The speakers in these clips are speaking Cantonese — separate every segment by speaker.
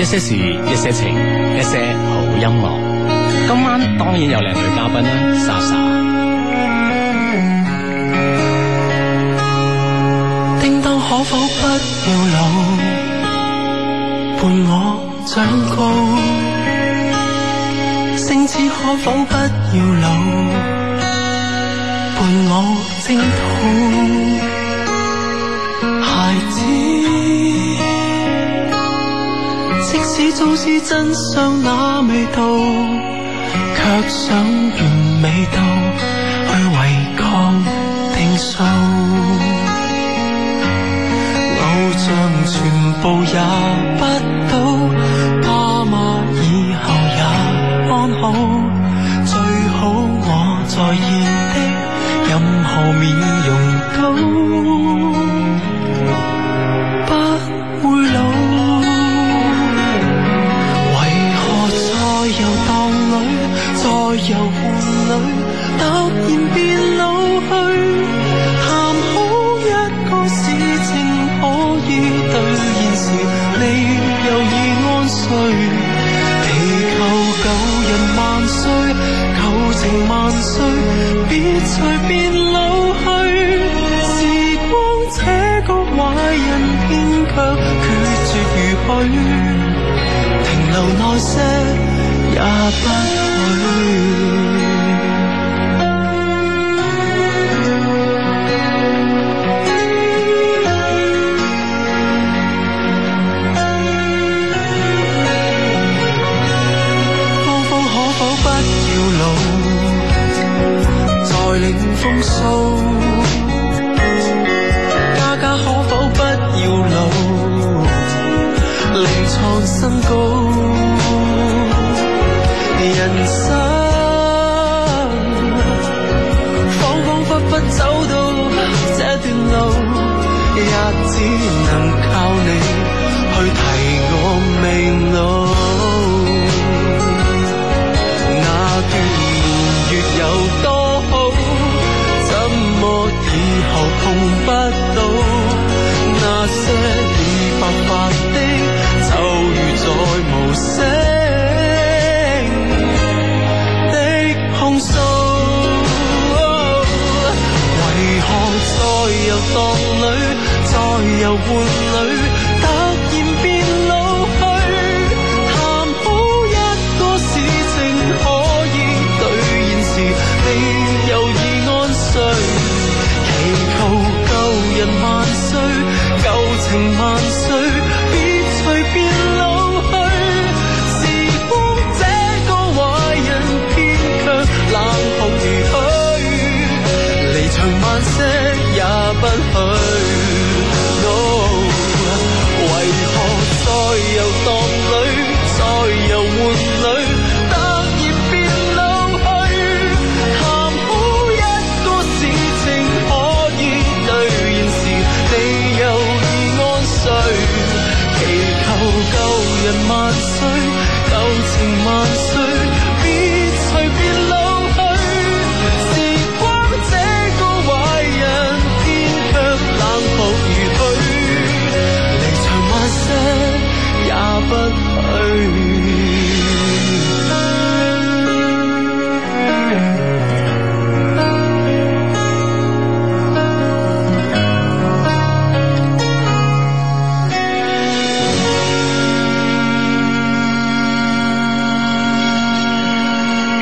Speaker 1: 一些事，一些情，一些好音樂。今晚當然有靚女嘉賓啦，Sasa。
Speaker 2: 叮當可否不要老，伴我長高？星子可否不要老，伴我征討？孩子，即使早知真相那味道，卻想完美到去違抗定數。偶像全部也不到，爸媽以後也安好，最好我在現的任何面容都不會老。為何再由蕩女，再由伴侶，突然變老去？談好一個事情可以兌現時，你又已安睡。祈求舊人萬歲，舊情萬歲，別隨便老去。時光這個壞人，偏卻決絕如許。停留耐些也不會。芳芳可否不要老，再領風騷？家家可否不要老，另創新高？人生恍恍惚惚走到這段路，也只能靠你去提我未老。那段年月有多好，怎麼以後碰不到？那些已白髮的秋雨再無聲。的控訴。為何再由蕩女，再由伴侶，突然變老去？談好一個事情可以兌現時，你又已安睡。祈求舊人萬歲，舊情萬歲，別隨便老去。時光這個壞人，偏卻冷酷如許，離場慢些也不許。No，為何再又當女，再又換女，突然變老去？談好一個事情可以兌現時，你又已安睡。祈求舊人萬歲，舊情萬歲，別隨便老去。時光這個壞人，偏卻冷酷如許，離場慢些也不許。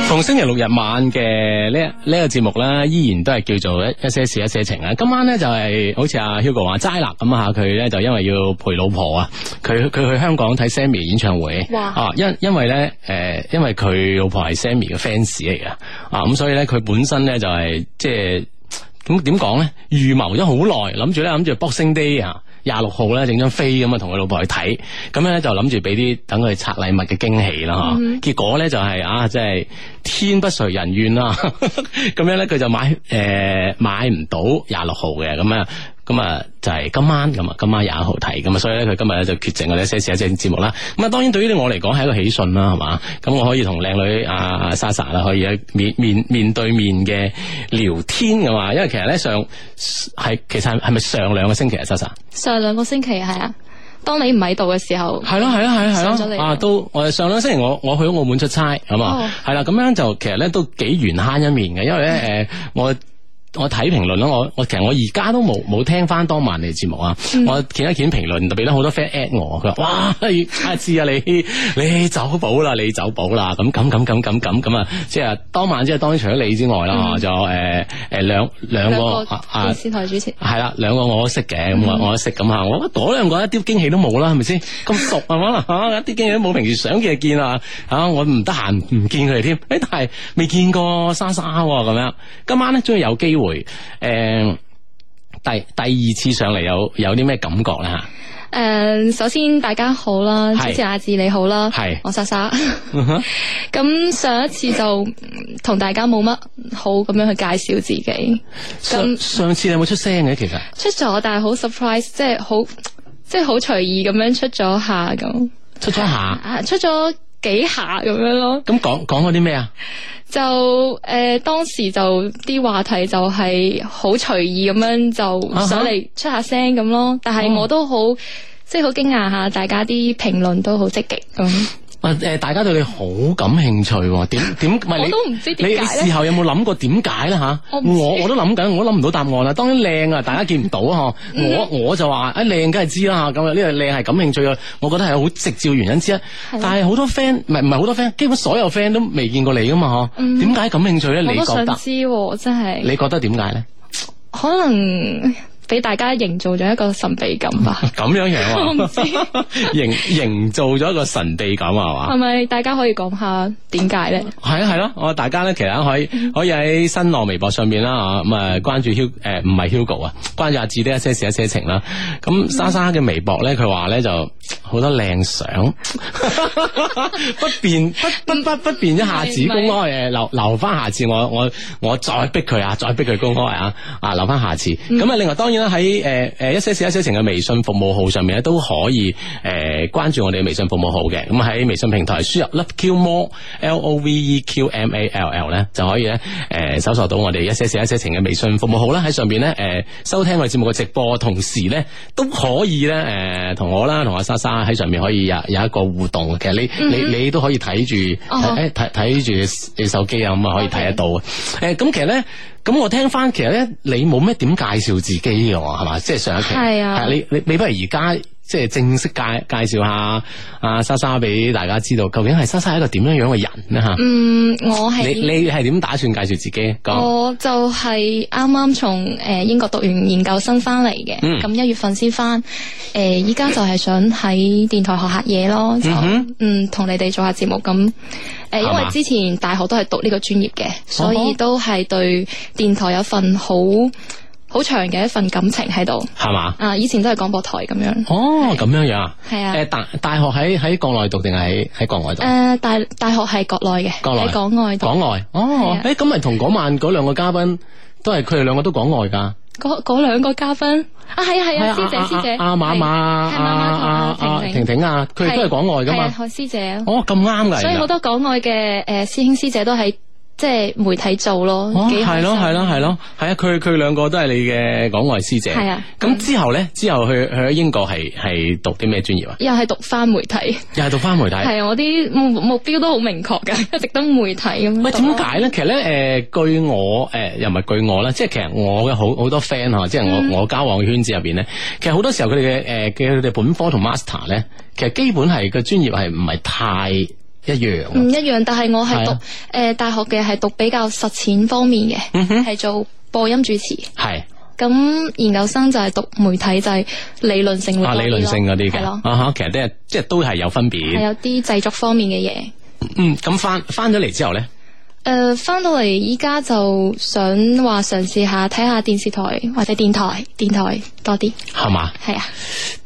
Speaker 1: 逢星期六日晚嘅呢呢個節目咧，依然都係叫做一一些事一些情啊。今晚咧就係、好似阿 Hugo 話齋啦，咁啊佢咧就因為要陪老婆啊，佢佢去香港睇 Sammy 演唱會
Speaker 3: 哇
Speaker 1: 啊，因因為咧誒、呃因為佢老婆係 Sammy 嘅 fans 嚟嘅啊，咁所以咧佢本身咧就係、即係。咁點講咧？預謀咗好耐，諗住咧諗住 Boxing Day 啊，廿六號咧整張飛咁啊，同佢老婆去睇。咁咧就諗住俾啲等佢拆禮物嘅驚喜啦嚇。結果咧就係、啊，真係天不遂人願啦。 咁樣咧佢就買誒、呃、買唔到廿六號嘅咁啊。咁啊，就係今晚咁啊，今晚廿一號睇咁啊，所以咧佢今日咧就決定我哋一些事一些情節目啦。咁啊，當然對於我嚟講係一個喜訊啦，係嘛？咁我可以同靚女阿阿 Sasa 啦，可以喺面面面對面嘅聊天㗎嘛。因為其實咧上係其實係咪上兩個星期啊，Sasa？
Speaker 3: 上兩個星期係啊，當你唔喺度嘅時候，
Speaker 1: 系咯系咯系咯
Speaker 3: 上
Speaker 1: 系
Speaker 3: 咗嚟
Speaker 1: 咯，啊都我上兩星期我我去咗澳門出差，咁
Speaker 3: 哦嗯
Speaker 1: 啊係啦，咁樣就其實咧都幾緣慳一面嘅，因為咧诶、呃我。我睇評論啦，我我其實我而家都冇冇聽翻當晚你節目啊，
Speaker 3: 嗯
Speaker 1: 我見一見評論，特別咧好多 friend at 我，佢話哇， 阿志啊你 你走寶啦，你走寶啦，咁咁咁咁咁咁咁啊，即係當晚即係當然除咗你之外啦，仲有誒誒兩兩
Speaker 3: 嗯兩
Speaker 1: 個
Speaker 3: 個
Speaker 1: 啊啊
Speaker 3: 電視台主持，
Speaker 1: 系啦，兩個我都識嘅，咁我我都識咁吓，我覺得嗰兩個一啲驚喜都冇啦，係咪先？咁熟係嘛吓，一啲驚喜都冇，平時想見就見啦，吓我唔得閒唔見佢哋添，诶，但係未見過莎莎喎咁樣，今晚咧終於有機會，诶、第第二次上嚟有有啲咩感覺咧吓？
Speaker 3: 誒，首先大家好啦，
Speaker 1: 啊係
Speaker 3: 主持阿志你好啦，
Speaker 1: 係嗯
Speaker 3: 我莎莎。 咁上一次就嗯同大家冇乜好咁樣去介紹自己，
Speaker 1: 上上次你有冇出聲嘅？其實
Speaker 3: 出咗但係好 surprise，即係好即係好隨意咁樣出咗下咁，
Speaker 1: 出咗下，
Speaker 3: 啊出咗幾下咁樣咯。
Speaker 1: 咁講講過啲咩啊？
Speaker 3: 就诶、呃，当时就啲話題就係好隨意咁樣
Speaker 1: 啊哈哦
Speaker 3: 就上嚟出下聲咁咯，但係我都好。即係好驚訝下，大家啲評論都好積極咁。
Speaker 1: 喂誒，大家對你好感興趣喎， 點點唔係你？
Speaker 3: 我都唔知點解
Speaker 1: 你你
Speaker 3: 咧
Speaker 1: 事後有冇諗過點解咧吓？
Speaker 3: 我唔知
Speaker 1: 我我都諗緊，我都諗唔到答案啦。當然靚啊，大家見唔到啊嗬。我我就話啊靚，梗係知啦嚇咁啊。呢個靚係感興趣嘅，我覺得係好直接嘅原因之一。但係好多 friend 唔係唔係好多 friend，基本所有 friend 都未見過你噶嘛嗬。點解感興趣咧？
Speaker 3: 我
Speaker 1: 你
Speaker 3: 都
Speaker 1: 覺
Speaker 3: 想
Speaker 1: 得？
Speaker 3: 知喎，真係
Speaker 1: 你覺得點解咧？
Speaker 3: 可能俾大家營造咗一個神秘感 吧。
Speaker 1: 咁樣樣
Speaker 3: 我唔
Speaker 1: 啊，
Speaker 3: 知
Speaker 1: 營營造咗一個神秘感啊係嘛
Speaker 3: 係？咪大家可以講下點解咧？
Speaker 1: 系啊系咯，我大家咧其實可以可以喺新浪微博上面啦啊，咁啊關注 Hug 诶唔係 Hugo 啊，關注阿志的一些事一些情啦。咁莎莎嘅微博咧，佢話咧就好多靚相，不便不不不不便一下子公開诶，留留翻下次我我我再逼佢啊，再逼佢公開啊啊留翻下次。咁啊，另外當然啦喺诶诶一些事一些情嘅微信服務號上面咧都可以诶關注我哋嘅微信服務號嘅。咁啊喺微信平台輸入 Love Q More L O V E Q M A L L 咧，就可以咧誒、搜索到我哋一些事一些情嘅微信服務號啦。喺上邊咧誒收聽我哋節目嘅直播，同時咧都可以咧誒同我啦，同阿莎莎喺上面可以有有一個互動嘅。其實你、你你都可以睇住
Speaker 3: 哦
Speaker 1: 睇睇睇住你手機啊，咁啊可以睇得到嘅。誒咁、其實咧。咁我聽翻，其實咧你冇咩點介紹自己嘅喎，係嘛？即係上一期
Speaker 3: 係啊
Speaker 1: 係你你你不如而家即係正式介介紹下阿莎莎俾大家知道，究竟係莎莎係一個點樣樣嘅人咧吓？
Speaker 3: 嗯，我係
Speaker 1: 你你係點打算介紹自己？講
Speaker 3: 我就係啱啱從诶英國讀完研究生翻嚟嘅，
Speaker 1: 嗯
Speaker 3: 咁一、月份先翻。诶、依家就係想喺電台學下嘢咯，就嗯同、你哋做下節目咁。诶、因
Speaker 1: 係
Speaker 3: 為
Speaker 1: 嘛
Speaker 3: 之前大學都係讀呢個專業嘅，所
Speaker 1: 哦
Speaker 3: 以都係對電台有份好好長嘅一份感情喺度。
Speaker 1: 係嘛？
Speaker 3: 啊，以前都係廣播台咁樣。
Speaker 1: 哦，咁樣樣啊？
Speaker 3: 係啊
Speaker 1: 誒大大學喺喺國內讀定係喺喺國外讀
Speaker 3: 诶、？大大學係國內嘅，
Speaker 1: 國內
Speaker 3: 喺港外讀
Speaker 1: 港。外哦
Speaker 3: 係啊，
Speaker 1: 誒咁咪同嗰晚嗰兩個嘉賓都係佢哋兩個都港外㗎。
Speaker 3: 嗰嗰兩個嘉賓啊，係啊係
Speaker 1: à,
Speaker 3: 啊，師姐師姐，
Speaker 1: 阿馬馬
Speaker 3: 係係馬馬
Speaker 1: 阿
Speaker 3: 同
Speaker 1: 阿
Speaker 3: 阿
Speaker 1: 婷
Speaker 3: 婷婷。
Speaker 1: 婷啊，佢哋都係港外㗎
Speaker 3: 係啊
Speaker 1: 嘛？
Speaker 3: 係師姐。
Speaker 1: 哦，咁啱㗎。
Speaker 3: 所以好多港外嘅诶师兄師姐都喺即係媒體做咯，
Speaker 1: 哦，
Speaker 3: 幾開
Speaker 1: 係
Speaker 3: 心
Speaker 1: 咯，係咯，係咯，係啊！佢佢兩個都係你嘅港外師姐。
Speaker 3: 係啊
Speaker 1: 咁之後咧，之後去去咗英國係係讀啲咩專業啊？
Speaker 3: 又係讀翻媒體，
Speaker 1: 又係讀翻媒體。
Speaker 3: 係我啲目目標都好明確 㗎，一直都媒體咁樣。
Speaker 1: 喂，點？解咧？其實咧，誒、據我誒、又唔係據我啦，即係其實我嘅好好多 friend 嚇，即係
Speaker 3: 嗯
Speaker 1: 我、我交往嘅圈子入邊咧，其實好多時候佢哋嘅誒嘅佢哋本科同 master 咧，其實基本係個專業係唔係太一樣。啊
Speaker 3: 唔一樣，但係我係
Speaker 1: 係
Speaker 3: 讀
Speaker 1: 啊
Speaker 3: 诶大學嘅，係讀比較實踐方面嘅，係做播音主持。
Speaker 1: 係、
Speaker 3: 咁研究生就係讀媒體，就係理論性會
Speaker 1: 啊，
Speaker 3: 多
Speaker 1: 理
Speaker 3: 啲咯
Speaker 1: 論性嗰啲嘅
Speaker 3: 係
Speaker 1: 啊
Speaker 3: 咯，
Speaker 1: 哈，其實都係即係都係有分別
Speaker 3: 係。啊有啲製作方面嘅嘢。
Speaker 1: 嗯，咁翻翻咗嚟之後咧，
Speaker 3: 诶，翻、到嚟依家就想話嘗試下睇下電視台或者電台，電台多啲，
Speaker 1: 係嘛？
Speaker 3: 係啊，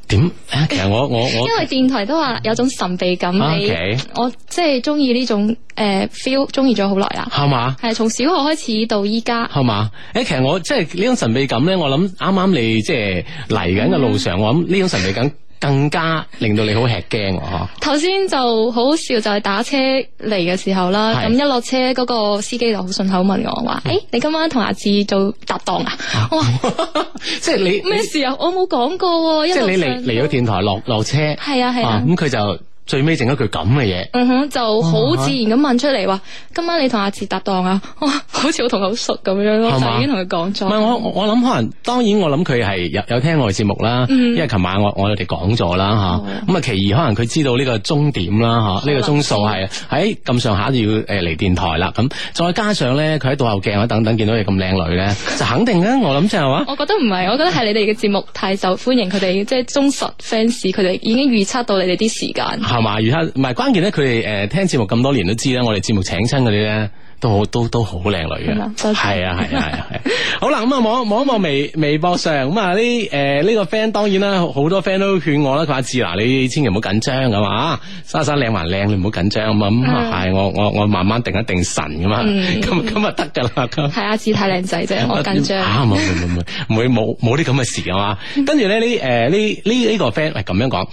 Speaker 1: 點？啊其實我我我
Speaker 3: 因為電台都話有種神秘感，你
Speaker 1: OK
Speaker 3: 我即係中意呢種诶 feel，中意咗好耐啦，
Speaker 1: 係嘛？
Speaker 3: 係從小學開始到依家，
Speaker 1: 係嘛？誒，其實我即係呢種神秘感咧，我諗啱啱你即係嚟緊嘅路上，我諗呢種神秘感更加令到你好吃驚喎，嗬？
Speaker 3: 頭先就好好笑，就係打車嚟嘅時候啦，
Speaker 1: 係嗯
Speaker 3: 咁一落車嗰個司機就好順口問我話：，诶、你今晚同阿志做搭檔啊？我話
Speaker 1: 即係你
Speaker 3: 咩事啊？我冇講過喎，一
Speaker 1: 即
Speaker 3: 路
Speaker 1: 係你
Speaker 3: 上
Speaker 1: 嚟嚟咗電台落落車，
Speaker 3: 係啊係
Speaker 1: 啊
Speaker 3: 啊，
Speaker 1: 咁佢就最尾整一句咁嘅嘢。
Speaker 3: 嗯哼，就好自然咁問出嚟話：今晚你同阿志搭檔啊？ 哇，好似我同佢好熟咁樣咯，
Speaker 1: 係
Speaker 3: 就
Speaker 1: 嘛
Speaker 3: 已經同佢講
Speaker 1: 唔係
Speaker 3: 咗。
Speaker 1: 我我我諗可能當然我諗佢係有有聽我哋節目啦，
Speaker 3: 嗯
Speaker 1: 因為琴晚我我哋講咗啦
Speaker 3: 哦
Speaker 1: 吓，咁啊其二可能佢知道呢個終點啦吓，呢個鐘數係喺咁上下就要誒嚟電台啦，咁再加上咧佢喺倒後鏡啊等等見到你咁靚女咧，就肯定啦，我諗即係話
Speaker 3: 我覺得唔係，我覺得係你哋嘅節目太受歡迎，佢哋即係忠實 fans，佢哋已經預測到你哋啲時間。
Speaker 1: 係嘛，而家唔係關鍵咧，佢哋誒聽節目咁多年都知啦，我哋節目請親嗰啲咧。都好都都好靚女
Speaker 3: 係
Speaker 1: 嘅，
Speaker 3: 嘛多謝
Speaker 1: 係啊係啊係啊係啊！好啦，咁啊望望一望微微博上咁啊呢誒呢個 friend 當然啦，好多 friend 都勸我啦，佢話志嗱你千祈唔好緊張咁啊，莎莎靚還靚，你唔好緊張咁啊，咁啊係我我我慢慢定一定神咁啊，
Speaker 3: 嗯
Speaker 1: 咁咁啊得㗎啦咁。
Speaker 3: 係阿志太靚仔 啫，我緊張。
Speaker 1: 啊，唔會唔會唔會冇冇啲咁嘅事啊嘛。
Speaker 3: 嗯
Speaker 1: 跟住咧呢誒呢呢呢個 friend 係咁樣講，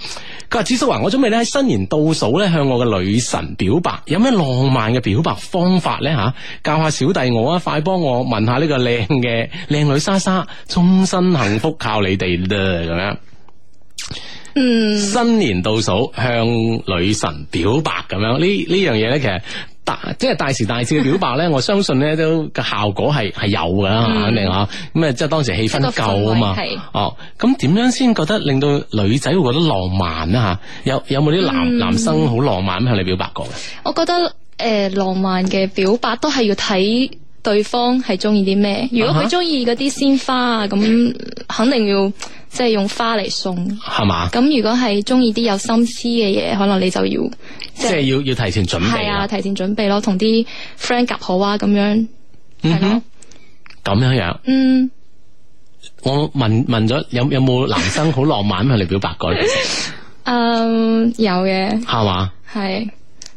Speaker 1: 佢話：子叔啊，我準備咧喺新年倒數咧向我嘅女神表白，有咩浪漫嘅表白方法咧吓？教下小弟我啊，快幫我問下呢個靚嘅靚女莎莎，終身幸福靠你哋啦咁樣。
Speaker 3: 嗯。
Speaker 1: 新年倒數向女神表白咁樣，呢呢樣嘢咧其實。大即係大時大節嘅表白 咧，我相信咧都個效果係係有㗎啦，
Speaker 3: 嗯
Speaker 1: 肯定嚇。咁啊，即係當時氣氛夠啊嘛
Speaker 3: 即係個氛圍係。
Speaker 1: 哦，咁點樣先覺得令到女仔會覺得浪漫啊？嚇？有有冇啲男、
Speaker 3: 嗯
Speaker 1: 男生好浪漫咁向你表白過嘅？
Speaker 3: 我覺得诶、呃浪漫嘅表白都係要睇對方係中意啲咩。如
Speaker 1: 啊
Speaker 3: 果
Speaker 1: 哈
Speaker 3: 佢中意嗰啲鮮花啊，咁 肯定要即係用花嚟送。
Speaker 1: 係嘛？
Speaker 3: 咁如果係中意啲有心思嘅嘢，可能你就要
Speaker 1: 即係要要提前準備
Speaker 3: 係啊，提前準備咯，同啲 friend 夾好啊，咁樣
Speaker 1: 嗯
Speaker 3: 係
Speaker 1: 哼
Speaker 3: 咯，
Speaker 1: 咁樣樣。
Speaker 3: 嗯。
Speaker 1: 我問問咗有有冇男生好浪漫咁向你表白 過咧？
Speaker 3: 嗯，有嘅，
Speaker 1: 係嘛？
Speaker 3: 係，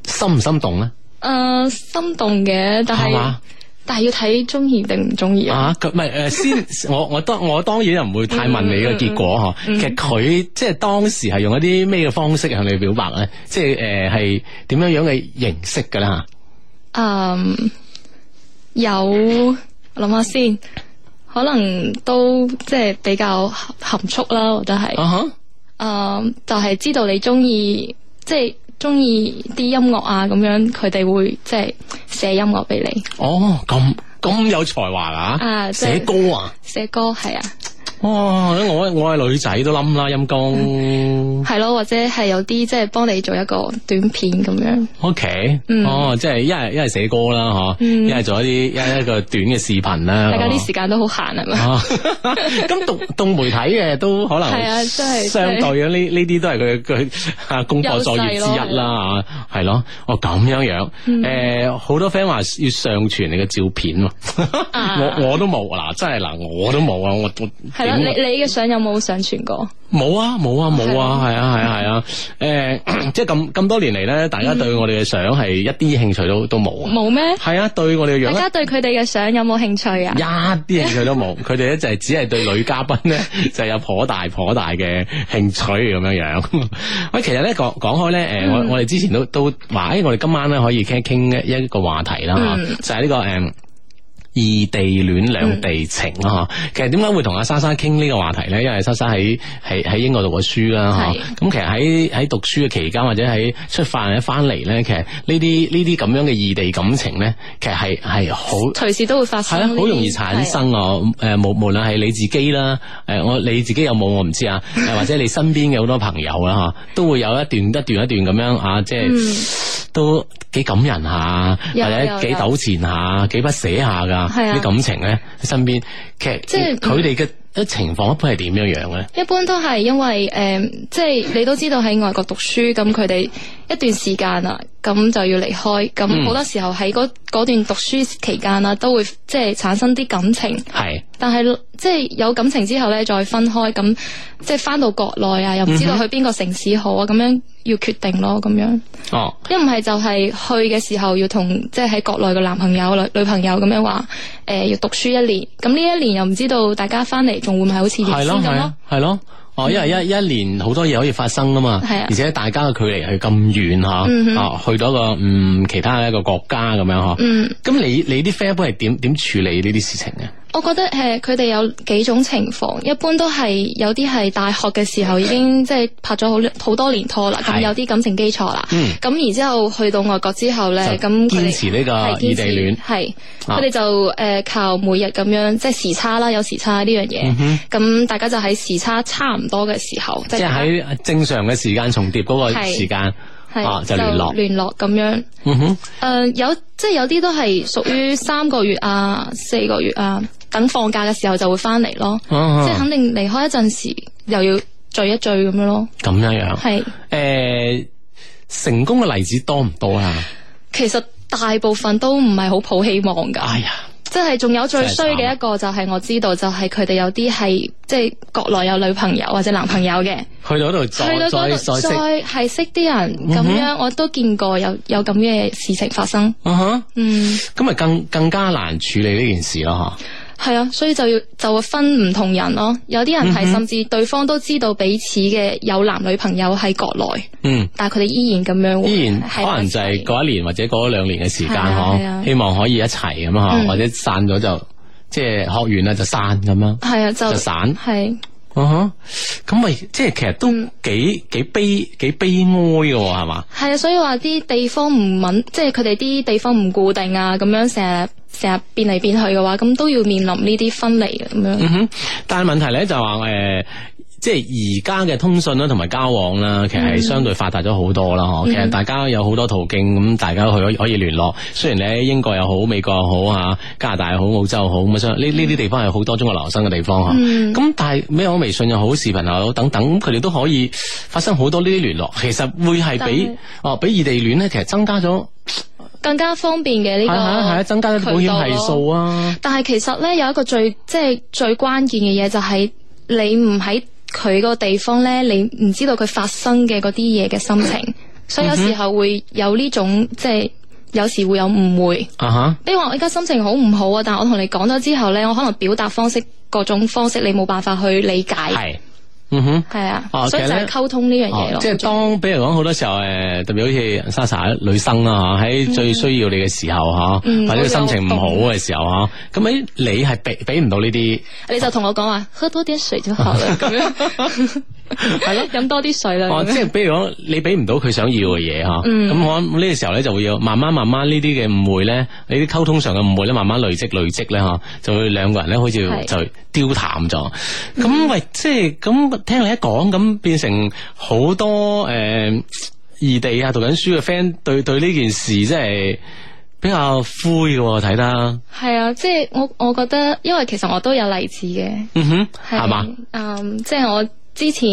Speaker 1: 心唔心動咧？
Speaker 3: 诶，心動嘅，但
Speaker 1: 係嘛
Speaker 3: 係但係要睇中意定唔中意啊。
Speaker 1: 啊，咁咪誒先， 我我當我當然唔會太問你嘅結果嗬。其實佢即係當時係用一啲咩嘅方式向你表白咧？即係誒係點樣樣嘅形式㗎啦？啊
Speaker 3: 嗯，有我諗下先，可能都即係比較含含蓄啦，我覺得係。
Speaker 1: 啊哈，
Speaker 3: 嗯，就係知道你中意，即係中意啲音樂啊，咁樣佢哋會即係寫音樂俾你
Speaker 1: 哦，咁咁有才華啊！
Speaker 3: 啊即係
Speaker 1: 寫歌啊！
Speaker 3: 寫歌，係啊，
Speaker 1: 哇！我我係女仔都冧啦，陰公。
Speaker 3: 係咯，或者係有啲即係幫你做一個短片咁樣，
Speaker 1: O K，
Speaker 3: 嗯
Speaker 1: 哦，即係一係一係寫歌啦，嗬，
Speaker 3: 嗯
Speaker 1: 一係做一啲一一個短嘅視頻啦。
Speaker 3: 大家
Speaker 1: 嗬
Speaker 3: 啲時間都好閒係嘛，
Speaker 1: 啊， 咁讀讀媒體嘅都可能
Speaker 3: 係啊真係
Speaker 1: 相對啊，呢呢啲都係佢佢啊功課作業之一啦，啊係咯，哦咁樣
Speaker 3: 嗯
Speaker 1: 樣，誒好多 friend 話要上傳你嘅照片喎，
Speaker 3: 啊
Speaker 1: 我我都冇嗱，真係嗱我都冇啊，我我
Speaker 3: 係啦，
Speaker 1: 點
Speaker 3: 你
Speaker 1: 啊
Speaker 3: 你嘅相有冇上傳過？
Speaker 1: 冇啊冇啊冇啊，係啊係啊係啊，誒即係咁咁多年嚟咧，大家對我哋嘅相係一啲興趣都都冇啊，
Speaker 3: 冇咩？
Speaker 1: 係啊，對我哋嘅樣
Speaker 3: 大
Speaker 1: 一
Speaker 3: 家對佢哋嘅相有冇興趣啊
Speaker 1: 一？啲興趣都 冇，佢哋咧就係只係對女嘉賓咧就有頗大頗大嘅興趣咁樣樣。 喂，其實咧講講開咧，誒、
Speaker 3: 嗯
Speaker 1: 我我哋之前都都話，誒、哎我哋今晚咧可以傾傾一一個話題啦，
Speaker 3: 嗯
Speaker 1: 就係呢、個誒。異地戀兩地情啦嚇，其實點解會同阿莎莎傾呢個話題咧？因為莎莎喺喺喺英國讀過書啦嚇，
Speaker 3: 係
Speaker 1: 咁其實喺喺讀書嘅期間或者喺出發或者翻嚟咧，其實呢啲呢啲咁樣嘅異地感情咧，其實係係好
Speaker 3: 隨時都會發
Speaker 1: 系
Speaker 3: 生
Speaker 1: 啦，
Speaker 3: 呢啲，
Speaker 1: 啊好容易產生啊！誒，無無論係你自己啦，誒，我你自己有冇我唔知 啊，誒，或者你身邊嘅好多朋友
Speaker 3: 嗯
Speaker 1: 啦嚇，都會有一段一段一段咁樣啊，即係都幾感人下，或
Speaker 3: 嗯有
Speaker 1: 者
Speaker 3: 有
Speaker 1: 幾
Speaker 3: 有
Speaker 1: 糾纏下，幾不捨下㗎
Speaker 3: 係啊
Speaker 1: 啲感情咧，身邊其實
Speaker 3: 即係
Speaker 1: 佢哋嘅一情況一般係點樣樣咧？
Speaker 3: 一般都係因為誒、嗯即係你都知道喺外國讀書，咁佢哋一段時間啦，咁就要離開，
Speaker 1: 嗯
Speaker 3: 咁好多時候喺嗰嗰段讀書期間啦，都會即係產生啲感情，
Speaker 1: 係
Speaker 3: 但係即係有感情之後咧，再分開，咁即係翻到國內啊，又唔知
Speaker 1: 嗯
Speaker 3: 道去邊個城市好啊，咁樣要決定咯，咁樣
Speaker 1: 哦，
Speaker 3: 一唔係就係去嘅時候要同即係喺國內嘅男朋友、女女朋友咁樣話，呃誒、要讀書一年，咁呢一年又唔知道大家翻嚟仲會唔會係好似原
Speaker 1: 係
Speaker 3: 先
Speaker 1: 咯，
Speaker 3: 咁
Speaker 1: 係啊
Speaker 3: 咯嗯
Speaker 1: 咯。，係咯。哦，因為一一年好多嘢可以發生啊嘛，
Speaker 3: 係啊
Speaker 1: 而且大家嘅距離係咁遠吓，
Speaker 3: 嗯哼
Speaker 1: 啊，去到一個嗯其他一個國家咁樣吓，
Speaker 3: 嗯，
Speaker 1: 咁你你啲 friend 一般係點點處理呢啲事情嘅？
Speaker 3: 我覺得誒佢哋有幾種情況，一般都係有啲係大學嘅時候已 經即係拍咗好好多年拖啦，咁
Speaker 1: 係
Speaker 3: 有啲感情基礎啦。
Speaker 1: 嗯
Speaker 3: 咁然之後去到外國之後咧，
Speaker 1: 就
Speaker 3: 咁佢哋
Speaker 1: 堅持呢個
Speaker 3: 係堅
Speaker 1: 異地
Speaker 3: 持
Speaker 1: 戀
Speaker 3: 係
Speaker 1: 啊
Speaker 3: 佢哋就誒靠每日咁樣即係時差啦，有時差呢樣
Speaker 1: 嗯
Speaker 3: 嘢。咁大家就喺時差差唔多嘅時候，
Speaker 1: 即係喺正常嘅時間重疊嗰個
Speaker 3: 係
Speaker 1: 時間
Speaker 3: 係
Speaker 1: 啊，就聯絡。
Speaker 3: 聯絡咁樣。
Speaker 1: 嗯哼，
Speaker 3: 誒、有即係有啲都係屬於三個月啊、四個月啊，等放假嘅時候就會翻嚟咯。
Speaker 1: 啊
Speaker 3: 即係肯定離開一陣時，又要聚一聚咁樣咯。
Speaker 1: 咁樣樣。
Speaker 3: 係，
Speaker 1: 誒，成功嘅例子多唔多啊？
Speaker 3: 其實大部分都唔係好抱希望㗎。
Speaker 1: 哎呀，
Speaker 3: 即係仲有最
Speaker 1: 真
Speaker 3: 衰
Speaker 1: 係慘
Speaker 3: 嘅一個就係我知道，就係佢哋有啲係即係國內有女朋友或者男朋友嘅，
Speaker 1: 去到嗰度
Speaker 3: 去到
Speaker 1: 再
Speaker 3: 嗰
Speaker 1: 再
Speaker 3: 度
Speaker 1: 再識，
Speaker 3: 再係識啲人咁樣，我都見過有有咁嘅事情發生。
Speaker 1: 嗯哼，
Speaker 3: 嗯，
Speaker 1: 咁咪更更加難處理呢件事咯
Speaker 3: 係啊，所以就要就會分唔同人咯。有啲
Speaker 1: 嗯
Speaker 3: 人係甚至對方都知道彼此嘅有男女朋友喺國內，
Speaker 1: 吓。嗯。
Speaker 3: 但係佢哋依然咁樣，
Speaker 1: 依然可
Speaker 3: 係
Speaker 1: 能就係嗰一年或者嗰兩年嘅時間
Speaker 3: 係啊係
Speaker 1: 嗬，
Speaker 3: 啊
Speaker 1: 希望可以一齊咁啊，
Speaker 3: 嗯
Speaker 1: 或者散咗就即係學完啦就散咁啦，
Speaker 3: 係啊，就
Speaker 1: 就散。
Speaker 3: 係
Speaker 1: 啊哈咁咪即係其實都
Speaker 3: 嗯
Speaker 1: 幾幾悲幾悲哀嘅喎係嘛？
Speaker 3: 係啊，所以話啲地方唔穩，即係佢哋啲地方唔固定啊，咁樣成日成日變嚟變去嘅話，咁都要面臨呢啲分離嘅咁樣。
Speaker 1: 嗯哼，但係問題咧就話誒、呃即係而家嘅通訊啦，同埋交往啦，其實係相對發達咗好多啦。嗬、其實大家有好多途徑，咁大家可以可以聯絡。雖然你喺英國又好，美國又好嚇，加拿大又好，澳洲又好咁相呢呢啲地方係好多中國留學生嘅地方嚇。咁、但係咩？我微信又好，視頻又好，等等，咁佢哋都可以發生好多呢啲聯絡。其實會係比哦比異地戀咧，其實增加咗
Speaker 3: 更加方便嘅呢
Speaker 1: 係係係啊
Speaker 3: 個
Speaker 1: 增加咗保險係數
Speaker 3: 啊！
Speaker 1: 啊。
Speaker 3: 但係其實咧有一個最即係最關鍵嘅嘢就係你唔喺佢個地方咧，你唔知道佢發生嘅嗰啲嘢嘅心情，所以有時候會有呢種即係有時會有誤會。
Speaker 1: 啊哈！
Speaker 3: 比如話我而家心情好唔好啊，但我同你講咗之後咧，我可能表達方式各種方式你冇辦法去理解，
Speaker 1: 係，嗯哼。
Speaker 3: 係
Speaker 1: 哦
Speaker 3: 啊，所以
Speaker 1: 其實
Speaker 3: 就
Speaker 1: 呢
Speaker 3: 係溝通呢樣嘢
Speaker 1: 哦
Speaker 3: 咯。
Speaker 1: 即係當，比如講好多時候，誒，特別好似莎莎女生啦嚇，喺最需要你嘅時候嚇，
Speaker 3: 嗯
Speaker 1: 或者
Speaker 3: 我有
Speaker 1: 心情唔好嘅時候嚇，咁誒，你係俾俾唔到呢啲，
Speaker 3: 你就同我講話，喝多啲水就好 啦，咁樣係咯，飲多啲水啦。
Speaker 1: 哦，
Speaker 3: 咁
Speaker 1: 即
Speaker 3: 樣
Speaker 1: 係比如講你俾唔到佢想要嘅嘢嚇，
Speaker 3: 嗯
Speaker 1: 咁我諗呢個時候咧就會有慢慢慢慢呢啲嘅誤會咧，呢啲溝通上嘅誤會咧，慢慢累積累積咧嚇，就會兩個人咧好似
Speaker 3: 係
Speaker 1: 就丟淡咗。咁喂，即係咁聽你一講，咁變成好多誒異地啊讀緊書嘅 friend 對對呢件事真係比較灰嘅喎，睇得，
Speaker 3: 係啊，即係我我覺得，因為其實我都有例子嘅，
Speaker 1: 嗯哼，係嘛？？
Speaker 3: 嗯，即係我之前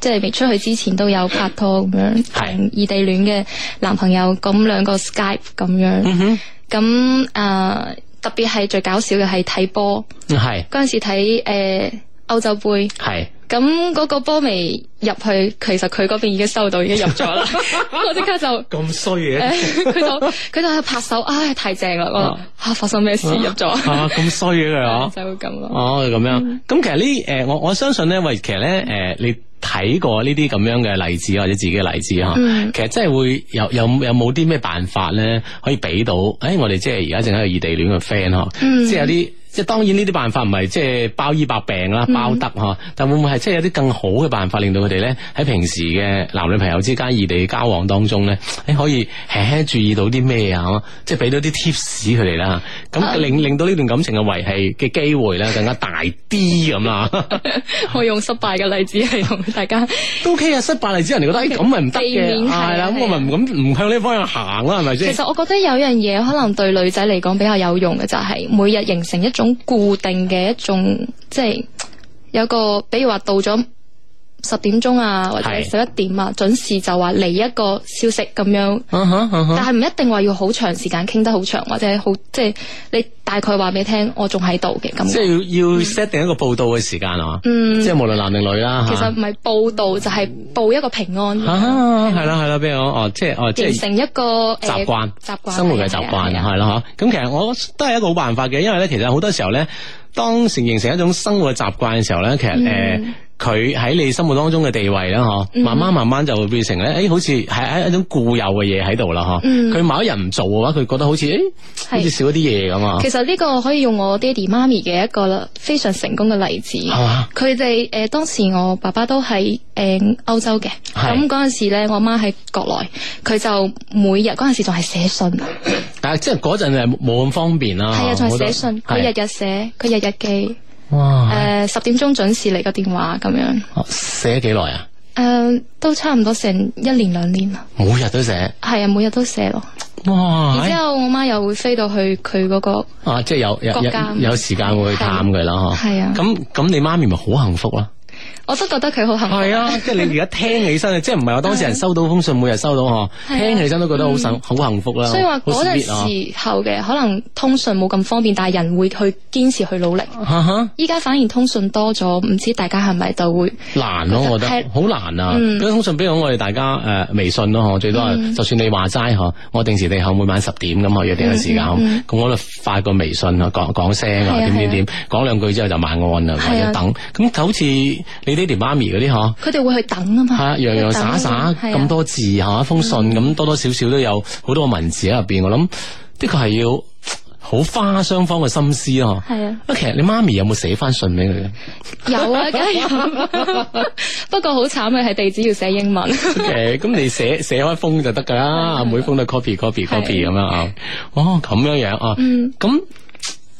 Speaker 3: 即係未出去之前都有拍拖咁樣，
Speaker 1: 係
Speaker 3: 同異地戀嘅男朋友，咁兩個 Skype 咁樣，
Speaker 1: 嗯哼，
Speaker 3: 咁誒特別係最搞笑嘅係睇波，
Speaker 1: 係
Speaker 3: 嗰陣時睇誒歐洲杯。
Speaker 1: 係。
Speaker 3: 咁嗰個波未入去，其實佢嗰邊已經收到，已經入咗 啦。咁我即刻就呃
Speaker 1: 咁衰嘅，
Speaker 3: 佢就佢就喺度拍手， 唉，太正啦！我吓發生咩事入咗，
Speaker 1: 啊咁衰嘅佢啊！
Speaker 3: 就會咁咯。
Speaker 1: 哦哦，咁樣。咁、其實呢，誒、我我相信咧，喂，其實咧，誒、你睇過呢啲咁樣嘅例子或者自己嘅例子吓，其實真係會有有有冇啲咩辦法咧，可以俾到？誒、我哋即係而家正喺度異地戀嘅 friend 嗬，即係有啲。即係當然呢啲辦法唔係即係包醫百病啦，
Speaker 3: 嗯
Speaker 1: 包得吓，但會唔會係即係有啲更好嘅辦法，令到佢哋咧喺平時嘅男女朋友之間異地交往當中咧，誒可以輕輕注意到啲咩啊？即係俾到啲 tips 佢哋啦，咁
Speaker 3: 啊
Speaker 1: 令令到呢段感情嘅維繫嘅機會咧更加大啲咁 啦。
Speaker 3: 我用失敗嘅例子嚟同大家，
Speaker 1: 都 OK 啊，失敗例子人哋覺得誒咁咪唔得
Speaker 3: 避
Speaker 1: 嘅，
Speaker 3: 免係
Speaker 1: 係啦，
Speaker 3: 啊
Speaker 1: 咁我咪唔咁唔向呢方向行啦，係咪
Speaker 3: 其
Speaker 1: 先？
Speaker 3: 實我覺得有樣嘢可能對女仔嚟講比較有用嘅就係每日形成一種固定嘅一種，即係有個，比如話到咗。十點鐘啊，或者
Speaker 1: 係
Speaker 3: 十一點啊，準時就話嚟一個消息咁樣，
Speaker 1: 啊哈啊哈
Speaker 3: 但係唔一定話要好長時間傾得好長，或者好即係你大概話俾你聽，我仲喺度嘅咁。
Speaker 1: 即係要要 set 定一個報道嘅時間啊，
Speaker 3: 嗯
Speaker 1: 即係無論男定女啦，
Speaker 3: 其實嗯唔係報道，就係、報一個平安，
Speaker 1: 嚇啊係啦係啦，比如講哦，即係哦即
Speaker 3: 形
Speaker 1: 係。
Speaker 3: 成一個呃
Speaker 1: 習慣、
Speaker 3: 習慣
Speaker 1: 生活嘅習慣
Speaker 3: 係啊係啊
Speaker 1: 係啦嚇。咁其實我都係一個好辦法嘅，因為咧其實好多時候咧，當成形成一種生活嘅習慣嘅時候咧，其實誒。呃
Speaker 3: 嗯
Speaker 1: 佢喺你心目當中嘅地位啦，嗬，慢慢慢慢就會變成咧，诶、好似係係一種固有嘅嘢喺度啦，嗬、
Speaker 3: 嗯
Speaker 1: 佢某一日唔做嘅話，佢覺得好似诶、好似少咗啲嘢咁啊，
Speaker 3: 其實呢個可以用我爹哋媽咪嘅一個啦非常成功嘅例子。
Speaker 1: 係嘛？
Speaker 3: 佢哋誒當時我爸爸都喺誒歐洲嘅，
Speaker 1: 係
Speaker 3: 咁嗰陣時咧，我媽喺國內，佢就每日嗰陣時仲係寫信，
Speaker 1: 但係即係嗰陣係冇咁方便啦，
Speaker 3: 係啊，仲
Speaker 1: 好
Speaker 3: 係
Speaker 1: 多
Speaker 3: 寫信，
Speaker 1: 係
Speaker 3: 佢日日寫，佢日日呃記，
Speaker 1: 哇，
Speaker 3: 誒十點鐘準時嚟個電話咁樣，誒、
Speaker 1: 寫幾耐啊？
Speaker 3: 都差唔多成一年兩年啦，
Speaker 1: 每日都寫，
Speaker 3: 係啊，每日都寫咯，
Speaker 1: 哇
Speaker 3: 然之！後我媽又會飛到去佢嗰、個，
Speaker 1: 啊，即係有有
Speaker 3: 國家
Speaker 1: 有有時間會去探佢啦，嗬。
Speaker 3: 係啊
Speaker 1: 咁咁，你媽咪咪好幸福啦。
Speaker 3: 我都覺得佢好幸福，
Speaker 1: 係啊，即係你而家聽起身，即係唔係話當事人收到封信，每日收到嗬，
Speaker 3: 係啊嗯
Speaker 1: 聽起身都覺得好幸好幸福啦。
Speaker 3: 所以話
Speaker 1: 好
Speaker 3: 嗰陣
Speaker 1: sweet 啊
Speaker 3: 時候嘅可能通訊冇咁方便，但係人會去堅持去努力。
Speaker 1: 哈哈
Speaker 3: 依家反而通訊多咗，唔知大家係咪就會
Speaker 1: 難咯，我覺
Speaker 3: 係
Speaker 1: 得好難啊。
Speaker 3: 嗯
Speaker 1: 咁通常，比如我哋大家诶微信咯，嗬，最多係就算你話齋嗬，我定時定候每晚十點咁，啊我約定嘅時間，
Speaker 3: 嗯
Speaker 1: 咁我就發個微信啊，講講聲啊，
Speaker 3: 係啊
Speaker 1: 點點
Speaker 3: 係
Speaker 1: 點，講兩句之後就晚安啦，或
Speaker 3: 係
Speaker 1: 者
Speaker 3: 啊
Speaker 1: 等。咁就好似你爹哋媽咪嗰啲嗬。
Speaker 3: 佢哋會去等 啊嘛，
Speaker 1: 係啊，洋洋灑灑
Speaker 3: 去等啊嗯嘛
Speaker 1: 咁，多字嚇，一封信咁多多少少都有好多文字喺入邊。我諗的確係要好花雙方嘅心思咯。
Speaker 3: 係啊
Speaker 1: 啊，其實你媽咪有冇寫翻信俾 佢咧
Speaker 3: 係啊有啊，梗係有。 不過好慘啊嘅係地址要寫英文，
Speaker 1: ？OK，咁你寫寫開封就得㗎啦，每封都 copy copy
Speaker 3: 啊係
Speaker 1: copy 咁樣啊。哦，咁樣樣啊。
Speaker 3: 嗯
Speaker 1: 咁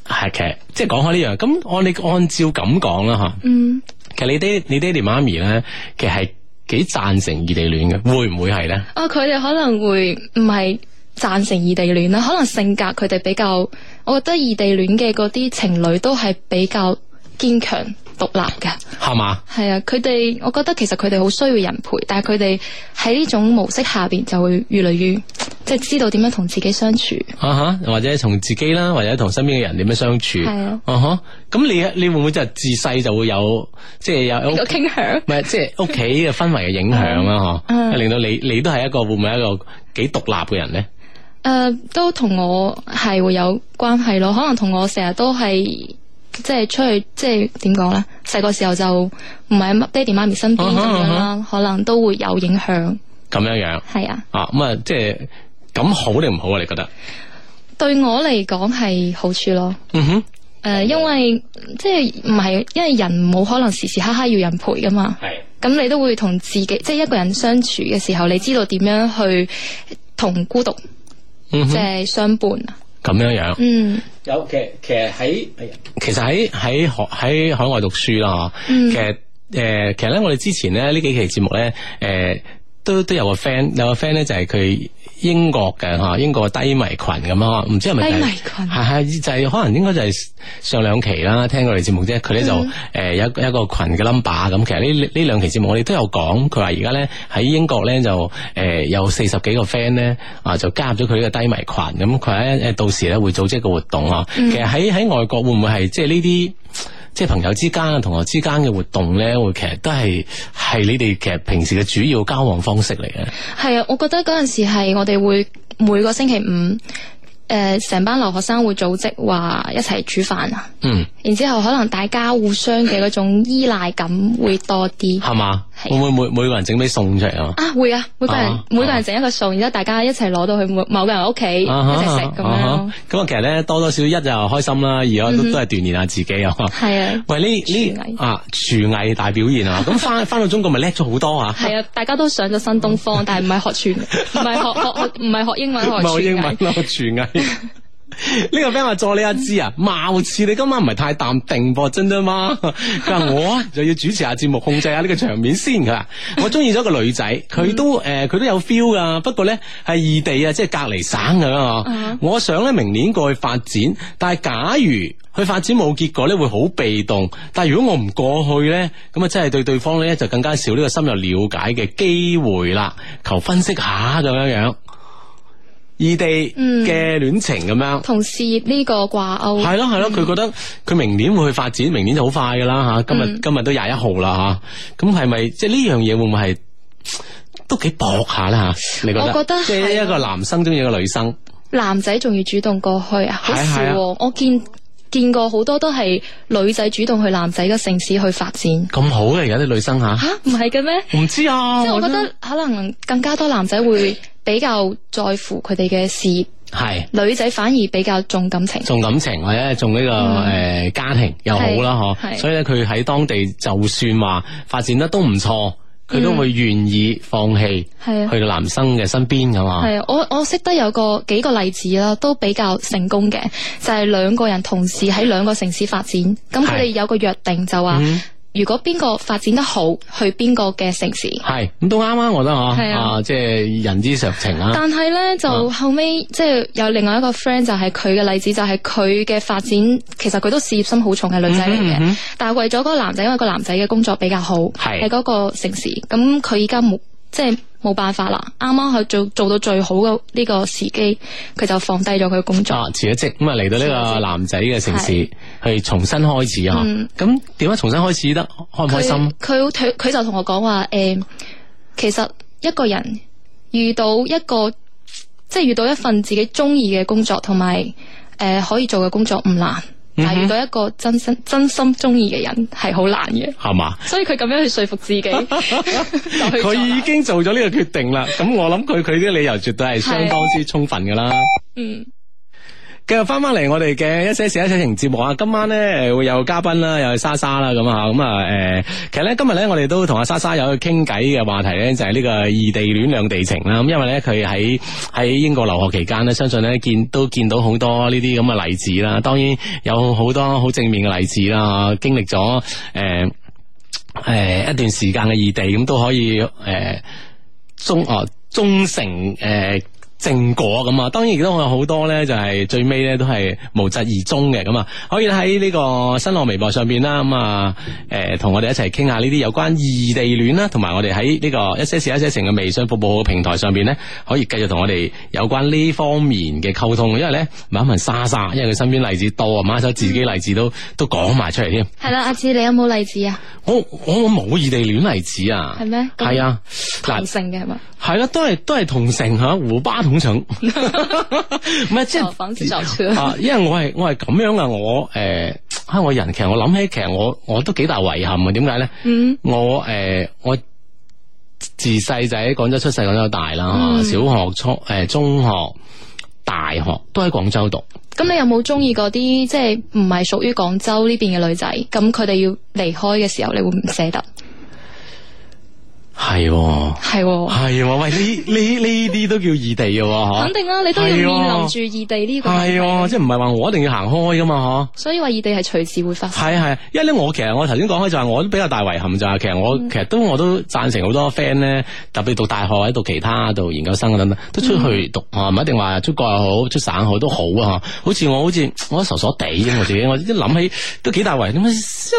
Speaker 1: 係其實即係講開呢樣，咁按你按照咁講啦嚇。
Speaker 3: 嗯，
Speaker 1: 其實你爹你爹哋媽咪咧，其實係幾贊成異地戀嘅，會唔會係咧？
Speaker 3: 啊，佢哋可能會唔係。贊成異地戀啦，可能性格佢哋比較，我覺得異地戀嘅嗰啲情侶都係比較堅強獨立嘅。
Speaker 1: 係嘛？
Speaker 3: 係啊，佢哋我覺得其實佢哋好需要人陪，但係佢哋喺呢種模式下邊就會越嚟越即係知道點樣同自己相處。
Speaker 1: 啊哈，或者同自己啦，或者同身邊嘅人點樣相處，
Speaker 3: 係啊
Speaker 1: 哈，咁你你會唔會就係自細就會有即係有
Speaker 3: 呢
Speaker 1: 屋
Speaker 3: 個傾向
Speaker 1: 唔係即係屋企嘅氛圍嘅影響啦，
Speaker 3: 嗯
Speaker 1: 嗬，令到你你都係一個會唔會係一個幾獨立嘅人咧？
Speaker 3: 誒、呃都同我係會有關係咯，可能同我成日都係即係出去，即係點講咧？細個時候就唔係喺爹哋媽咪身邊
Speaker 1: 啊
Speaker 3: 咁
Speaker 1: 哈
Speaker 3: 樣啦可能都會有影響。
Speaker 1: 咁樣樣
Speaker 3: 係啊，
Speaker 1: 啊，咁啊，即係咁好定唔好啊？你覺得？
Speaker 3: 對我嚟講係好處咯。
Speaker 1: 嗯哼，
Speaker 3: 誒、呃因為即係唔係因為人冇可能時時刻刻要人陪噶嘛。
Speaker 1: 係
Speaker 3: 咁你都會同自己，即係一個人相處嘅時候，你知道點樣去同孤獨
Speaker 1: 嗯
Speaker 3: 即
Speaker 1: 哼，
Speaker 3: 係相伴啊。
Speaker 1: 咁樣樣。
Speaker 3: 嗯，
Speaker 1: 有其實其實喺其實喺喺海喺海外讀書啦，嗬
Speaker 3: 嗯
Speaker 1: 其實誒、其實咧，我哋之前咧呢幾期節目咧誒、都都有個 friend 有個 friend 咧就係佢。英國嘅嚇，英國低迷群咁啊，唔知係咪就係
Speaker 3: 低迷群
Speaker 1: 啊係係就係可能應該就係上兩期啦，聽我哋節目啫。佢咧就
Speaker 3: 嗯
Speaker 1: 誒有一個有一個群嘅 number 咁。其實呢呢兩期節目我哋都有講，佢話而家咧喺英國咧就誒有四十幾個 friend 咧啊，就加入咗佢呢個低迷群。咁佢話咧誒到時咧會組織個活動啊。
Speaker 3: 嗯
Speaker 1: 其實喺喺外國會唔會係即係呢啲？即係朋友之間啊、同學之間嘅活動咧，會其實都係係你哋其實平時嘅主要交往方式嚟嘅。
Speaker 3: 係啊，我覺得嗰陣時係我哋會每個星期五，诶、成班留學生會組織話一齊煮飯啊，
Speaker 1: 嗯，
Speaker 3: 然之后可能大家互相嘅嗰種依賴感會多啲。
Speaker 1: 係嘛？
Speaker 3: 係
Speaker 1: 會
Speaker 3: 啊
Speaker 1: 唔會每每個人整杯餸出嚟啊？
Speaker 3: 啊，會啊，每個人、
Speaker 1: 啊
Speaker 3: 每個人整一個餸，然之後大家一齊攞到去某某個人屋企一
Speaker 1: 啊哈
Speaker 3: 齊食咁
Speaker 1: 啊
Speaker 3: 樣嗯
Speaker 1: 哈
Speaker 3: 咯。
Speaker 1: 咁啊，其實咧多多少少一就開心啦，二啊都都係鍛鍊下自己啊。
Speaker 3: 係啊，
Speaker 1: 喂，呢呢
Speaker 3: 廚藝
Speaker 1: 啊廚藝大表現啊！咁翻翻到中國咪叻咗好多啊！
Speaker 3: 係啊，大家都上咗新 東方，但係唔係學傳，唔係學學學唔係學英文，學
Speaker 1: 唔係
Speaker 3: 傳
Speaker 1: 我英文
Speaker 3: 藝
Speaker 1: 咯，廚藝。 呢個 friend 話助你阿芝啊，貌似你今晚唔係太淡定噃，真啫嘛？ 佢話我啊就要主持下節目，控制下呢個場面先。佢話我中意咗個女仔，佢都
Speaker 3: 嗯
Speaker 1: 誒佢、都有 feel 噶，不過咧係異地啊，即係隔離省咁樣啊。我想咧明年過去發展，但係假如去發展冇結果咧，會好被動。但係如果我唔過去咧，咁啊真係對對方咧就更加少呢個深入了解嘅機會啦。求分析下咁樣樣。異地
Speaker 3: 嗯
Speaker 1: 嘅戀情咁樣。
Speaker 3: 同事業呢個掛鈎。
Speaker 1: 係咯係咯，佢覺得佢明年會去發展，明年就好快噶啦吓。今
Speaker 3: 嗯
Speaker 1: 日、今日都廿一號啦吓，咁係咪即係呢樣嘢會唔會係都幾薄下啦吓？你覺得？
Speaker 3: 我覺得
Speaker 1: 即係
Speaker 3: 係啊
Speaker 1: 一個男生中意一個女生，
Speaker 3: 男仔仲要主動過去啊，好
Speaker 1: 係啊
Speaker 3: 少
Speaker 1: 係啊
Speaker 3: 喎、我見見過好多都係女仔主動去男仔嘅城市去發展。
Speaker 1: 咁好嘅而家啲女生吓，
Speaker 3: 吓，唔係嘅咩？
Speaker 1: 唔知啊，
Speaker 3: 即係我覺得可能更加多男仔會比較在乎佢哋嘅事業，
Speaker 1: 系。
Speaker 3: 女仔反而比較重感情。
Speaker 1: 重感情或者重呢、個个呃家庭又好啦，
Speaker 3: 嗯
Speaker 1: 嗬，
Speaker 3: 係係
Speaker 1: 所以咧佢喺當地就算話發展得都唔錯，佢都會願意放棄
Speaker 3: 嗯係啊
Speaker 1: 去到男生嘅身邊噶嘛。
Speaker 3: 係啊，我我識得有個幾個例子啦，都比較成功嘅，就係、兩個人同時喺兩個城市發展，咁佢哋有個約定就話，如果邊個發展得好，去邊個嘅城市。
Speaker 1: 係咁都啱啊，我覺得嗬，
Speaker 3: 係啊
Speaker 1: 啊，即係人之常情啊。
Speaker 3: 但係咧，就後尾即係有另外一個 friend 就係佢嘅例子，就係佢嘅發展，其實佢都事業心好重嘅女仔
Speaker 1: 嗯
Speaker 3: 嚟嘅，但係為咗嗰個男仔，因為個男仔嘅工作比較好，
Speaker 1: 係
Speaker 3: 喺嗰個城市，咁佢而家冇即係冇辦法啦，啱啱去做做到最好嘅呢個時機，佢就放低咗佢工作。
Speaker 1: 啊，辭咗職咁啊，嚟到呢個男仔嘅城市去重新開始啊。
Speaker 3: 嗯
Speaker 1: 咁點解重新開始得開唔開心？
Speaker 3: 佢佢佢就同我講話诶，誒其實一個人遇到一個即係遇到一份自己中意嘅工作，同埋诶可以做嘅工作唔難，
Speaker 1: 嗯
Speaker 3: 但係遇到一個真心真心中意嘅人係好難嘅。
Speaker 1: 係嘛？
Speaker 3: 所以佢咁樣去說服自 己，就
Speaker 1: 佢
Speaker 3: 去做
Speaker 1: 已
Speaker 3: 啦。
Speaker 1: 經做咗呢個決定啦，咁我諗佢佢啲理由絕對係相當之充分噶啦。
Speaker 3: 嗯，
Speaker 1: 繼續翻翻嚟我哋嘅一些事一些情節目啊，今晚咧誒會有嘉賓啦，又係莎莎啦咁啊，咁啊誒，其實咧今日咧我哋都同阿莎莎有去傾偈嘅話題咧，就係、呢個異地戀兩地情啦。咁因為咧佢喺 喺英國留學期間咧，相信咧見都見到好多呢啲咁嘅例子啦。當然有好多好正面嘅例子啦，經歷咗誒。誒、一段時間嘅異地，咁都可以誒、忠哦忠誠誒、正果咁啊。當然亦都有好多咧，就係、最尾咧都係無疾而終嘅咁啊。可以喺呢個新浪微博上邊啦，咁啊誒同我哋一齊傾下呢啲有關異地戀啦，同埋我哋喺呢個一些事一些情嘅微信服務號平台上邊咧，可以繼續同我哋有關呢方面嘅溝通。因為咧問一問莎莎，因為佢身邊例子多啊，馬手自己例子都都講埋出嚟添。
Speaker 3: 係啦，阿志，你有冇例子啊？
Speaker 1: 我我冇異地戀例子啊，
Speaker 3: 係咩咁
Speaker 1: 係啊，
Speaker 3: 同
Speaker 1: 嗱，
Speaker 3: 性嘅係咪？
Speaker 1: 係啦，都係都係同城吓，胡巴同 城，唔係即
Speaker 3: 小房子哦就
Speaker 1: 係
Speaker 3: 村
Speaker 1: 啊，因為我係我係咁樣啊，我誒啊，我人其實我諗起，其實我我都幾大遺憾啊，點解咧？
Speaker 3: 嗯，
Speaker 1: 我誒我。自細就喺廣州出世，廣州大啦，
Speaker 3: 嗯
Speaker 1: 小學、初誒中學、大學都喺廣州讀。
Speaker 3: 咁你有冇中意嗰啲即係唔係屬於廣州呢邊嘅女仔？咁佢哋要離開嘅時候，你會唔捨得？
Speaker 1: 係喎，
Speaker 3: 係喎。
Speaker 1: 係喎，喂，呢呢呢啲都叫異地嘅喎，嗬
Speaker 3: 肯定啦，你都要
Speaker 1: 啊係
Speaker 3: 面
Speaker 1: 喎
Speaker 3: 臨住異地呢個問題
Speaker 1: 系啊，即系唔係話我一定要行開噶嘛，
Speaker 3: 所以話異地係隨時會發
Speaker 1: 嗬？
Speaker 3: 生。
Speaker 1: 係係，因為咧，我其實我頭先講開就係我都比較大遺憾就係，其實我其實都我都贊成好多 friend 咧，特別讀大學或者讀其他讀研究生啊等等，都出去讀啊，唔一定話出國又好，出省好都好啊，嗬好似我好似我傻傻地咁，我自己我一諗起都幾大遺憾，點解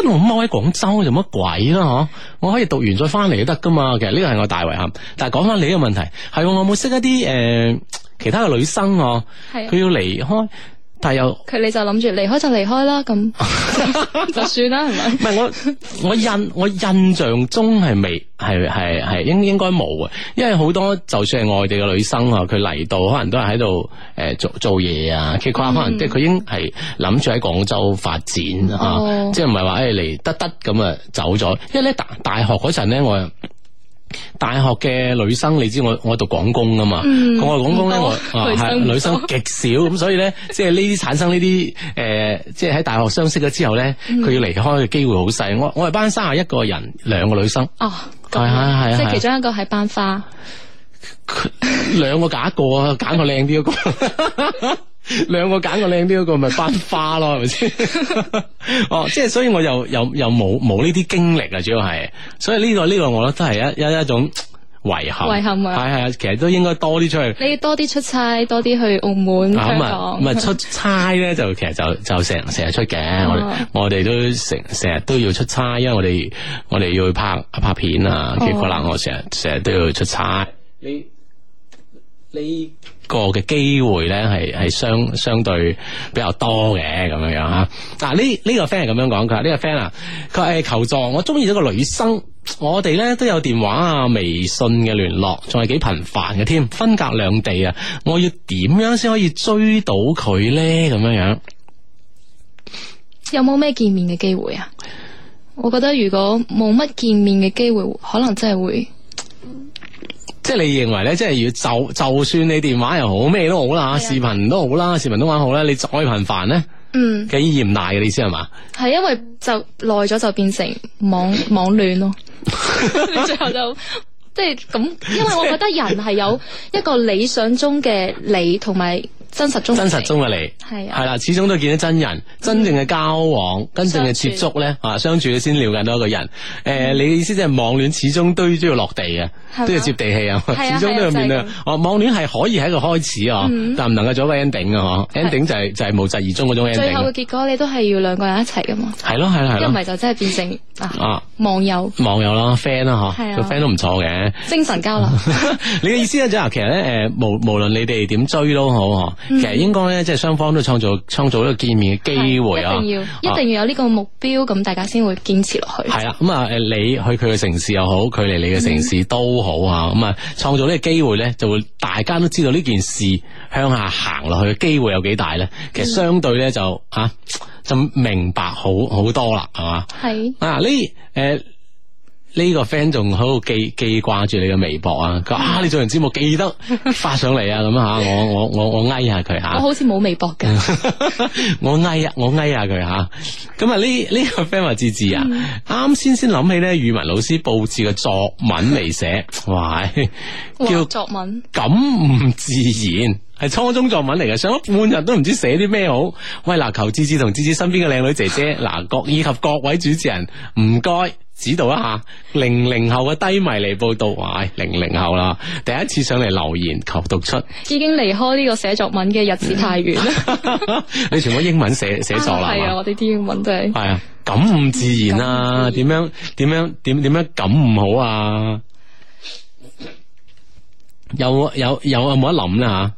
Speaker 1: 一路踎喺廣州做乜鬼啦？嗬，我可以讀完再翻嚟都得噶嘛。其實呢個係我大遺憾。但係講翻你嘅問題，係喎我冇識一啲誒其他嘅女生喎，
Speaker 3: 係啊
Speaker 1: 佢要離開，但係又。
Speaker 3: 佢你就諗住離開就離開啦， 咁就算啦，係咪
Speaker 1: 唔？係我我印我印象中係未係係係應應該冇嘅，因為好多就算係外地嘅女生啊，佢嚟到可能都係喺度誒做做嘢啊，其實佢可能即係佢已經係諗住喺廣州發展啊，
Speaker 3: 哦
Speaker 1: 即係唔係話誒嚟得得咁啊走咗，因為咧大大學嗰陣咧我又。大學嘅女生，你知我我讀廣工啊噶嘛？
Speaker 3: 嗯
Speaker 1: 我讀廣工咧，
Speaker 3: 唔
Speaker 1: 我
Speaker 3: 多
Speaker 1: 啊
Speaker 3: 女生
Speaker 1: 係
Speaker 3: 唔
Speaker 1: 女生
Speaker 3: 多
Speaker 1: 極少，咁所以 咧，即係呢啲產生呢啲誒，即係喺大學相識咗之後咧，
Speaker 3: 嗯
Speaker 1: 佢要離開嘅機會好細。我我係班三十一個人，兩個女生，
Speaker 3: 哦，咁
Speaker 1: 係啊係啊
Speaker 3: 樣即
Speaker 1: 係啊
Speaker 3: 係其中一個係班花，
Speaker 1: 兩個揀一個啊，揀個靚啲嗰個。 兩個揀個靚啲嗰個咪班花咯，係咪先？ 哦，即係所以我又又又冇冇呢啲經歷啊，主要係，所以呢、個呢、個我覺得都係一一一種遺憾，
Speaker 3: 遺憾啊
Speaker 1: 係係啊，其實都應該多啲出去
Speaker 3: 你要多啲出差，多啲去澳門、
Speaker 1: 啊
Speaker 3: 香
Speaker 1: 咁啊，
Speaker 3: 港
Speaker 1: 咁。啊出差咧就其實就就成成日出嘅，我哋
Speaker 3: 哦
Speaker 1: 我哋都成成日都要出差，因為我哋我哋要去拍拍片啊，結果啦，我成日成日都要出差。你呢個嘅機會咧係係相相對比較多嘅咁樣樣啊。嗱呢呢個 friend 係咁樣講，佢話呢個 friend 啊，佢話誒求助，我中意咗個女生。我哋咧都有電話啊、微信嘅聯絡，仲係幾頻繁嘅添，分隔兩地啊！我要點樣先可以追到佢咧？咁樣樣，
Speaker 3: 有冇咩見面嘅機會啊？我覺得如果冇乜見面嘅機會，可能真係會
Speaker 1: 即係你認為咧，即係要就就算你電話又好，咩都好啦，
Speaker 3: 係啊
Speaker 1: 視頻都好啦，視頻都玩好啦，你再頻繁咧，
Speaker 3: 嗯
Speaker 1: 嘅依然唔大嘅你意思係嘛？
Speaker 3: 係因為就耐咗就變成 網網戀咯，最後就。即係咁，因為我覺得人係 有一個理想中嘅你同埋真實中嘅
Speaker 1: 真
Speaker 3: 你
Speaker 1: 實中嘅你
Speaker 3: 嗯係啊
Speaker 1: 係啦，始終都見到真人，真正嘅交往，真正嘅接觸咧，啊，相處先了解到一個人。誒，你嘅意思即係網戀始終都都要落地
Speaker 3: 嗯係嘛
Speaker 1: 嘅，都要接地氣啊，
Speaker 3: 係啊
Speaker 1: 始終都要面對
Speaker 3: 係啊就係咁。嗯
Speaker 1: 哦，網戀係可以係一個開始啊，但唔能夠做一個 ending 啊嗬，ending 就係就係無疾而終嗰種
Speaker 3: 最後嘅
Speaker 1: ending。
Speaker 3: 結果你都係要兩個人一齊噶嘛，
Speaker 1: 係咯係咯係
Speaker 3: 一唔
Speaker 1: 咯，
Speaker 3: 係就真係變成啊
Speaker 1: 啊
Speaker 3: 網友
Speaker 1: 網友啦，friend 啦嗬，
Speaker 3: 係啊
Speaker 1: 個 friend 都唔錯嘅。
Speaker 3: 精神交流，
Speaker 1: 啊 你嘅意思咧，就係其實咧，誒，無無論你哋點追都好，嗬，
Speaker 3: 嗯
Speaker 1: 其實應該咧，即係雙方都創造創造一個見面嘅機會啊，
Speaker 3: 嗯一定要一
Speaker 1: 啊
Speaker 3: 定要有呢個目標，咁大家先會堅持落去。
Speaker 1: 係啦，咁啊，誒，你去佢嘅城市又好，佢嚟你嘅城
Speaker 3: 嗯
Speaker 1: 市都好啊，咁啊，創造呢個機會咧，就會大家都知道呢件事向下行落去嘅機會有幾大咧。其
Speaker 3: 嗯
Speaker 1: 實相對咧就吓、啊就明白好好多啦，係嘛
Speaker 3: 係
Speaker 1: 啊呢誒。呢個 friend 仲喺度記記掛住你嘅微博啊！佢 話啊，你做完節目記得發上嚟啊！咁啊吓，我我我我翳下佢吓
Speaker 3: 我。好似冇微博
Speaker 1: 嗯
Speaker 3: 嘅，
Speaker 1: 我翳啊，我翳下佢吓。咁啊，呢呢個 friend 話志志啊，
Speaker 3: 嗯
Speaker 1: 啱先先諗起咧，語文老師佈置嘅作文嚟寫，哇，
Speaker 3: 哇
Speaker 1: 叫
Speaker 3: 作文
Speaker 1: 感悟自然。係初中作文嚟嘅，上咗半日都唔知寫啲咩好。喂，嗱，求芝芝同芝芝身邊嘅靚女姐姐，嗱，各以及各位主持人，唔該指導一下零零後嘅低迷嚟報道。哇，零零後啦，第一次上嚟留言求讀出，
Speaker 3: 已經離開呢個寫作文嘅日子太遠啦。
Speaker 1: 你全部英文寫 寫作啦，係
Speaker 3: 係
Speaker 1: 嘛
Speaker 3: 啊，我哋啲英文真係
Speaker 1: 系啊，感悟自然啊，點樣點樣點點樣感悟好啊？有有有有冇得諗咧吓？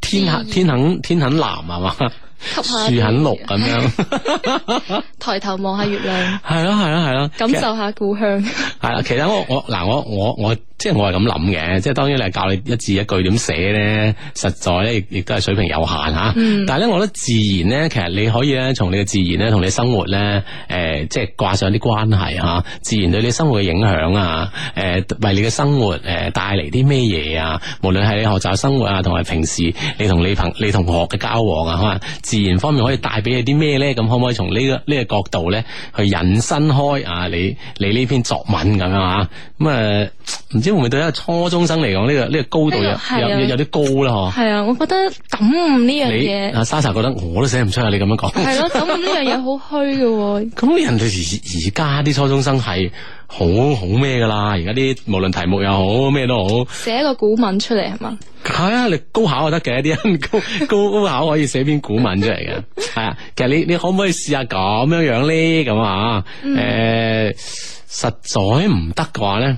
Speaker 1: 天肯天肯天肯藍嗯係啊嘛？
Speaker 3: 吸下
Speaker 1: 樹肯綠啊咁 樣，
Speaker 3: 抬頭望下月 亮，
Speaker 1: 係咯係咯係咯，
Speaker 3: 感受下故鄉。
Speaker 1: 係啦，其實我我嗱我我我即係我係咁諗嘅，即係當然你係教你一字一句點寫咧，實在咧亦亦都係水平有限吓。但係咧，我覺得自然咧，其實你可以咧從你嘅自然咧同你生活咧，誒、即係掛上啲關係吓、自然對你生活嘅影響啊，誒、為你嘅生活誒帶嚟啲咩嘢啊？無論係你學習生活啊，同埋平時你同你朋你同學嘅交往啊，可能自然方面可以帶俾你啲咩咧？咁可唔可以從呢、個呢、個角度咧去引申開啊？你你呢篇作文咁樣啊？咁、啊，唔知會唔會對一個初中生嚟講呢個呢、個高度
Speaker 3: 呢個係
Speaker 1: 有
Speaker 3: 啊
Speaker 1: 有有有啲高啦？嗬？
Speaker 3: 係啊，我覺得感悟呢樣
Speaker 1: 哦你啊
Speaker 3: 嘢
Speaker 1: 阿莎莎覺得我都寫唔出啊！你咁樣講，
Speaker 3: 係咯，感悟呢樣嘢好虛嘅喎。
Speaker 1: 咁人哋而而家啲初中生係好好咩噶啦？而家啲無論題目又好咩都好，
Speaker 3: 寫一個古文出嚟係嘛？
Speaker 1: 係啊，你高考就得嘅，啲人 高高高考可以寫篇古文出嚟 嘅，係啊。其實你你可唔可以試下咁樣樣咧？咁啊，
Speaker 3: 嗯
Speaker 1: 誒、實在唔得嘅話咧，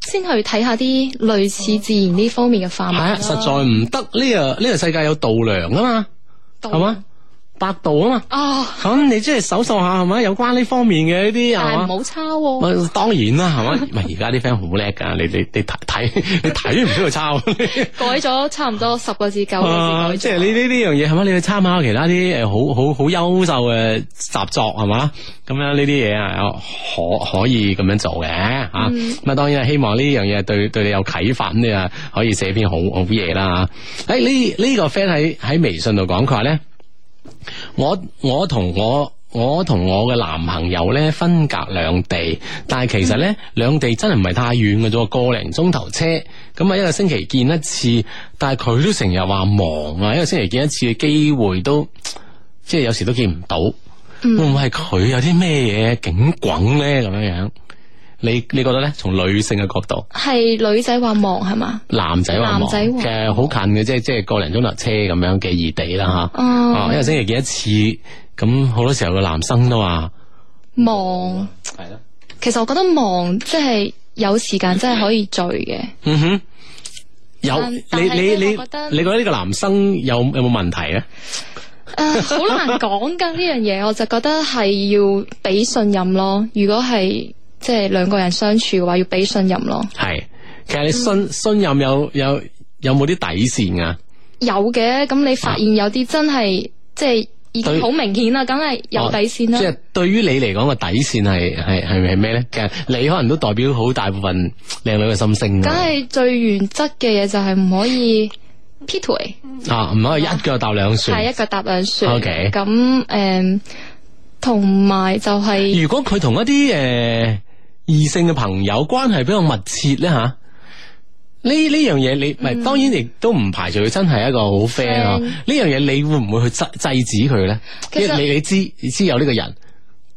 Speaker 3: 先去睇下啲類似自然呢方面嘅範
Speaker 1: 係啊，
Speaker 3: 文
Speaker 1: 實在唔得呢個呢個世界有度量啊嘛，
Speaker 3: 度
Speaker 1: 係嘛，百度啊嘛，
Speaker 3: 啊，
Speaker 1: 咁你即係搜索下係咪有關呢方面嘅呢啲
Speaker 3: 但係
Speaker 1: 係
Speaker 3: 唔
Speaker 1: 嘛。
Speaker 3: 好抄喎。
Speaker 1: 喂當然啦，係嘛？ 喂，而家啲 friend 好叻噶，你你你睇睇，你睇唔出佢抄。
Speaker 3: 改咗差唔多十個字九個
Speaker 1: 啊！
Speaker 3: 字
Speaker 1: 即
Speaker 3: 改
Speaker 1: 係
Speaker 3: 咗，
Speaker 1: 呢呢呢樣嘢係咪？你去參考其他啲誒好好好優秀嘅習作係嘛？咁樣呢啲嘢啊，可可以咁樣做嘅嚇。咁啊、當然係希望呢樣嘢對對你有啟發，咁你啊可以寫篇好好嘢啦啊嚇。誒、呢呢、個 friend 喺喺微信度講，佢話咧，我我同我。我同我嘅男朋友咧分隔兩地，但係其實
Speaker 3: 嗯
Speaker 1: 咧兩地真係唔係太遠嘅啫，個零鐘頭車，咁啊一個星期見一次，但係佢都成日話忙啊，一個星期見一次嘅機會都即係有時都見唔到，
Speaker 3: 嗯
Speaker 1: 會唔會係佢有啲咩嘢景滾咧咁樣樣？你你覺得咧？從女性嘅角度，
Speaker 3: 係女仔話忙係嘛？
Speaker 1: 男仔話忙，
Speaker 3: 男仔話忙
Speaker 1: 其實好近嘅，即係即係個零鐘頭車咁樣嘅異地啦吓。
Speaker 3: 哦
Speaker 1: 啊，一個星期見一次，咁好多時候個男生都話
Speaker 3: 忙，
Speaker 1: 係啦。
Speaker 3: 其實我覺得忙即係有時間真係可以聚嘅，
Speaker 1: 嗯哼，有
Speaker 3: 但
Speaker 1: 你
Speaker 3: 但係
Speaker 1: 你
Speaker 3: 咧
Speaker 1: 你
Speaker 3: 我覺得
Speaker 1: 你覺得呢個男生有有冇問題咧？
Speaker 3: 誒呃好難講㗎呢樣嘢，我就覺得係要俾信任咯。如果係即係兩個人相處嘅話，要俾信任咯。
Speaker 1: 係，其實你
Speaker 3: 嗯
Speaker 1: 信信任有有有冇啲底線啊？
Speaker 3: 有嘅，咁你發現有啲真係即係已經好明顯啦，梗係有底線啦
Speaker 1: 哦即。係對於你嚟講個底線係係係係咩咧？其實你可能都代表好大部分靚女嘅心聲㗎
Speaker 3: 梗係最原則嘅嘢就係唔可以劈腿，
Speaker 1: 啊，唔可以一腳踏兩船。
Speaker 3: 係一腳啊踏兩船。
Speaker 1: OK
Speaker 3: 咁誒，同埋就係
Speaker 1: 如果佢同一啲诶異性嘅朋友關係比較密切咧吓，呢呢樣嘢你唔係當然亦都唔排除佢真係一個好 friend 啊。
Speaker 3: 嗯 friend
Speaker 1: 呢樣嘢你會唔會去制制止佢咧？
Speaker 3: 其
Speaker 1: 因
Speaker 3: 實
Speaker 1: 為你你知你知有呢個人，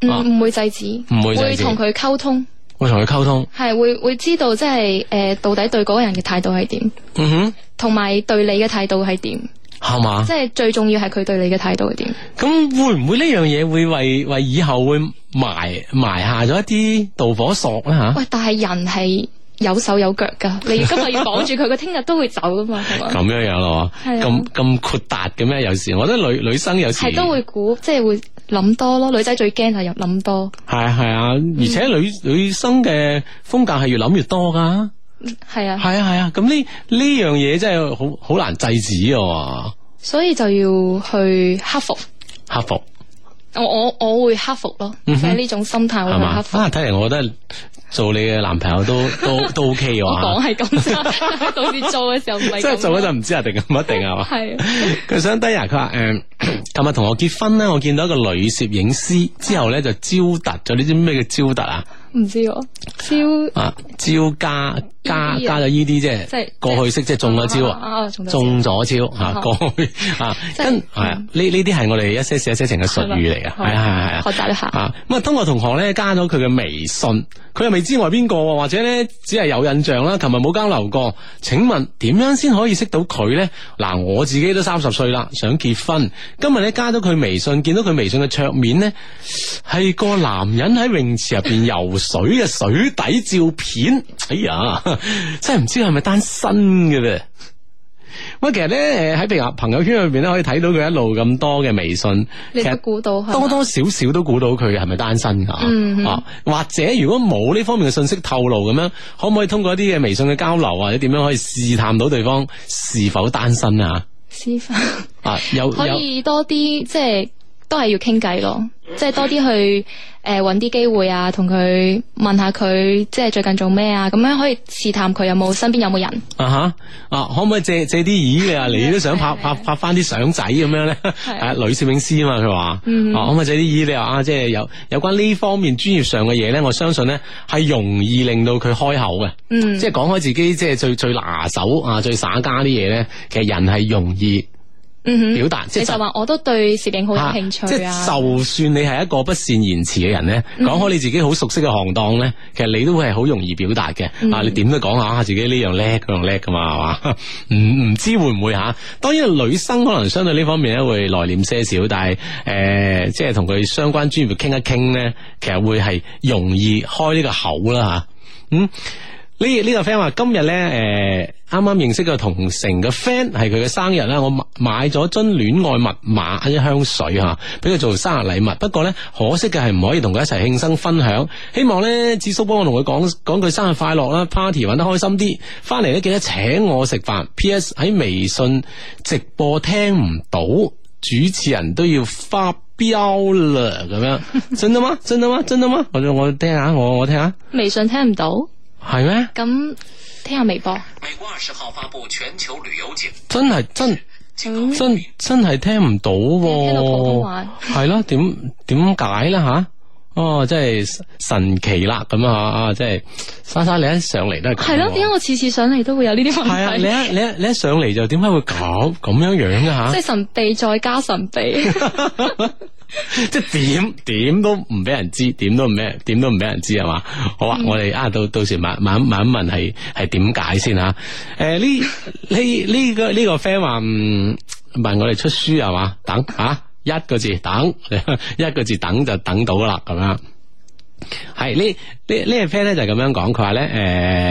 Speaker 3: 唔
Speaker 1: 啊
Speaker 3: 嗯唔會制止，
Speaker 1: 唔會制止
Speaker 3: 同佢溝通，
Speaker 1: 會同佢溝通。
Speaker 3: 係會會知道即係誒到底對嗰個人嘅態度係點，
Speaker 1: 嗯
Speaker 3: 同埋對你嘅態度係點，
Speaker 1: 哼，係嘛
Speaker 3: 即？係最重要係佢對你嘅態度係點。
Speaker 1: 咁會唔會呢樣嘢會為為以後會埋埋下咗一啲導火索咧吓？
Speaker 3: 喂，但係人係有手有腳㗎，你今日要綁住佢，佢聽日都會走㗎嘛，係嘛？
Speaker 1: 咁樣樣咯，
Speaker 3: 係啊
Speaker 1: 咁咁豁達嘅咩？有時我覺得女女生有時
Speaker 3: 係都會估，即係會諗多咯。女仔最驚係入諗多，
Speaker 1: 係啊係啊，而且女、
Speaker 3: 嗯
Speaker 1: 女生嘅風格係越諗越多噶。
Speaker 3: 係啊，
Speaker 1: 係啊係啊，咁呢呢樣嘢真係好好難制止嘅喎，
Speaker 3: 所以就要去克服。
Speaker 1: 克服
Speaker 3: 我我我會克服咯，即係呢種心態會
Speaker 1: 嗯係嘛？
Speaker 3: 去嗯克
Speaker 1: 啊，
Speaker 3: 服。
Speaker 1: 睇嚟我覺得做你嘅男朋友都 都都 OK 嘅
Speaker 3: 我講
Speaker 1: 話，
Speaker 3: 係 咁啫，到時做嘅時候唔係
Speaker 1: 即係
Speaker 3: 咁。
Speaker 1: 做嗰陣唔知啊定唔一定係嘛？
Speaker 3: 係
Speaker 1: 佢想低啊！佢話誒，琴日同我結婚咧，我見到一個女攝影師之後咧就招突咗，你知唔知咩叫招突啊？
Speaker 3: 唔知我招
Speaker 1: 啊，招加加
Speaker 3: ED 啊
Speaker 1: 加咗 E D 即係
Speaker 3: 即係
Speaker 1: 過去式，即係中咗招啊！
Speaker 3: 啊，中咗
Speaker 1: 中咗招吓，
Speaker 3: 哦
Speaker 1: 過去啊，
Speaker 3: 即係
Speaker 1: 跟係啊，呢呢啲係我哋一些事一些情嘅術語嚟嘅，
Speaker 3: 係
Speaker 1: 係
Speaker 3: 嘛
Speaker 1: 啊係啊係啊
Speaker 3: 學。習一下。
Speaker 1: 啊，咁啊，通過同學咧加咗佢嘅微信，佢又未知我係邊個喎，或者咧只係有印象啦，琴日冇交流過。請問點樣先可以識到佢咧？嗱，我自己都三十歲啦，想結婚，今日咧加咗佢微信，見到佢微信嘅桌面咧係個男人喺泳池入邊游水嘅水底照片，哎呀， 真係唔知係咪單身嘅咧。喂，其實咧，誒喺譬如話朋友圈裏邊咧，可以睇到佢一路咁多嘅微信，
Speaker 3: 你
Speaker 1: 其
Speaker 3: 都
Speaker 1: 實
Speaker 3: 估到係嘛
Speaker 1: 多多少少都估到佢係咪單身噶，
Speaker 3: 嗯
Speaker 1: 啊，或者如果冇呢方面嘅信息透露咁樣，可唔可以通過一啲嘅微信嘅交流或者點樣可以試探到對方是否單身啊？
Speaker 3: 師傅
Speaker 1: 啊，有
Speaker 3: 可
Speaker 1: 有
Speaker 3: 以多啲即係都係要傾偈咯，即係多啲 去誒揾啲機會啊，同佢問下佢即係最近做咩啊，咁樣可以試探佢有冇身邊有冇人。
Speaker 1: 啊哈啊，可唔可以借借啲意啊？你都想拍
Speaker 3: 係
Speaker 1: 拍拍翻啲相仔咁樣咧？ 啊，女攝影師啊嘛，佢話，
Speaker 3: 嗯
Speaker 1: 啊，可唔可以借啲意你話啊？即係有有關呢方面專業上嘅嘢咧，我相信咧係容易令到佢開口嘅。
Speaker 3: 嗯，
Speaker 1: 即係講開自己即係最最拿手啊，最耍家啲嘢咧，其實人係容易
Speaker 3: 嗯哼
Speaker 1: 表達，即
Speaker 3: 你
Speaker 1: 係
Speaker 3: 就話我都對攝影好有
Speaker 1: 啊
Speaker 3: 興趣
Speaker 1: 即係
Speaker 3: 啊，嗯
Speaker 1: 就算你係一個不善言辭嘅人咧，講開你自己好熟悉嘅行當咧，其實你都會係好容易表達嘅。
Speaker 3: 嗯
Speaker 1: 啊，你點都講下啊自己呢樣叻嗰樣叻噶嘛，係嘛？ 唔唔知會唔會吓？當然女生可能相對呢方面咧會內斂些少，但係誒、呃即係同佢相關專業傾一傾咧，其實會係容易開呢個口啦吓。嗯。呢呢個 friend 話今日咧，誒啱啱認識個同城嘅 friend 係佢嘅生日啦，我買買咗樽戀愛密碼一香水嚇，俾佢做生日禮物。不過咧，可惜嘅係唔可以同佢一齊慶生分享。希望咧，智叔幫我同佢講講句生日快樂啦，party 玩得開心啲。翻嚟咧記得請我食飯。P.S. 喺微信直播聽唔到，主持人都要發飆啦咁樣。真的嗎？真的嗎？真的嗎？我我聽下，我我聽下，
Speaker 3: 微信聽唔到，
Speaker 1: 係咩？
Speaker 3: 咁聽下微博。
Speaker 4: 美国二十号发布全球旅游警
Speaker 1: 真係真
Speaker 3: 嗯
Speaker 1: 真真係聽唔到喎、
Speaker 3: 聽到普通話
Speaker 1: 係咯，點點解咧吓？哦，真係神奇啦咁啊啊！真係莎莎你一上嚟都係咁
Speaker 3: 係咯，
Speaker 1: 喎
Speaker 3: 點解我次次上嚟都會有呢啲
Speaker 1: 哦係啊？
Speaker 3: 問
Speaker 1: 你一
Speaker 3: 題？
Speaker 1: 你啊一你一上嚟就點解會咁咁樣樣嘅吓
Speaker 3: 即？係神秘再加神 秘，
Speaker 1: 即係點點都唔俾人知，點都唔俾點都唔俾人知係嘛？好啊，我哋啊到到時慢慢慢慢問係係點解先吓？誒呢呢呢個呢個 friend 話嗯問我哋出書係嘛？等啊一個字等 一個字等就等到啦咁樣。係呢呢呢個 friend 咧就咁樣講，佢話咧誒。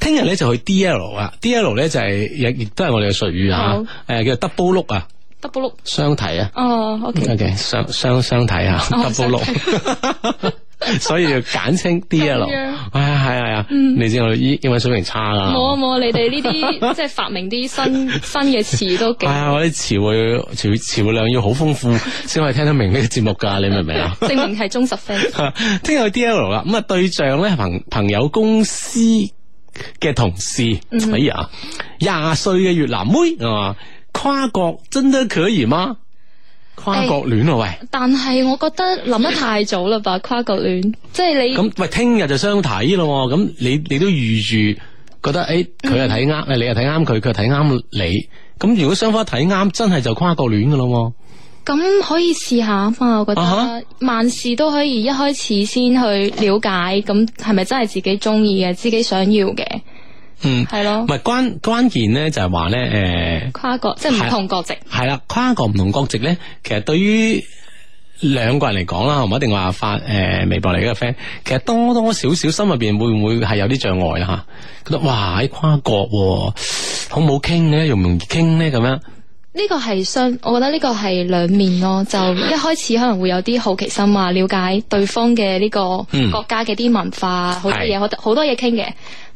Speaker 1: 聽日咧就去 D L 啊，D L 咧就係亦亦都係我哋嘅術語啊
Speaker 3: 好，
Speaker 1: 誒叫 double look 啊，
Speaker 3: 得不碌。
Speaker 1: 雙提啊，
Speaker 3: 哦，OK，
Speaker 1: O K，相相相睇下
Speaker 3: 哦
Speaker 1: double 六
Speaker 3: 相，
Speaker 1: 所以要簡稱 D L。
Speaker 3: 咁
Speaker 1: 係
Speaker 3: 樣嗯
Speaker 1: 啊係啊係啊，你知我英英文水平差啦。
Speaker 3: 冇啊冇啊，你哋呢啲即係發明 啲新新嘅詞都幾
Speaker 1: 係啊，我啲詞彙詞詞彙量要好豐 富，先可以聽得明呢個節目㗎，你明唔明啊？
Speaker 3: 證明係忠實 fans。
Speaker 1: 聽日 D L 啦，咁啊對象咧係朋朋友公司嘅同事，
Speaker 3: 嗯
Speaker 1: 哎呀，廿歲嘅越南妹啊，跨國真的可以嗎？跨
Speaker 3: 哎
Speaker 1: 國戀啊喂，
Speaker 3: 但係我覺得諗得太早 啦吧，跨國戀，即係你
Speaker 1: 咁喂聽日就相睇咯喎，咁你你都預住覺得誒佢又睇啱，你又睇啱佢，佢又睇啱你，咁如果雙方睇啱，真係就跨國戀噶咯
Speaker 3: 咁可以試下啊嘛，我覺得、
Speaker 1: 啊
Speaker 3: 萬事都可以一開始先去了解，咁係咪真係自己中意嘅，自己想要嘅，
Speaker 1: 喎，嗯，
Speaker 3: 係咯
Speaker 1: 唔，係關關鍵咧就係話咧誒。呃
Speaker 3: 跨國即係唔同國籍，
Speaker 1: 系啦，跨國唔同國籍咧，其實對於兩個人嚟講啦，唔一定話發诶、微博嚟嘅 friend，其實多多少少心入邊會唔會係有啲障礙啦吓？覺得哇喺跨國喎，好唔好傾咧？容唔容易傾咧？咁樣
Speaker 3: 呢個係相，我覺得呢個係兩面咯。就一開始可能會有啲好奇心啊，了解對方嘅呢個
Speaker 1: 嗯
Speaker 3: 國家嘅啲文化，好多嘢，好多好多嘢傾嘅。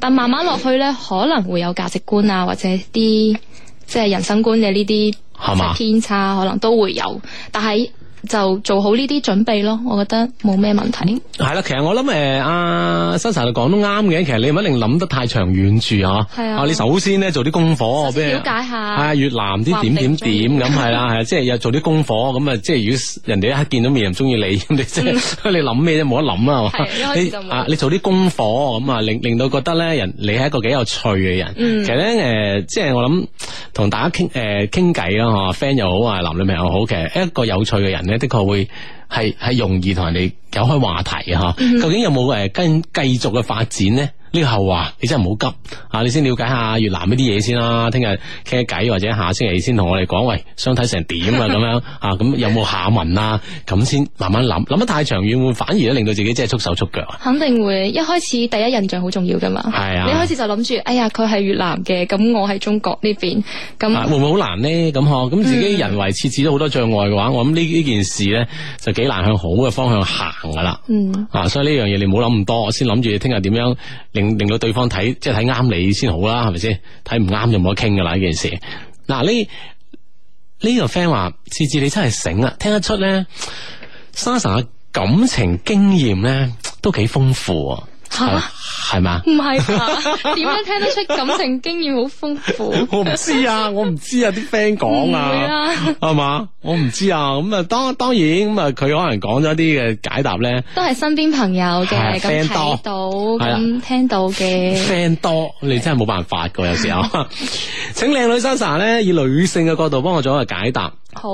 Speaker 3: 但慢慢落去呢，可能會有價值觀啊，或者啲即係人生觀嘅呢啲
Speaker 1: 係嘛
Speaker 3: 即係偏差，可能都會有。但係就做好呢啲準備咯，我覺得冇咩問題。
Speaker 1: 係啦，其實我諗诶阿新神講都啱嘅，其實你唔一定諗得太長遠住啊。
Speaker 3: 係啊
Speaker 1: 你首先咧做啲功課，
Speaker 3: 首
Speaker 1: 俾
Speaker 3: 先
Speaker 1: 你
Speaker 3: 了解下
Speaker 1: 係啊，越南啲點點點咁係
Speaker 3: 嗯
Speaker 1: 啦，係啊即係又做啲功課咁啊，即係如果人哋一見到面又唔中意你，咁你即係 你諗咩啫，冇得諗啦，係嘛
Speaker 3: 嗯係一開始就
Speaker 1: 你
Speaker 3: 冇
Speaker 1: 啊，你做啲功課咁啊，令令到覺得咧人你係一個幾有趣嘅人。其實咧诶，呃即係我諗同大家傾诶傾偈啦，吓 friend 又好啊，男女朋友又好，其實一個有趣嘅人咧，的確會係係容易同人哋有開話題嘅吓。究竟有冇诶跟繼續嘅發展咧？呢個後話你真係唔好急啊！你先了解下越南呢啲嘢先啦，聽日傾下偈或者下星期先同我哋講，喂，相睇成點啊咁樣啊，咁有冇下文啊？咁先慢慢諗，諗得太長遠會反而咧令到自己真係束手束腳啊！
Speaker 3: 肯定會一開始第一印象好重要噶嘛。
Speaker 1: 係啊
Speaker 3: 你一開始就諗住，哎呀，佢係越南嘅，咁我喺中國呢邊，咁、
Speaker 1: 啊，會唔會好難呢？咁嗬，咁自己人為設置咗好多障礙嘅話，
Speaker 3: 嗯
Speaker 1: 我諗呢呢件事呢，就幾難向好嘅方向行噶啦。
Speaker 3: 嗯。
Speaker 1: 啊，所以呢樣嘢你唔好諗咁多，先諗住聽日點樣令令到對方睇，即係睇啱你先好啦，係咪先？睇唔啱就冇得傾噶啦呢件事。嗱呢呢個 friend 話，志志你真係醒啊，聽得出呢 s a s a 嘅感情經驗呢，都幾豐富啊，
Speaker 3: 嚇
Speaker 1: 係係嘛？
Speaker 3: 唔係吧？ 點樣聽得出感情經驗好豐 富？
Speaker 1: 我唔知 啊，我唔知啊，啲 friend 講
Speaker 3: 唔會
Speaker 1: 啊
Speaker 3: 啦，
Speaker 1: 係嘛？我唔知啊，咁啊，當當然咁啊，佢可能講咗啲嘅解答咧
Speaker 3: 都係身邊朋友
Speaker 1: 係啊
Speaker 3: 嘅，咁
Speaker 1: friend 多
Speaker 3: 睇到，
Speaker 1: 係啦
Speaker 3: 咁聽 到嘅。
Speaker 1: ，friend 多，你真係冇辦法噶，有時 候。請靚女 Sasa 咧，以女性嘅角度幫我做一個解答。
Speaker 3: 好，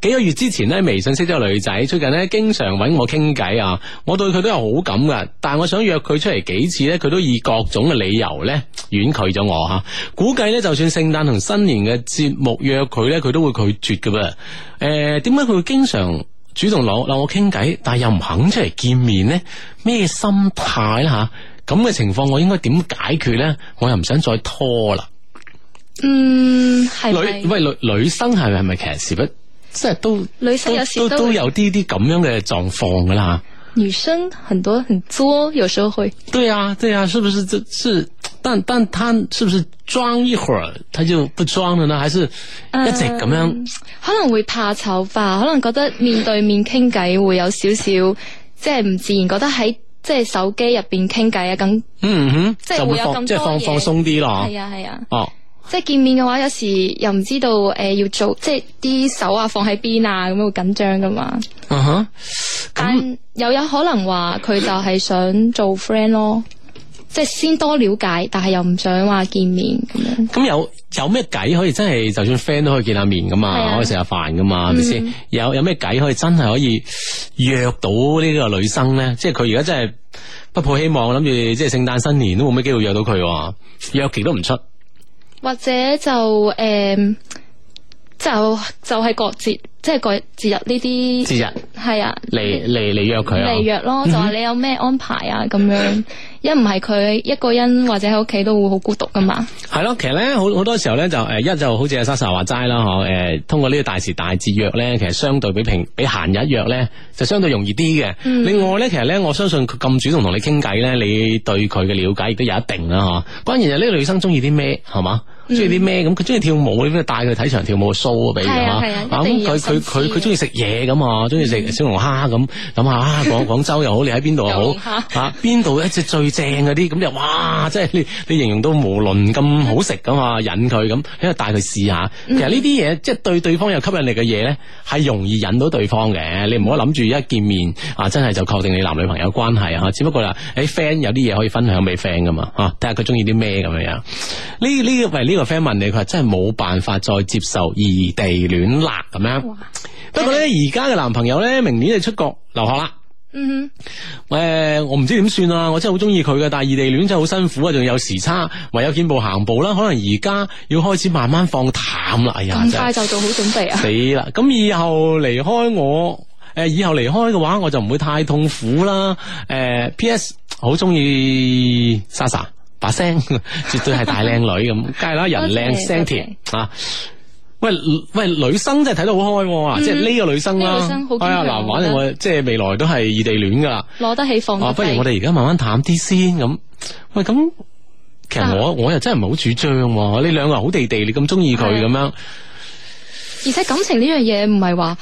Speaker 1: 幾個月之前咧，微信識咗個女仔，最近咧經常揾我傾偈啊，我對佢都有好感噶，但係我想約佢出嚟幾次咧，佢都以各種嘅理由咧婉拒咗我吓。估計咧，就算聖誕同新年嘅節目約佢咧，佢都會拒絕噶噃。诶、點解佢會經常主動攞攞我傾偈，但係又唔肯出嚟見面咧？咩心態啦吓？咁嘅情況我應該點解決咧？我又唔想再拖啦。
Speaker 3: 嗯，係
Speaker 1: 女
Speaker 3: 咪？
Speaker 1: 喂女女生係咪係咪其實是不即係都
Speaker 3: 女生有時
Speaker 1: 都
Speaker 3: 都會
Speaker 1: 有啲啲咁樣嘅狀況噶啦。
Speaker 3: 女生很多很作，有時候會
Speaker 1: 對啊，對啊，是不是这是？但但他是不是裝一會兒他就不裝了呢？還是
Speaker 3: 呃
Speaker 1: 一直咁樣？
Speaker 3: 可能會怕醜吧，可能覺得面對面傾偈會有少少，即係唔自然，覺得喺即係手機入邊傾偈啊，咁
Speaker 1: 嗯哼，
Speaker 3: 即係
Speaker 1: 就會
Speaker 3: 會有
Speaker 1: 放
Speaker 3: 咁
Speaker 1: 即係
Speaker 3: 多
Speaker 1: 放
Speaker 3: 嘢
Speaker 1: 放鬆啲咯。
Speaker 3: 係啊係啊。
Speaker 1: 哦，
Speaker 3: 即係見面嘅話，有時又唔知道誒、呃要做，即係啲手啊放喺邊啊，咁樣會緊張噶嘛。
Speaker 1: 嗯哼，
Speaker 3: 但又有可能話佢就係想做 friend 咯，即係先多了解，但係又唔想話見面咁樣。
Speaker 1: 咁有有咩計可以真係就算 friend 都可以見下面噶
Speaker 3: 係
Speaker 1: 嘛，
Speaker 3: 啊
Speaker 1: 可以食下飯噶嘛，係咪先？有有咩計可以真係可以約到呢個女生咧？即係佢而家真係不抱希望，諗住即係聖誕新年都冇咩機會約到佢喎，約極都唔出。
Speaker 3: 或者就誒、呃就就係各節即係過節日呢啲
Speaker 1: 節日
Speaker 3: 係啊
Speaker 1: 嚟嚟嚟約佢
Speaker 3: 嚟
Speaker 1: 啊，
Speaker 3: 約咯，就話你有咩安排啊咁 樣，一唔係佢一個人或者喺屋企都會好孤獨噶嘛。
Speaker 1: 係咯，其實咧好好多時候咧就誒一就好似阿莎莎話齋啦嗬，誒通過呢個大時大節約咧，其實相對比平比閒日約咧就相對容易啲嘅。
Speaker 3: 嗯
Speaker 1: 另外咧，其實咧我相信佢咁主動同你傾偈咧，你對佢嘅了解亦都有一定啦嗬。關鍵就係呢個女生中意啲咩係嘛？
Speaker 3: 嗯
Speaker 1: 中意啲咩咁？佢中意跳舞，你咪帶佢睇場跳舞嘅 show 啊，俾
Speaker 3: 係啊
Speaker 1: 佢
Speaker 3: 係啊
Speaker 1: 啊
Speaker 3: 一定
Speaker 1: 咁
Speaker 3: 要
Speaker 1: 佢佢佢
Speaker 3: 有心思
Speaker 1: 佢中意食嘢咁啊，中意食小龍蝦咁咁啊啊！廣廣州又好，你喺邊度又
Speaker 3: 有龍
Speaker 1: 好
Speaker 3: 蝦
Speaker 1: 啊，邊度一隻最正嗰啲咁你話哇！即係你你形容到無論咁好食噶嘛，引佢咁，喺度帶佢試下。其實呢啲嘢即係對對方有吸引力嘅嘢咧，係容易引到對方嘅。你唔好諗住一見面啊，真係就確定你男女朋友關係啊。只不過啦，誒 friend 有啲嘢可以分享俾 friend 噶嘛嚇，睇下佢中意啲咩咁樣樣。呢呢個喂呢個 friend 問你，佢話真係冇辦法再接受異地戀啦咁樣
Speaker 3: 哇。
Speaker 1: 不過咧，而家嘅男朋友咧，明年就出國留學啦。
Speaker 3: 嗯
Speaker 1: 誒、我唔知點算啊！我真係好中意佢嘅，但係異地戀真係好辛苦啊，仲有時差，唯有見步行步啦。可能而家要開始慢慢放淡啦。哎呀，
Speaker 3: 哼，咁
Speaker 1: 真
Speaker 3: 快
Speaker 1: 係
Speaker 3: 就做好準 備啊！
Speaker 1: 死啦！咁以後離開我，誒、以後離開嘅話，我就唔會太痛苦啦。誒、P.S. 好中意莎莎把聲， 絕對係大靚女 咁，梗係啦，人
Speaker 3: 多
Speaker 1: 靚
Speaker 3: 謝
Speaker 1: 聲甜啊！喂喂，女生真係睇到好開喎，嗱即係呢個女生啦
Speaker 3: 嗯呢個女生好，堅強
Speaker 1: 哎呀嗱，
Speaker 3: 我
Speaker 1: 反
Speaker 3: 覺
Speaker 1: 正
Speaker 3: 得
Speaker 1: 我即係未來都係異地戀噶啦。
Speaker 3: 攞得起放
Speaker 1: 啊，
Speaker 3: 得
Speaker 1: 不如
Speaker 3: 低
Speaker 1: 我。哋而家慢慢淡啲先咁。喂，咁其實我我又真係唔係好主張喎。你兩個人好地地，你咁中意佢
Speaker 3: 啊係啊
Speaker 1: 咁樣，
Speaker 3: 而且感情呢樣嘢唔係話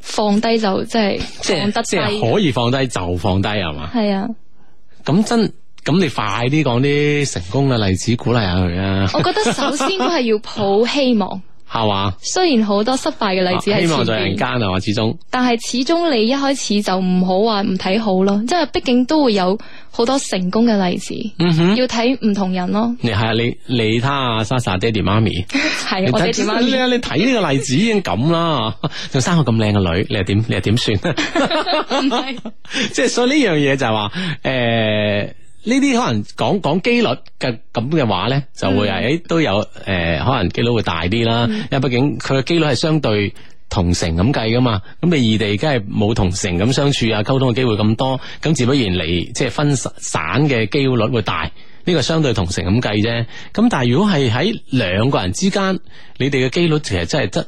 Speaker 3: 放低就即係
Speaker 1: 即
Speaker 3: 放得
Speaker 1: 係
Speaker 3: 低
Speaker 1: 即係
Speaker 3: 嘅，
Speaker 1: 可以放低就放低係嘛？
Speaker 3: 係啊。
Speaker 1: 咁真咁你快啲講啲成功嘅例子鼓勵下佢啊，
Speaker 3: 我覺得首先都係要抱希望，
Speaker 1: 係嘛？
Speaker 3: 雖然好多失敗嘅例子
Speaker 1: 啊
Speaker 3: 喺
Speaker 1: 希望
Speaker 3: 前
Speaker 1: 在人
Speaker 3: 邊，
Speaker 1: 間係嘛？始終
Speaker 3: 但係始終你一開始就唔好話唔睇好咯，即係畢竟都會有好多成功嘅例子，
Speaker 1: 嗯哼。
Speaker 3: 要睇唔同 人咯。
Speaker 1: 你係啊，你你他啊，莎莎爹哋媽咪，
Speaker 3: 係啊
Speaker 1: 你
Speaker 3: 我哋
Speaker 1: 睇
Speaker 3: 點樣
Speaker 1: 你你睇呢個例子已經咁啦， 仲生個咁靚嘅女，你又點你又點算？ 即係所以呢樣嘢就係話，诶、呢啲可能講講機率嘅咁嘅話咧，就會係誒都有诶、誒可能機率會大啲啦。因為畢竟佢嘅機率係相對同城咁計噶嘛，咁你異地梗係冇同城咁相處啊，溝通嘅機會咁多，咁自不然嚟即係分散散嘅機率會大。呢個相對同城咁計啫，咁但係如果係喺兩個人之間，你哋嘅機率其實真係得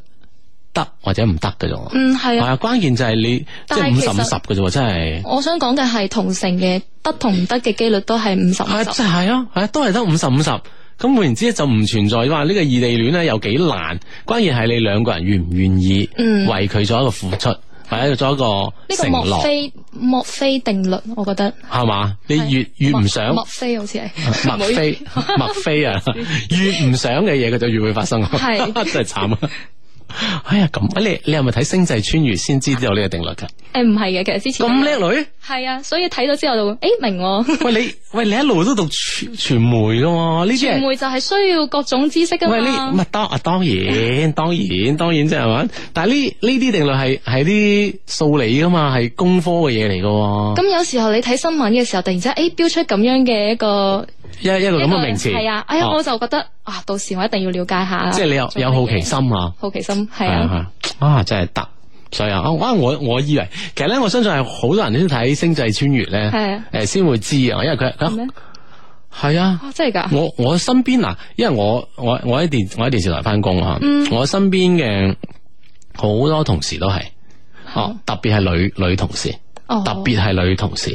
Speaker 1: 得或者唔得嘅啫喎。
Speaker 3: 嗯，係
Speaker 1: 係
Speaker 3: 啊。
Speaker 1: 啊，關鍵就係你即
Speaker 3: 但
Speaker 1: 係
Speaker 3: 係
Speaker 1: 五
Speaker 3: 其
Speaker 1: 十
Speaker 3: 實
Speaker 1: 五十嘅啫喎，真係。
Speaker 3: 我想講嘅係同城嘅得同唔得嘅機率都係五十
Speaker 1: 啊，
Speaker 3: 五
Speaker 1: 就
Speaker 3: 十。
Speaker 1: 係啊，係啊，都係得五十五十。咁換言之就唔存在話呢個異地戀咧有幾難，關鍵係你兩個人願唔願意
Speaker 3: 嗯
Speaker 1: 為佢做一個付出，或者做一個
Speaker 3: 呢個
Speaker 1: 承
Speaker 3: 莫
Speaker 1: 諾，
Speaker 3: 非莫非定律，我覺得
Speaker 1: 係嘛？你越越唔想
Speaker 3: 莫，非好 似係
Speaker 1: 莫非莫非啊，越唔想嘅嘢佢就越會發生，
Speaker 3: 係
Speaker 1: 真係慘啊！哎呀，咁你你係咪睇《星際穿越》先知道呢個定律㗎？
Speaker 3: 誒唔係嘅，其實之前
Speaker 1: 咁叻女，
Speaker 3: 係啊，所以睇到之後就會誒明喎。
Speaker 1: 喂你喂你一路都讀傳傳媒㗎喎，呢啲係
Speaker 3: 傳媒就係需要各種知識噶
Speaker 1: 喂，呢
Speaker 3: 嘛
Speaker 1: 咪。當啊，當然， 當然，當然啫，係嘛？但係呢呢啲定律係係啲數理噶嘛，係工科嘅嘢嚟噶。
Speaker 3: 咁有時候你睇新聞嘅時候，突然之間哎誒標出咁樣嘅一個
Speaker 1: 一一個咁嘅名詞，
Speaker 3: 係啊，哎呀，
Speaker 1: 哦
Speaker 3: 我就覺得啊，到時我一定要了解下。
Speaker 1: 即係你有
Speaker 3: 做乜
Speaker 1: 有
Speaker 3: 嘢
Speaker 1: 好奇，心啊，
Speaker 3: 好奇心係
Speaker 1: 係
Speaker 3: 啊，
Speaker 1: 啊，係啊，真係得。所以啊，啊哇我我以為，其實咧，我相信係好多人都睇《星際穿越》咧，
Speaker 3: 係啊
Speaker 1: 誒先會知啊，因為佢
Speaker 3: 咩
Speaker 1: 佢係啊。
Speaker 3: 啊真係㗎。
Speaker 1: 我我身邊嗱，因為我我我喺電我喺電視台翻工啊，我身邊嘅好多同事都係，哦，特別係女女同事，
Speaker 3: 哦
Speaker 1: 特別係女同事，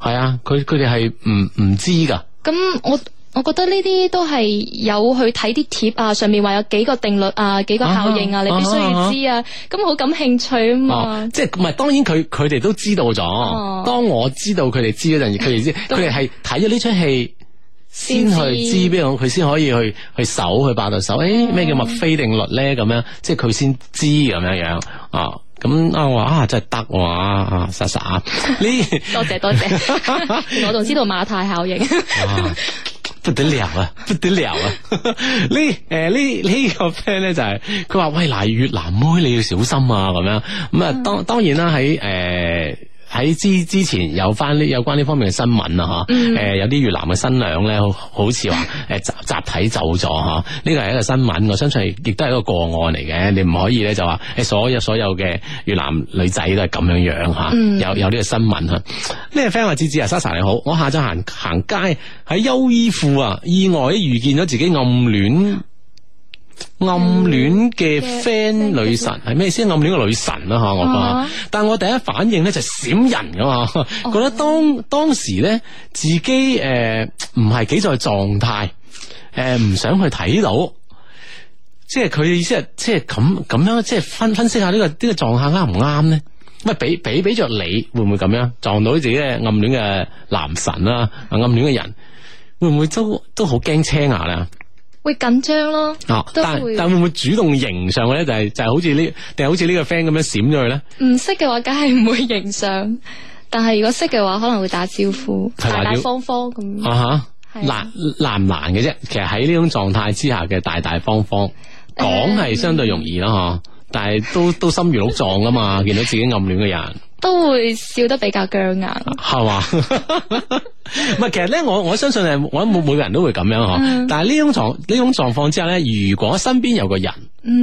Speaker 1: 係啊，佢佢哋係唔唔知噶，
Speaker 3: 咁我我覺得呢啲都係有去睇啲貼啊，上面話有幾個定律啊，幾個效應
Speaker 1: 啊哈
Speaker 3: 啊，你必須要知啊。咁好感興趣啊
Speaker 1: 哦
Speaker 3: 嘛，，
Speaker 1: 即係唔係當然佢佢哋都知道咗，
Speaker 3: 哦嗯
Speaker 1: 當我知道佢哋知嗰陣，佢哋知
Speaker 3: 都
Speaker 1: 佢哋係睇咗呢出戲。先
Speaker 3: 先知
Speaker 1: 去知邊個，佢先可以去去搜去百度搜，誒
Speaker 3: 嗯
Speaker 1: 咩叫墨菲定律咧？咁樣即係佢先知咁樣樣啊。咁啊，我話啊真係得哇啊，實實啊， 呢
Speaker 3: 多謝多謝， 我仲知道馬太效應。
Speaker 1: 啊 不得了啊，不得了啊！ 呢誒呢呢個 friend 咧就係佢話喂嗱，越南妹你要小心啊咁樣咁啊，當當然啦喺誒。喺之之前有翻呢有關呢方面嘅新聞啊吓，誒、有啲越南嘅新娘咧，好好似話誒集集體走咗吓，呢個係一個新聞，我相信亦都係一個個案嚟嘅，你唔可以咧就話誒所有所有嘅越南女仔都係咁樣樣吓，有有呢個新聞啊吓。呢個 friend 話：子子啊，Sasa 你好，我下晝行行街喺優衣庫啊，意外遇見咗自己暗戀。嗯暗戀嘅 friend 女神係咩先？暗戀嘅女神啦吓，我
Speaker 3: 啊
Speaker 1: 講。但我第一反應咧就閃人噶嘛，覺得當當時咧自己誒唔係幾在狀態，誒、呃唔想去睇到。即係佢嘅意思係，即係咁咁樣，即係分分析下呢、個呢、個撞下啱唔啱咧？喂，俾俾俾着你，會唔會咁樣撞到自己嘅暗戀嘅男神啦、啊，暗戀嘅人，會唔會都都好驚青牙咧？
Speaker 3: 會緊張咯
Speaker 1: 啊！，
Speaker 3: 都
Speaker 1: 但
Speaker 3: 會
Speaker 1: 但會唔會主動迎上去咧？就係、就係好似呢，定係好似呢個 friend 咁樣閃咗佢咧？
Speaker 3: 唔識嘅話，梗係唔會影相。 但係如果識嘅話，可能會打招呼，
Speaker 1: 係
Speaker 3: 大
Speaker 1: 打
Speaker 3: 大
Speaker 1: 招
Speaker 3: 方方咁。
Speaker 1: 啊哈，
Speaker 3: 係
Speaker 1: 難難唔難嘅啫？其實喺呢種狀態之下嘅大大方方講係相對容易啦，嗬、
Speaker 3: 嗯
Speaker 1: 但係都都心如鹿撞噶 嘛，見到自己暗戀嘅人。
Speaker 3: 都會笑得比較僵硬。
Speaker 1: 係嘛？ 唔係，其實咧，我我相信係，我諗每每個人都會咁樣嗬。
Speaker 3: 嗯
Speaker 1: 但係呢種狀呢種狀況之下咧，如果身邊有個人，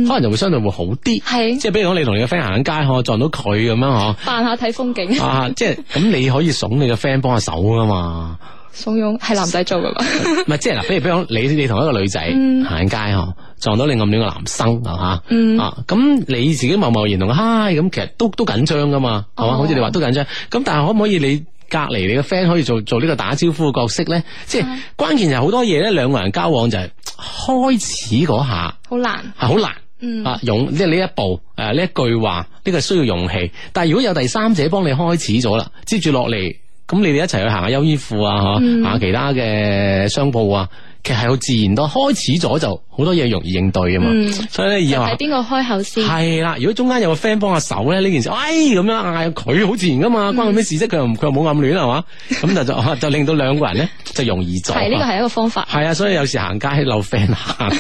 Speaker 1: 可能就會相對會好啲。
Speaker 3: 嗯係
Speaker 1: 即係比如講，你同你嘅 friend 行緊街，可撞到佢咁樣嗬。
Speaker 3: 扮下睇風景，
Speaker 1: 啊，即係咁，你可以慫你嘅 friend 幫下手噶嘛？
Speaker 3: 慫恿係男仔做噶嘛？
Speaker 1: 唔係，即係嗱，比如比如講你你同一個女仔行緊街嗬，撞到你暗戀嘅男生啊吓，啊咁你自己貿貿然同佢嗨咁，其實都都緊張噶嘛，係嘛？
Speaker 3: 哦
Speaker 1: 好似你話都緊張，咁但係可唔可以你隔離你嘅 friend 可以做做呢個打招呼嘅角色咧？即係關鍵係好多嘢咧，兩個人交往就係開始嗰下
Speaker 3: 好難。
Speaker 1: 係好難。
Speaker 3: 嗯
Speaker 1: 啊，勇即係呢一步，誒、呢一句話，呢個需要勇氣。但係如果有第三者幫你開始咗啦，接住落嚟，咁你哋一齊去行下優衣庫啊，嚇、
Speaker 3: 嗯
Speaker 1: 行下其他嘅商鋪啊，其實係好自然多。開始咗就好多嘢容易應對啊嘛。啊
Speaker 3: 嗯
Speaker 1: 所以咧以後
Speaker 3: 睇邊個開口先？
Speaker 1: 係啦，如果中間有個 friend 幫下手咧，呢件事，哎咁樣嗌佢好自然噶
Speaker 3: 嗯
Speaker 1: 嘛，關佢咩事啫？佢又唔佢又冇暗戀係嘛？咁 就就就令到兩個人咧就容易咗。
Speaker 3: 係呢個係一個方法，
Speaker 1: 係啊，所以有時行街漏 friend 行，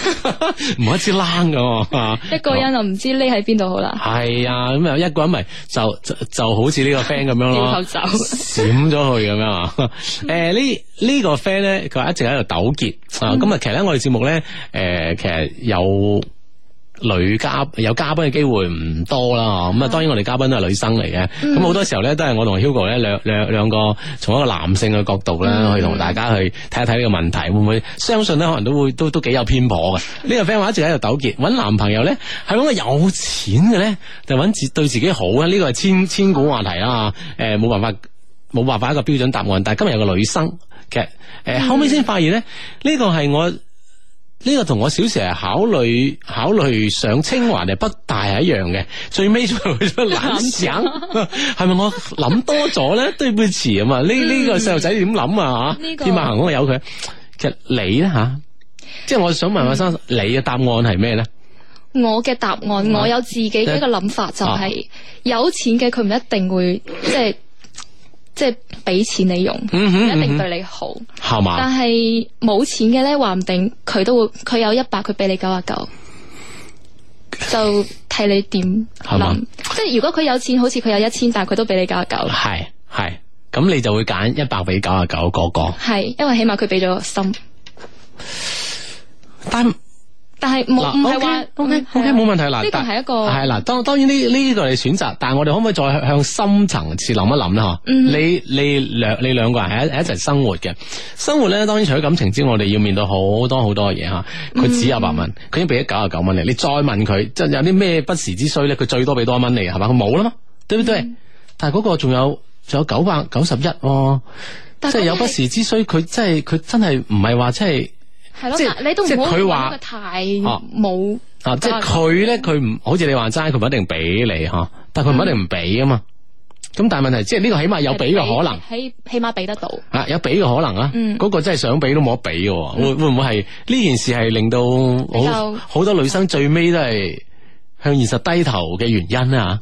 Speaker 1: 唔可以知冷噶。
Speaker 3: 一個人就唔知匿喺邊度好啦。
Speaker 1: 係啊，咁啊一個人咪就就就好似呢個 friend 咁樣
Speaker 3: 掉
Speaker 1: 咯
Speaker 3: 頭，走，
Speaker 1: 閃咗佢咁樣啊。誒呢呢個 friend 咧，佢一直喺度糾結啊。咁啊，其實咧我哋節目咧，誒其實有。女嘉有嘉賓嘅機會唔多啦，咁啊當然我哋嘉賓都係女生嚟嘅，咁好多時候咧都係我同 Hugo 咧兩兩兩個從一個男性嘅角度咧、去同大家去睇一睇呢個問題，會唔會相信咧可能都會都都幾有偏頗嘅。呢個 friend 話一直喺度糾結，揾男朋友咧係揾個有錢嘅咧，就揾自對自己好啊？呢個係千千古話題啦，啊誒、冇辦法。冇辦法一個標準答案，但係今日有個女生嘅，誒、
Speaker 3: 嗯
Speaker 1: 呃、後尾先發現咧，呢、呢個係我呢個同我小時係考慮考慮上清華定北大係一樣嘅，最尾就去咗南 省，係咪我諗多咗咧？對不起啊嘛，呢呢個細路仔點諗啊吓？
Speaker 3: 嗯呢個
Speaker 1: 天馬行空有佢，其實你咧吓，即係我想
Speaker 3: 嗯
Speaker 1: 問下生，你嘅答案係咩咧？
Speaker 3: 我嘅答案，
Speaker 1: 啊
Speaker 3: 我有自己嘅一個諗法，就係有錢嘅佢唔一定會即係即係俾錢你用，唔
Speaker 1: 嗯哼
Speaker 3: 一定對你好。
Speaker 1: 係嘛？
Speaker 3: 但係冇錢嘅咧，話唔定佢都會佢有一百，佢俾你九啊九，就睇你點
Speaker 1: 係嘛
Speaker 3: 諗。即係如果佢有錢，好似佢有一千，但係佢都俾你九啊九，
Speaker 1: 係係，咁你就會揀一百比九啊九嗰個，
Speaker 3: 係因為起碼佢俾咗個心。
Speaker 1: 但。
Speaker 3: 但係冇唔係話
Speaker 1: O K O
Speaker 3: 嗯係
Speaker 1: K
Speaker 3: 啊
Speaker 1: 冇問題啦。
Speaker 3: 呢個
Speaker 1: 但
Speaker 3: 係一個
Speaker 1: 係啦，當當然呢呢個係你選擇，但係我哋可唔可以再向深層次諗一諗啦？嗬、
Speaker 3: 嗯
Speaker 1: 你你兩你兩個人係一係一齊生活嘅，生活咧當然除咗感情之外，我哋要面對好多好多嘢吓。佢
Speaker 3: 嗯
Speaker 1: 只有百蚊，佢已經俾咗九十九蚊你，你再問佢，即係有啲咩不時之需咧，佢最多俾多一蚊你，係嘛？佢冇啦嘛，對唔
Speaker 3: 嗯
Speaker 1: 對？但係嗰個仲有仲有九百九十一喎，
Speaker 3: 但係
Speaker 1: 即係有
Speaker 3: 嗰啲
Speaker 1: 不
Speaker 3: 係
Speaker 1: 時之需，佢真係佢真係唔係話即係。
Speaker 3: 係咯，
Speaker 1: 即係
Speaker 3: 但你都
Speaker 1: 即係
Speaker 3: 唔好
Speaker 1: 佢話
Speaker 3: 話太
Speaker 1: 哦
Speaker 3: 冇
Speaker 1: 啊，即係佢咧，佢唔好似你話齋，佢唔一定俾你吓，但係佢唔一定唔俾啊嘛。咁但係問題，即係呢個起碼有俾嘅可能，
Speaker 3: 起起碼俾得到。
Speaker 1: 啊，有俾嘅可能啊。
Speaker 3: 嗯
Speaker 1: 嗰個真係想俾都冇得俾嘅喎，會會唔會係呢件事係令到
Speaker 3: 比
Speaker 1: 好
Speaker 3: 較
Speaker 1: 好多女生最尾都係向現實低頭嘅原因啊？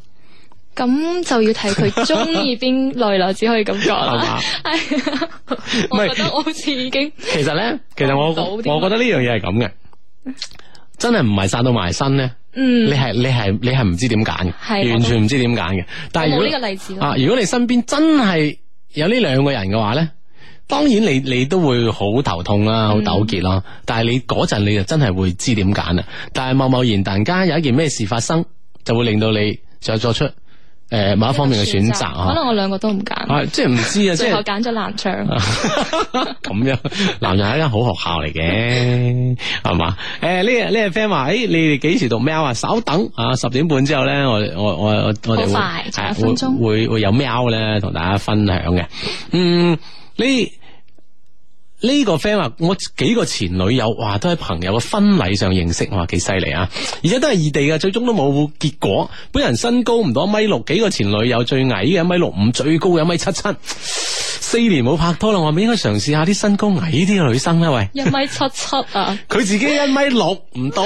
Speaker 3: 咁就要睇佢中意邊類啦，只可以咁講啦。係啊，
Speaker 1: 唔係
Speaker 3: 我覺得我好似已經
Speaker 1: 其實咧，其實我
Speaker 3: 講唔到
Speaker 1: 我
Speaker 3: 添
Speaker 1: 覺得呢樣嘢係咁嘅。真係唔係殺到埋身咧，
Speaker 3: 嗯
Speaker 1: 你，係你係你係唔知點揀嘅，
Speaker 3: 係
Speaker 1: 完全唔知點揀嘅。但係如
Speaker 3: 冇
Speaker 1: 果
Speaker 3: 呢個例子咯
Speaker 1: 啊，如果你身邊真係有呢兩個人嘅話咧，當然你你都會好頭痛啦，好糾結啦。但係你嗰陣你就真係會知點揀啦。但係貿貿然突然間有一件咩事發生，就會令到你就作出誒、呃某一方面嘅選擇
Speaker 3: 可能
Speaker 1: 啊。
Speaker 3: 我兩個都唔揀，
Speaker 1: 啊，即係唔 知啊，即
Speaker 3: 最
Speaker 1: 係。
Speaker 3: 後
Speaker 1: 啊
Speaker 3: 揀咗南昌。
Speaker 1: 咁樣，男人係一間好學校嚟嘅，係嘛？誒呢個呢個 friend 話，誒你哋幾時讀 mail 啊？稍等啊，十點半之後咧，我我我我我哋會
Speaker 3: 好快仲有
Speaker 1: 係
Speaker 3: 一分鐘
Speaker 1: 會會會有 mail 咧，同大家分享嘅。嗯，呢。呢個 friend 話：我幾個前女友，哇，都喺朋友嘅婚禮上認識，我話幾犀利啊！而且都係異地嘅，最終都冇結果。本人身高唔到一米六，幾個前女友最矮嘅一米六五，最高嘅一米七七。四年冇拍拖啦，我係咪應該嘗試下啲身高矮啲嘅女生咧？喂，
Speaker 3: 一米七七 啊，
Speaker 1: 佢自己一米六唔到，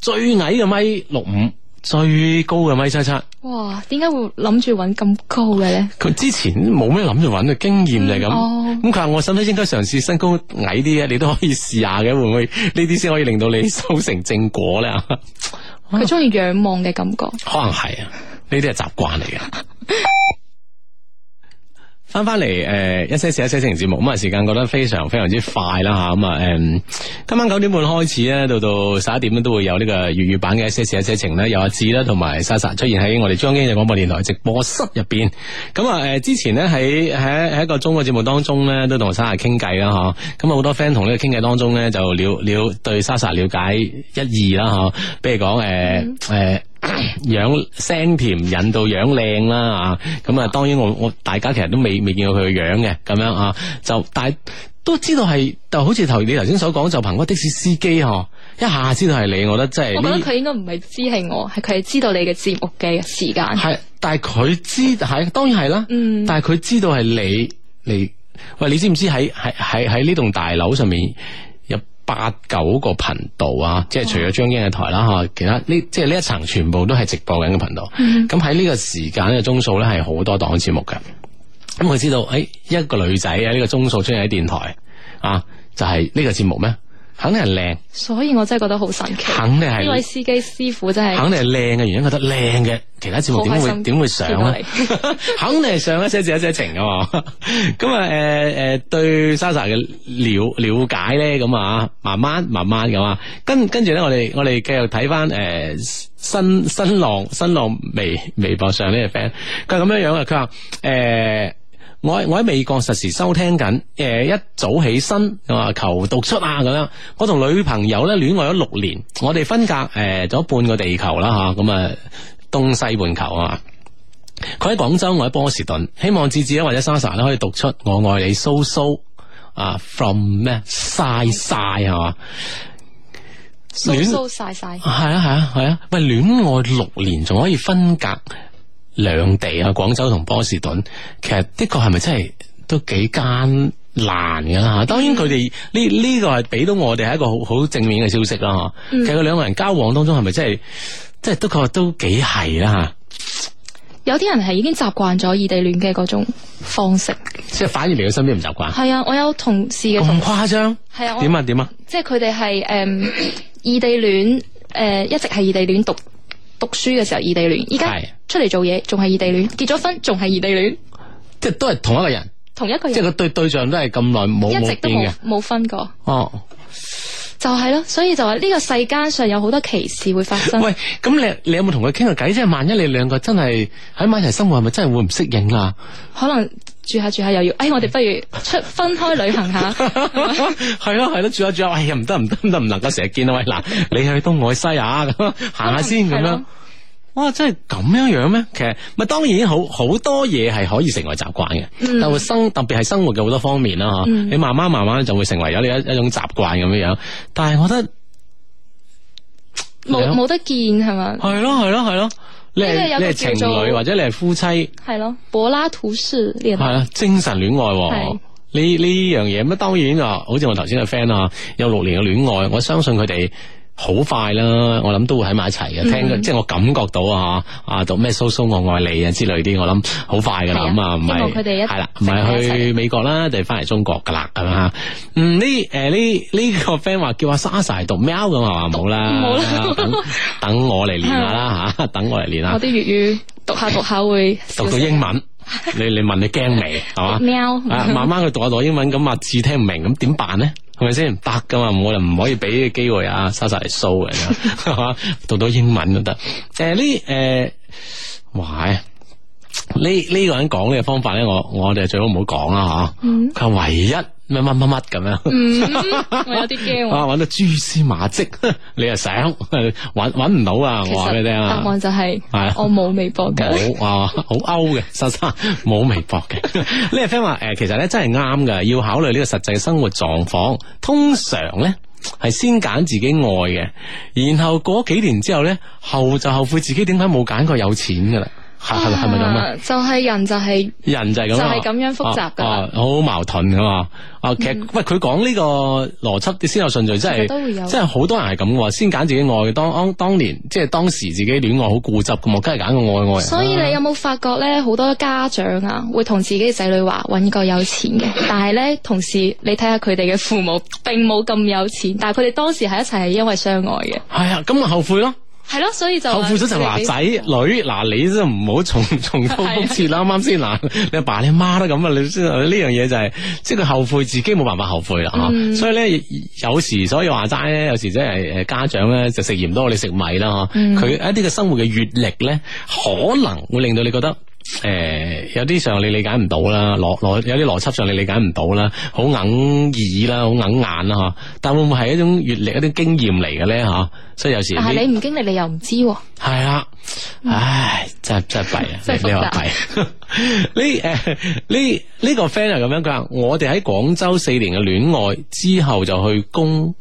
Speaker 1: 最矮嘅米六五，最高嘅米七七。
Speaker 3: 哇！點解會諗住揾咁高嘅咧？
Speaker 1: 佢之前冇咩諗住揾嘅經驗就係咁，
Speaker 3: 嗯哦
Speaker 1: 咁佢話我使唔使應該嘗試身高矮啲嘅？啊你都可以試下嘅，會唔會呢啲先可以令到你修成正果咧？啊
Speaker 3: 佢中意仰望嘅感覺。
Speaker 1: 可能係啊，呢啲係習慣嚟嘅。翻翻嚟誒一些事一些情節目，咁啊時間過得非常非常之快啦嚇，咁啊誒今晚九點半開始啊咧，到到十一點咧都會有呢個粵語版嘅一些事一些情咧，有阿志啦同埋莎莎出現喺我哋珠江經濟廣播電台直播室入邊。咁啊誒之前咧喺喺喺一個中嘅節目當中咧，都同莎莎傾偈啦嚇，咁啊好多 friend 同呢個傾偈當中咧就了了對莎莎了解一二啦嚇，比如講呃誒誒。 樣聲甜引到樣靚啦啊！咁啊，當然我我大家其實都未未見過佢嘅樣嘅，咁樣啊，就但係都知道係，就好似頭你頭先所講，就憑嗰的士司機嗬，一下知道係你，我覺得真係
Speaker 3: 我覺
Speaker 1: 呢
Speaker 3: 得佢應該唔係知係我，係佢係知道你嘅節目嘅時間。
Speaker 1: 係，但係佢知係當然係啦，
Speaker 3: 嗯
Speaker 1: 但係佢知道係你嚟，喂，你知唔知喺喺喺喺呢棟大樓上面有八九個頻道啊？即係除咗張經嘅台啦吓，其他呢即係呢一層全部都係直播緊嘅頻道。
Speaker 3: 嗯
Speaker 1: 咁喺呢個時間嘅鐘數咧，係好多檔節目嘅。咁佢知道，誒、哎一個女仔啊喺呢個鐘數出現喺電台啊，就係、呢個節目咩？肯定係靚，
Speaker 3: 所以我真係覺得好神奇。
Speaker 1: 肯定係
Speaker 3: 呢位司機師傅真係
Speaker 1: 肯定係靚嘅原因，覺得靚嘅其他節目點
Speaker 3: 好開
Speaker 1: 會
Speaker 3: 心
Speaker 1: 點會上咧？ 肯定係上一些事一些情啊嘛。 咁啊誒誒對 Sasa 嘅了了解咧，咁啊慢慢慢慢咁啊，跟跟住咧，我哋我哋繼續睇翻誒新新浪新浪微微博上呢個 friend，佢係咁樣樣啊，佢話誒。我喺我喺美國實時收聽緊，誒、一早起身啊求讀出啊咁樣。我同女朋友咧戀愛咗六年，我哋分隔誒咗、半個地球啦吓，咁啊東西半球啊。佢喺廣州，我喺波士頓，希望智智咧或者莎莎咧可以讀出我愛你蘇蘇啊，from 咩晒晒係嘛？
Speaker 3: 蘇
Speaker 1: 亂
Speaker 3: 蘇晒晒。
Speaker 1: 係啊係啊係啊！喂，戀愛六年仲可以分隔兩地啊，廣州同波士頓，其實的確係咪真係都幾艱難噶啦？當然佢哋呢呢個係俾到我哋係一個好好正面嘅消息啦。吓其實佢兩個人交往當中係咪真係，即係的確都幾係啦
Speaker 3: 有啲人係已經習慣咗異地戀嘅嗰種方式。
Speaker 1: 吓，即係反而嚟到身邊唔習慣，
Speaker 3: 係啊，我有同事嘅同
Speaker 1: 咁，誇張？
Speaker 3: 係啊我
Speaker 1: 點啊點啊？
Speaker 3: 即係佢哋係誒 異地戀，誒、呃一直係異地戀讀讀書嘅時候異地戀，依家
Speaker 1: 係
Speaker 3: 出嚟做嘢仲係異地戀，結咗婚仲係異地戀，
Speaker 1: 即係都係同一個人，
Speaker 3: 同一個
Speaker 1: 即係
Speaker 3: 人
Speaker 1: 個對對象都係咁耐冇
Speaker 3: 嗯一直
Speaker 1: 冇
Speaker 3: 都
Speaker 1: 變
Speaker 3: 冇
Speaker 1: 嘅。
Speaker 3: 冇分過。
Speaker 1: 哦。
Speaker 3: 就係咯，所以就話呢個世間上有好多歧視會發生。
Speaker 1: 喂，咁你你有冇同佢傾過偈？即係萬一你兩個真係喺埋一齊生活，係咪真係會唔適應 啊？
Speaker 3: 可能住下住下又要，哎，我哋不如 出分開旅行下。
Speaker 1: 係咯係咯，住下住下，哎呀唔得唔得唔得，唔能夠成日見啊！喂，嗱，你去東我去西啊，咁行下先咁
Speaker 3: 係
Speaker 1: 樣
Speaker 3: 咯。
Speaker 1: 哇！真係咁樣樣咩？其實咪當然好好多嘢係可以成為習慣嘅，
Speaker 3: 嗯
Speaker 1: 但會生特別係生活嘅好多方面啦吓，你慢慢慢慢就會成為咗你一一種習慣咁樣樣。但係我覺得
Speaker 3: 冇
Speaker 1: 係咯
Speaker 3: 冇得見係嘛？
Speaker 1: 係咯係咯係咯，你
Speaker 3: 呢個有
Speaker 1: 係
Speaker 3: 個
Speaker 1: 你係
Speaker 3: 叫
Speaker 1: 情
Speaker 3: 做嗯
Speaker 1: 侶或者你係夫妻。
Speaker 3: 係咯，柏拉圖式戀
Speaker 1: 係
Speaker 3: 愛，
Speaker 1: 啊，精神戀愛喎
Speaker 3: 係
Speaker 1: 呢呢樣嘢咁當然啊，好似我頭先嘅 friend 啊，有六年嘅戀愛，我相信佢哋好快啦，我諗都會喺埋一齊
Speaker 3: 嗯
Speaker 1: 嘅。聽即係我感覺到啊，啊讀咩蘇蘇我愛你啊之類啲，我諗好快噶啦。
Speaker 3: 係啊
Speaker 1: 咁啊，唔
Speaker 3: 希望
Speaker 1: 係
Speaker 3: 佢哋一
Speaker 1: 係啦，唔
Speaker 3: 直喺
Speaker 1: 係
Speaker 3: 一齊
Speaker 1: 去美國啦，就係翻嚟中國噶啦，咁啊。嗯，呢誒呢呢個 friend 話叫阿莎莎嚟讀喵咁啊，冇啦，
Speaker 3: 冇啦
Speaker 1: 等等我嚟練下啦吓，等我嚟練下
Speaker 3: 我，啲粵語讀下讀下會
Speaker 1: 讀到英 文。你你問你驚未係嘛？
Speaker 3: 喵
Speaker 1: 啊，慢慢佢讀下讀下英文，咁阿志聽唔明，咁點辦咧？係咪先唔得噶嘛？我哋唔可以俾機會啊，莎莎嚟 show 嘅， 係嘛？讀到英文都得。誒呢誒，哇！呢呢個人講呢個方法咧，我我哋最好唔好講啦吓。佢話唯一咩乜乜乜咁樣。
Speaker 3: 嗯，我有啲驚喎。
Speaker 1: 啊！揾到蛛絲馬跡， 你又想 揾揾唔到啊！
Speaker 3: 其
Speaker 1: 我話俾你聽
Speaker 3: 實答
Speaker 1: 啊！
Speaker 3: 案就係
Speaker 1: 係
Speaker 3: 我冇微博噶，
Speaker 1: 冇啊，好歐嘅，莎莎冇微博 嘅。呢個 friend 話呃誒，其實咧真係啱嘅，要考慮呢個實際生活狀況。通常咧係先揀自己愛嘅，然後過咗幾年之後咧，後就後悔自己點解冇揀過有錢噶啦。係係咪係咪咁啊？
Speaker 3: 啊就係人就係
Speaker 1: 人就係咁啊，
Speaker 3: 就係咁樣複雜㗎嗯
Speaker 1: 啊啊好矛盾噶嘛。啊，其實喂，佢講呢個邏輯啲先有順序，真
Speaker 3: 其實都會有
Speaker 1: 係真係好多人係咁喎。先揀自己愛嘅，當當當年即係當時自己戀愛好固執噶嘛，梗係揀個愛愛人啦。
Speaker 3: 所以你有冇發覺咧？好多家長啊，會同自己嘅仔女話揾個有錢嘅，但係咧同時你睇下佢哋嘅父母並冇咁有錢，但係佢哋當時喺一齊係因為相愛嘅，
Speaker 1: 系啊，咁咪後悔咯，
Speaker 3: 係咯，所以就話
Speaker 1: 後悔咗就話
Speaker 3: 你
Speaker 1: 仔女，嗱你都唔好重 重蹈覆轍
Speaker 3: 啊
Speaker 1: 啦，啱啱先嗱，你阿爸你阿媽都咁啊，你知道呢樣嘢就係、即係佢後悔自己冇辦法後悔啦吓、
Speaker 3: 嗯
Speaker 1: 所以咧有時所以話齋咧，有時即係誒家長咧就食鹽多過你食米啦吓，
Speaker 3: 嗯
Speaker 1: 佢、一啲嘅生活嘅閲歷咧，可能會令到你覺得。誒、有啲上你理解唔到啦，邏邏有啲邏輯上你理解唔到啦，好硬耳啦，好硬眼啦嚇。但會唔會係一種閲歷、一啲經驗嚟嘅咧嚇？所以有時
Speaker 3: 但
Speaker 1: 呢
Speaker 3: 係你唔經歷，你又唔知喎。
Speaker 1: 系啦，唉，真系真系弊啊！
Speaker 3: 嗯 真係
Speaker 1: 你你話
Speaker 3: 複雜
Speaker 1: 弊，呢 诶呢呢個 friend 係咁樣，佢話我哋喺廣州四年嘅戀愛之後就去工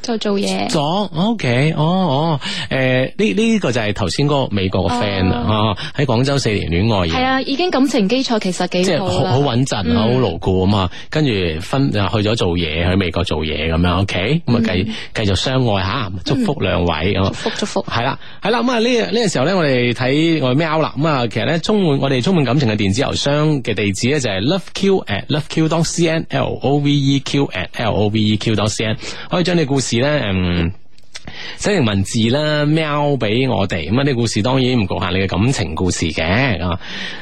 Speaker 3: 再做嘢，
Speaker 1: 咗，OK，哦哦，诶呢呢個就係頭先嗰個美國嘅 friend 啊，啊喺廣州四年戀愛
Speaker 3: 哦係
Speaker 1: 嘅。
Speaker 3: 啊，已經感情基礎其實
Speaker 1: 即
Speaker 3: 幾
Speaker 1: 係好
Speaker 3: 好啦啊嗯
Speaker 1: 好。穩陣，好牢固啊嘛，跟住分啊去咗做嘢，去美國做嘢咁樣，OK，咁啊繼繼續相愛吓，祝福兩位咁啊
Speaker 3: 嗯祝。福祝福，
Speaker 1: 系啦，系啦，咁啊呢個呢個時候咧，我哋睇我哋喵啦，咁啊其實咧充滿我哋充滿感情嘅電子郵箱嘅地址咧就係 loveq at loveq dot cn，l o v e q at l o v e q dot cn，可以將你故事咧嗯。寫成文字啦，喵俾我哋咁啊！呢故事當然唔局限你嘅感情故事嘅啊！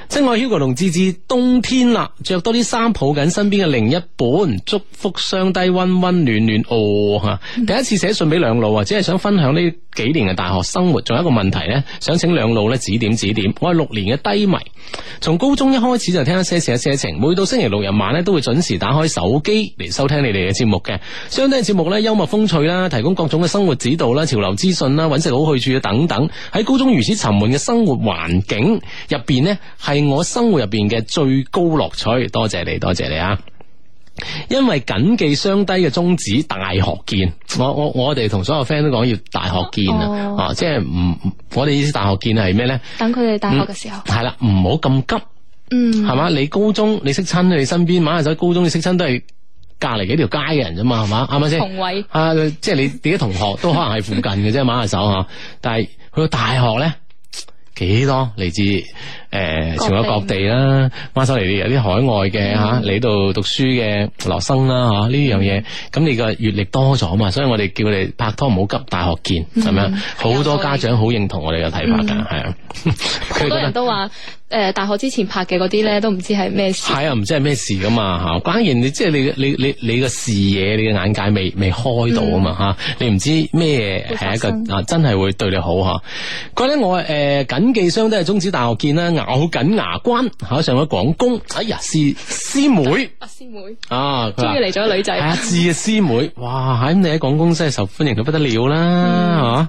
Speaker 1: 即我 Hugo 同芝芝，冬天啦，着多啲衫抱緊身邊嘅另一半，祝福雙低温温暖暖哦吓！第一次寫信俾兩老啊，只係想分享呢幾年嘅大學生活，仲有一個問題呢，想請兩老咧指點指點。我係六年嘅低迷，從高中一開始就聽一些事一些情，每到星期六日晚咧都會準時打開手機嚟收聽你哋嘅節目嘅。相低嘅節目咧幽默風趣啦，提供各種嘅生活指導啦、潮流資訊啦、揾食好去處等等。喺高中如此沉悶嘅生活環境入邊呢，係我生活入邊嘅最高樂趣。多謝你，多謝你啊！因為謹記雙低嘅宗旨，大學見。我我我哋同所有 friend 都講要大學見啊，
Speaker 3: 哦
Speaker 1: 啊，即係唔唔我哋意思大學見係咩呢？
Speaker 3: 等佢哋大學嘅時候，
Speaker 1: 係啦，唔好咁急。
Speaker 3: 嗯，
Speaker 1: 係嘛？你高中你識親你身邊馬下仔，高中你識親都係隔離幾條街嘅人啫嘛，係嘛？啱唔啱先？
Speaker 3: 同位
Speaker 1: 啊，即係你自己同學都可能係附近嘅啫，馬下手嚇。但係去到大學咧，幾多嚟自誒、呃全國各地啦，馬手嚟有啲海外嘅嚇、
Speaker 3: 嗯
Speaker 1: 啊嚟度讀書嘅留學生啦嚇，呢、樣嘢咁你個閲歷多咗嘛，所以我哋叫你拍拖唔好急，大學見咁
Speaker 3: 嗯啊
Speaker 1: 樣。好、多家長好認同我哋嘅睇法㗎，係啊、佢
Speaker 3: 好
Speaker 1: 覺
Speaker 3: 多
Speaker 1: 得
Speaker 3: 人都話誒大學之前拍嘅嗰啲咧，都唔知係咩事。
Speaker 1: 係啊，唔知係咩事噶嘛吓，關鍵你即係你你你你個視野、你嘅眼界未未開到啊嘛吓，你唔知咩
Speaker 3: 嗯會
Speaker 1: 係
Speaker 3: 發
Speaker 1: 一
Speaker 3: 生
Speaker 1: 個啊真係會對你好吓。佢咧我誒緊記相都係中指大學見啦，咬緊牙關考上咗廣工，哎呀師師妹
Speaker 3: 阿師妹
Speaker 1: 啊，佢
Speaker 3: 終
Speaker 1: 話
Speaker 3: 於嚟咗女
Speaker 1: 係阿啊
Speaker 3: 仔，
Speaker 1: 志嘅師妹，哇！咁你喺廣工真係受歡迎到不得了啦，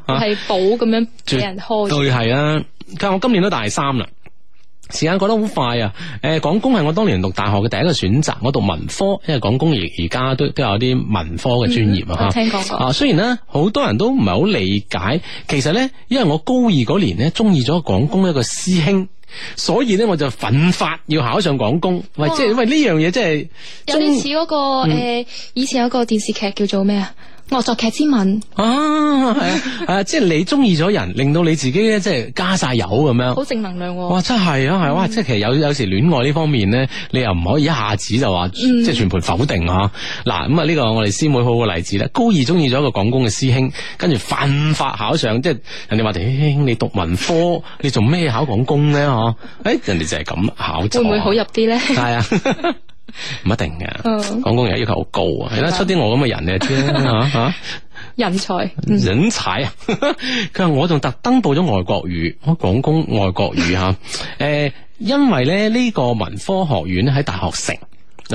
Speaker 1: 係嘛？
Speaker 3: 係寶咁樣俾人開。
Speaker 1: 對係啦，佢話我今年都大三啦。時間過得好快啊！誒、廣工係我當年讀大學嘅第一個選擇，我讀文科，因為廣工而而家都都有啲文科嘅專業
Speaker 3: 嗯
Speaker 1: 啊
Speaker 3: 我
Speaker 1: 嚇。
Speaker 3: 聽講過
Speaker 1: 啊，雖然咧好多人都唔係好理解，其實咧，因為我高二嗰年咧中意咗廣工一個師兄，所以咧我就奮發要考上廣工。喂，
Speaker 3: 哇
Speaker 1: 即係因為呢樣嘢真係
Speaker 3: 有啲似嗰個
Speaker 1: 嗯
Speaker 3: 诶、呃以前有個電視劇叫做咩啊？惡作劇之吻，
Speaker 1: 啊，係啊，係啊，即係你中意咗人，令到你自己咧即係加晒油咁樣。
Speaker 3: 好正能量喎、
Speaker 1: 哇！真係啊，係
Speaker 3: 嗯
Speaker 1: 哇！即係其實有有時戀愛呢方面咧，你又唔可以一下子就話
Speaker 3: 嗯
Speaker 1: 即係全盤否定啊。嗱咁啊，呢個我哋師妹好嘅例子啦。高二中意咗一個廣工嘅師兄，跟住奮發考上，即係人哋話：，師兄你讀文科，你做咩考廣工咧？嗬？誒，人哋就係咁考咗。
Speaker 3: 會唔會好入啲咧？
Speaker 1: 係啊， 唔一定嘅。
Speaker 3: 嗯
Speaker 1: 廣工人要求好高啊，係啦，出啲我咁嘅人嚟 啫嚇嚇。
Speaker 3: 人才，嗯
Speaker 1: 人才啊！ 佢話我仲特登報咗外國語，我廣工外國語 吓，诶、因為咧呢、個文科學院喺大學城。啊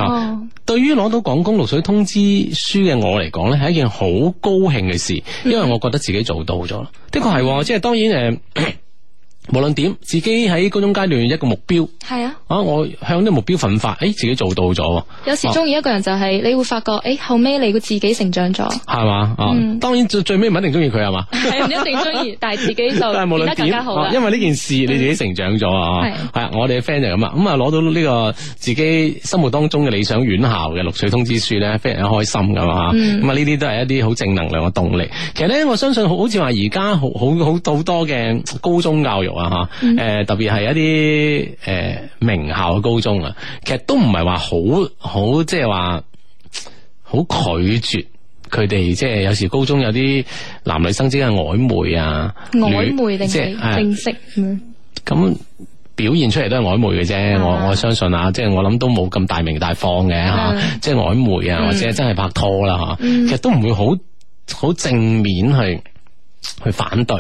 Speaker 3: 哦，
Speaker 1: 對於攞到廣工錄取通知書嘅我嚟講咧，係一件好高興嘅事，
Speaker 3: 嗯
Speaker 1: 因為我覺得自己做到咗啦。的確係喎，即係當然诶、誒 無論點，自己喺高中階段一個目標
Speaker 3: 係啊。
Speaker 1: 啊，我向呢個目標奮發，诶、自己做到咗喎。
Speaker 3: 有時
Speaker 1: 啊
Speaker 3: 中意一個人就係你會發覺，诶、後尾你會自己成長咗，
Speaker 1: 系嘛啊？
Speaker 3: 嗯
Speaker 1: 當然最最尾唔一定中意佢係嘛，
Speaker 3: 係唔一定 中意，但係自己就
Speaker 1: 但係無論
Speaker 3: 變得更
Speaker 1: 點，
Speaker 3: 加好啦
Speaker 1: 啊。因為呢件事你自己成長咗啊，
Speaker 3: 係
Speaker 1: 係啊，我哋嘅 friend 就咁啊，咁啊攞到呢個自己心目當中嘅理想院校嘅錄取通知書咧，非常之開心噶嘛，
Speaker 3: 嗯
Speaker 1: 咁啊呢啲都係一啲好正能量嘅動力。其實咧，我相信好好似話而家好好好好多嘅高中教育啊嚇，
Speaker 3: 嗯
Speaker 1: 誒、特別係一啲誒、名校嘅高中啊，其實都唔係話好好即係話好拒絕。佢哋即係有時高中有啲男女生之間嘅曖昧啊，
Speaker 3: 曖昧
Speaker 1: 戀
Speaker 3: 定
Speaker 1: 即係
Speaker 3: 係
Speaker 1: 啊
Speaker 3: 正式嗯咁樣
Speaker 1: 咁表現出嚟都係曖昧嘅
Speaker 3: 嗯
Speaker 1: 啫，我我相信啊，即係我諗都冇咁大名大放嘅吓、
Speaker 3: 嗯
Speaker 1: 即係曖昧啊，或者真係拍拖啦吓、其實都唔會好好正面去去反對。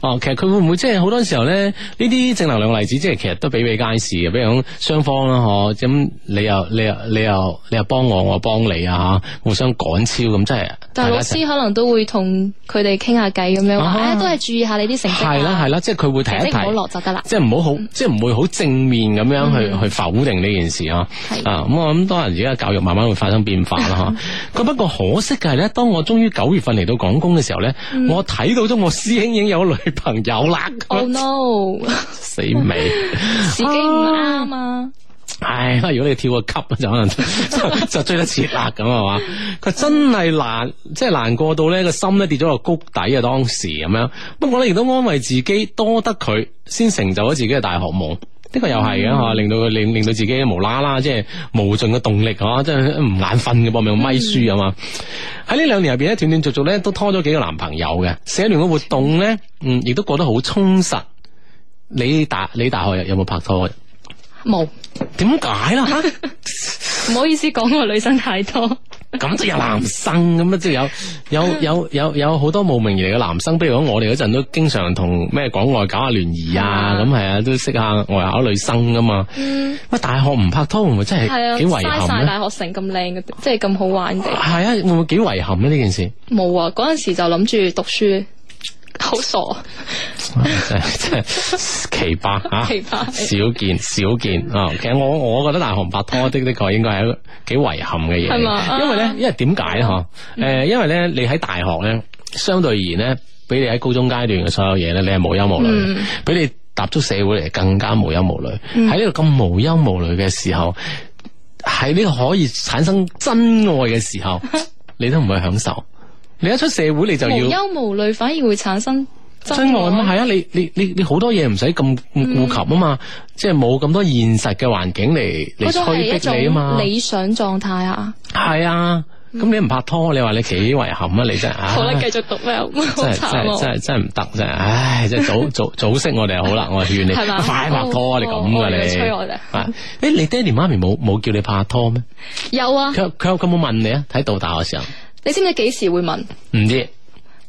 Speaker 1: 哦，其實佢會唔會即係好多時候咧？呢啲正能量例子，即係其實都比比皆是嘅，比如講雙方啦，嗬，咁你又你又你又你又幫我，我幫你啊，互相趕超咁，真係
Speaker 3: 但
Speaker 1: 大
Speaker 3: 係
Speaker 1: 家
Speaker 3: 老
Speaker 1: 一齊
Speaker 3: 師可能都會同佢哋傾下偈咁樣話，
Speaker 1: 啊
Speaker 3: 誒、都係注意下你啲成績啊
Speaker 1: 係啦係啦，即係佢會提
Speaker 3: 成
Speaker 1: 一
Speaker 3: 績唔好
Speaker 1: 提。
Speaker 3: 落就得啦。嗯
Speaker 1: 即係唔好好，即係唔會好正面咁樣去、去否定呢件事啊。
Speaker 3: 係嗯
Speaker 1: 啊，咁我諗當然而家教育慢慢會發生變化啦吓。咁不過可惜嘅係咧，當我終於九月份嚟到廣工嘅時候咧，
Speaker 3: 嗯
Speaker 1: 我睇到咗我師兄已經有女朋友啦，
Speaker 3: Oh no！
Speaker 1: 死未？
Speaker 3: 自己唔啱啊！
Speaker 1: 唉，如果你跳個級就可能 就就追得切啦咁係嘛？佢真係難，即係難過到咧個心咧跌咗落谷底啊！當時咁樣，不過咧亦都安慰自己，多得佢先成就咗自己嘅大學夢。呢個又係嘅嚇，令到佢令令到自己無啦啦，即係無盡嘅動力嚇，即係嗯唔眼瞓嘅搏命咪書啊嘛。喺呢兩年入邊咧，斷斷續續咧都拖咗幾個男朋友嘅社聯嘅活動咧，嗯，亦都過得好充實。你大你大學有冇拍拖？
Speaker 3: 冇，
Speaker 1: 點解啦？嚇
Speaker 3: 唔好意思講我女生太多。
Speaker 1: 咁即係有男生咁啊，即係有
Speaker 3: 嗯
Speaker 1: 有有有有好多慕名而嚟嘅男生，比如講我哋嗰陣都經常同咩港外搞下聯誼啊，咁係啊，都識下外校女生噶嘛。
Speaker 3: 嗯，
Speaker 1: 乜大學唔拍拖會唔會真
Speaker 3: 係啊，
Speaker 1: 係幾遺
Speaker 3: 嘥晒
Speaker 1: 憾咧？
Speaker 3: 大學城咁靚嘅，即係咁好玩嘅。
Speaker 1: 係啊，會唔會幾遺憾咧呢件事？
Speaker 3: 冇啊！嗰陣時就諗住讀書，好傻。
Speaker 1: 真係真係奇葩吓，
Speaker 3: 奇葩
Speaker 1: 少見少見啊！其實我我覺得大學唔拍拖的的確應該係一個幾遺憾嘅嘢
Speaker 3: 係嘛啊
Speaker 1: 嚟，因為咧，因為點解咧嗬？
Speaker 3: 嗯
Speaker 1: 誒，因為咧，你喺大學咧，相對而言咧，比你喺高中階段嘅所有嘢咧，你係無憂無慮
Speaker 3: 嗯
Speaker 1: 嘅，比你踏足社會嚟更加無憂無慮。喺呢個咁無憂無慮嘅時候，喺呢個可以產生真愛嘅時 候，你都唔會享受。你一出社會你就
Speaker 3: 無
Speaker 1: 要。
Speaker 3: 憂啊無慮反而會產生
Speaker 1: 真愛嘛，係啊！你你你你好多嘢唔使咁咁顧及啊嘛，即係冇咁多現實嘅環境嚟嚟
Speaker 3: 嗯嗰種係一
Speaker 1: 催逼你啊
Speaker 3: 種
Speaker 1: 嘛，
Speaker 3: 理想狀態啊！
Speaker 1: 係啊！咁你唔拍拖，你話你幾遺憾啊！你真係，
Speaker 3: 好啦，
Speaker 1: 唉
Speaker 3: 繼續讀咩？好
Speaker 1: 真係真
Speaker 3: 慘
Speaker 1: 係真
Speaker 3: 啊喎！
Speaker 1: 係真係唔得真係，唉！真係早早早識我哋好啦，我勸你
Speaker 3: 係嘛
Speaker 1: 快拍拖啊！
Speaker 3: 哦
Speaker 1: 你咁
Speaker 3: 哦
Speaker 1: 噶你，
Speaker 3: 你催我哋
Speaker 1: 啊誒你爹哋媽咪冇冇叫你拍拖咩？
Speaker 3: 有啊！
Speaker 1: 佢佢有佢冇問你啊？睇到大嘅時候
Speaker 3: 你知唔知幾時會問？
Speaker 1: 唔知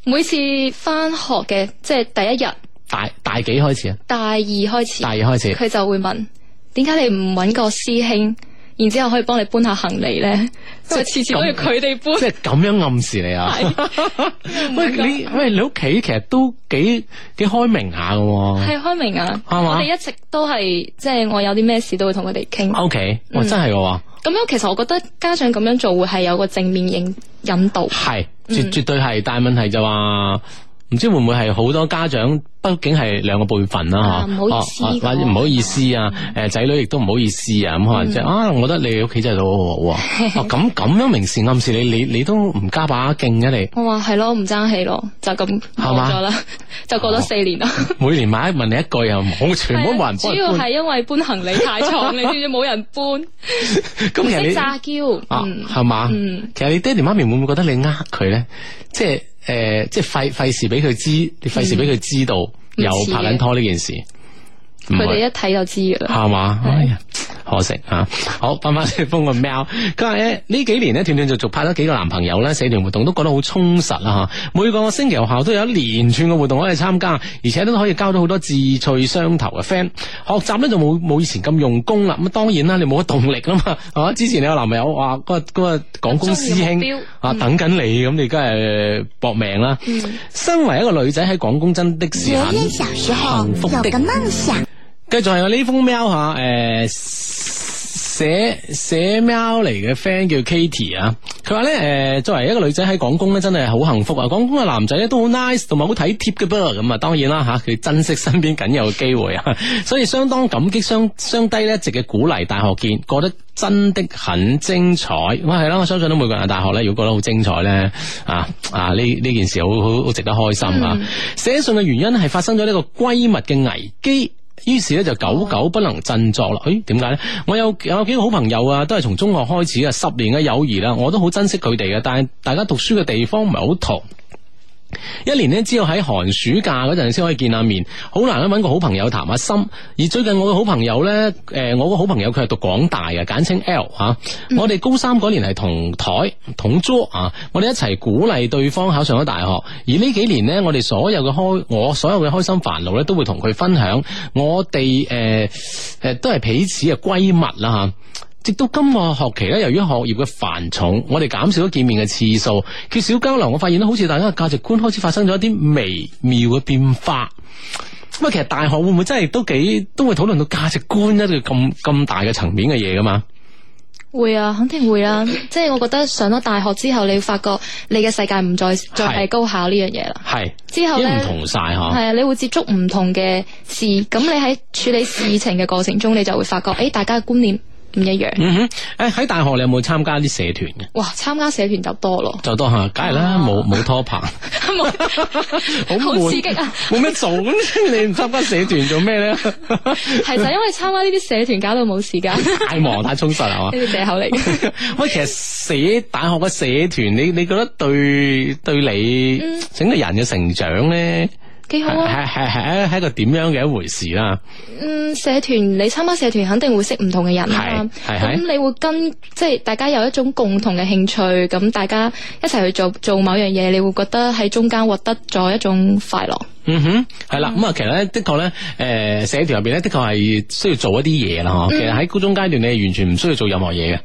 Speaker 3: 每次翻學嘅即係第一日
Speaker 1: 大大幾開 始啊？
Speaker 3: 大二開始
Speaker 1: 大，二開始。
Speaker 3: 佢就會問：點解你唔揾個師兄，然之後可以幫你搬下行李咧？ 因為次次都要佢哋搬
Speaker 1: 即。係咁樣暗示你啊！ 喂，你喂你屋企其實都幾幾開明下嘅喎。
Speaker 3: 係開明啊！
Speaker 1: 係嘛
Speaker 3: 我哋一直都係即係我有啲咩事都會同佢哋傾。
Speaker 1: O K，哇
Speaker 3: 嗯
Speaker 1: 真係嘅喎，
Speaker 3: 咁樣其實我覺得家長咁樣做會係有個正面引引導。
Speaker 1: 係絕絕對係，但係問題就話唔知會唔會係好多家長，畢竟係兩個輩份啦
Speaker 3: 啊
Speaker 1: 嚇，
Speaker 3: 唔好意
Speaker 1: 啊
Speaker 3: 思嗯
Speaker 1: 啊
Speaker 3: 㗎
Speaker 1: 或者唔好意思啊，誒仔女亦都唔好意思啊，咁可能
Speaker 3: 嗯
Speaker 1: 即係啊，我覺得你屋企真係好 好喎，啊咁咁樣明示暗示你，你你都唔加把勁嘅你，
Speaker 3: 我話係咯，唔爭氣咯，就咁
Speaker 1: 係嘛哦
Speaker 3: 過咗啦，就過咗四年啦。
Speaker 1: 每年買一問你一句又冇，全部都冇人
Speaker 3: 主要
Speaker 1: 幫你搬，
Speaker 3: 係因啊為搬行李太 重，你知唔知冇人搬？
Speaker 1: 咁其實
Speaker 3: 識
Speaker 1: 你
Speaker 3: 詐嬌，
Speaker 1: 啊
Speaker 3: 嗯，
Speaker 1: 係嘛
Speaker 3: 嗯，
Speaker 1: 其實你爹哋媽咪會唔會覺得你呃佢咧？即係誒，即係費費事俾佢知，你費事俾佢知道有
Speaker 3: 嗯似
Speaker 1: 拍緊
Speaker 3: 嘅
Speaker 1: 拖呢件事，唔
Speaker 3: 佢
Speaker 1: 會
Speaker 3: 哋一睇就知噶啦。
Speaker 1: 系嘛？哎呀，可惜吓、啊好，翻翻去封個 mail，佢話咧呢幾年咧斷斷續續拍咗幾個男朋友咧，社團活動都覺得好充實啦吓。每個星期學校都有一連串嘅活動可以參加，而且都可以交到好多志趣相投嘅 friend。學習咧就冇冇以前咁用功啦。咁當然啦，你冇乜動力啦嘛， 係嘛？之前你有男朋友話嗰、個嗰、個廣工師
Speaker 3: 中意目
Speaker 1: 兄
Speaker 3: 標嗯
Speaker 1: 啊等緊你，咁你梗係搏命啦。身為一個女仔喺廣工真的是
Speaker 5: 刘
Speaker 1: 很
Speaker 5: 燕小时候
Speaker 1: 幸福
Speaker 5: 有
Speaker 1: 的
Speaker 5: 个。梦想，
Speaker 1: 繼續係我呢封 mail 吓，诶、寫寫 mail 嚟嘅 friend 叫 Katie 啊，佢話咧诶，誒作為一個女仔喺廣工咧，真係好幸福啊！廣工嘅男仔咧都好 nice，同埋好體貼嘅噃，咁啊，當然啦吓，佢珍惜身邊 僅有嘅機會啊，所以相當感激相相低咧，一直嘅鼓勵，大學見，覺得真的很精彩。哇，係啦，我相信咧，每個人嘅大學咧，如果覺得好精彩咧，啊啊呢呢件事好好好值得開心啊！寫信嘅原因係發生咗呢個閨蜜嘅危機。於是咧就久久不能振作啦。誒點解咧？我有有幾個好朋友啊，都係從中學開始嘅，啊十年嘅友誼啦，我都好珍惜佢哋嘅。但係大家讀書嘅地方唔係好同。一年呢，只有喺寒暑假嗰陣先可以見下面，好難咧揾個好朋友談下心。而最近我嘅好朋友呢，誒、我個好朋友佢係讀廣大嘅，簡稱 L 嚇、我哋高三嗰年係同台同桌啊，我哋一齊鼓勵對方考上咗大學。而呢幾年呢，我哋所有嘅開我所有嘅開心煩惱呢，都會同佢分享。我哋誒誒都係彼此嘅閨蜜啦嚇。直到今個學期咧，由於學業嘅繁重，我哋減少咗見面嘅次數，缺少交流，我發現咧，好似大家嘅價值觀開始發生咗一啲微妙嘅變化。咁啊，其實大學會唔會真係都幾都會討論到價值觀一個咁咁大嘅層面嘅嘢噶嘛？
Speaker 3: 會啊，肯定會啦。即係我覺得上咗大學之後，你會發覺你嘅世界唔再再
Speaker 1: 係
Speaker 3: 係高考呢樣嘢啦。
Speaker 1: 係，
Speaker 3: 之後
Speaker 1: 因為
Speaker 3: 咧
Speaker 1: 唔同晒
Speaker 3: 係
Speaker 1: 吓，
Speaker 3: 啊，你會接觸唔同嘅事，咁你喺處理事情嘅過程中，你就會發覺，诶、大家嘅觀念唔一樣。
Speaker 1: 嗯哼，誒喺大學你有冇參加啲社團嘅？
Speaker 3: 哇，參加社團就多咯，
Speaker 1: 就多吓，梗係啦，
Speaker 3: 啊
Speaker 1: 冇冇拖 拍，好
Speaker 3: 冇
Speaker 1: 悶
Speaker 3: 好刺激啊！
Speaker 1: 冇咩做，咁你唔參加社團做咩 咧？
Speaker 3: 係就因為參加呢啲社團搞到 冇時間，呢
Speaker 1: 太忙太充實啦係嘛？
Speaker 3: 啲借口嚟嘅。
Speaker 1: 喂，其實社大學嘅社團，你你覺得對對你整個人嘅成長咧，
Speaker 3: 幾好
Speaker 1: 係
Speaker 3: 啊！
Speaker 1: 係係係係一個點樣嘅一回事啦？
Speaker 3: 嗯，社團你參加社團肯定會識唔同嘅人啦，
Speaker 1: 係係係
Speaker 3: 咁你會跟即係大家有一種共同嘅興趣，咁大家一齊去做做某樣嘢，你會覺得喺中間獲得咗一種快樂。
Speaker 1: 嗯哼，係啦，咁啊，其實咧，的確咧，诶，社團入边咧，的確係需要做一啲嘢啦，
Speaker 3: 嗯
Speaker 1: 嗬。其實喺高中階段，你係完全唔需要做任何嘢嘅。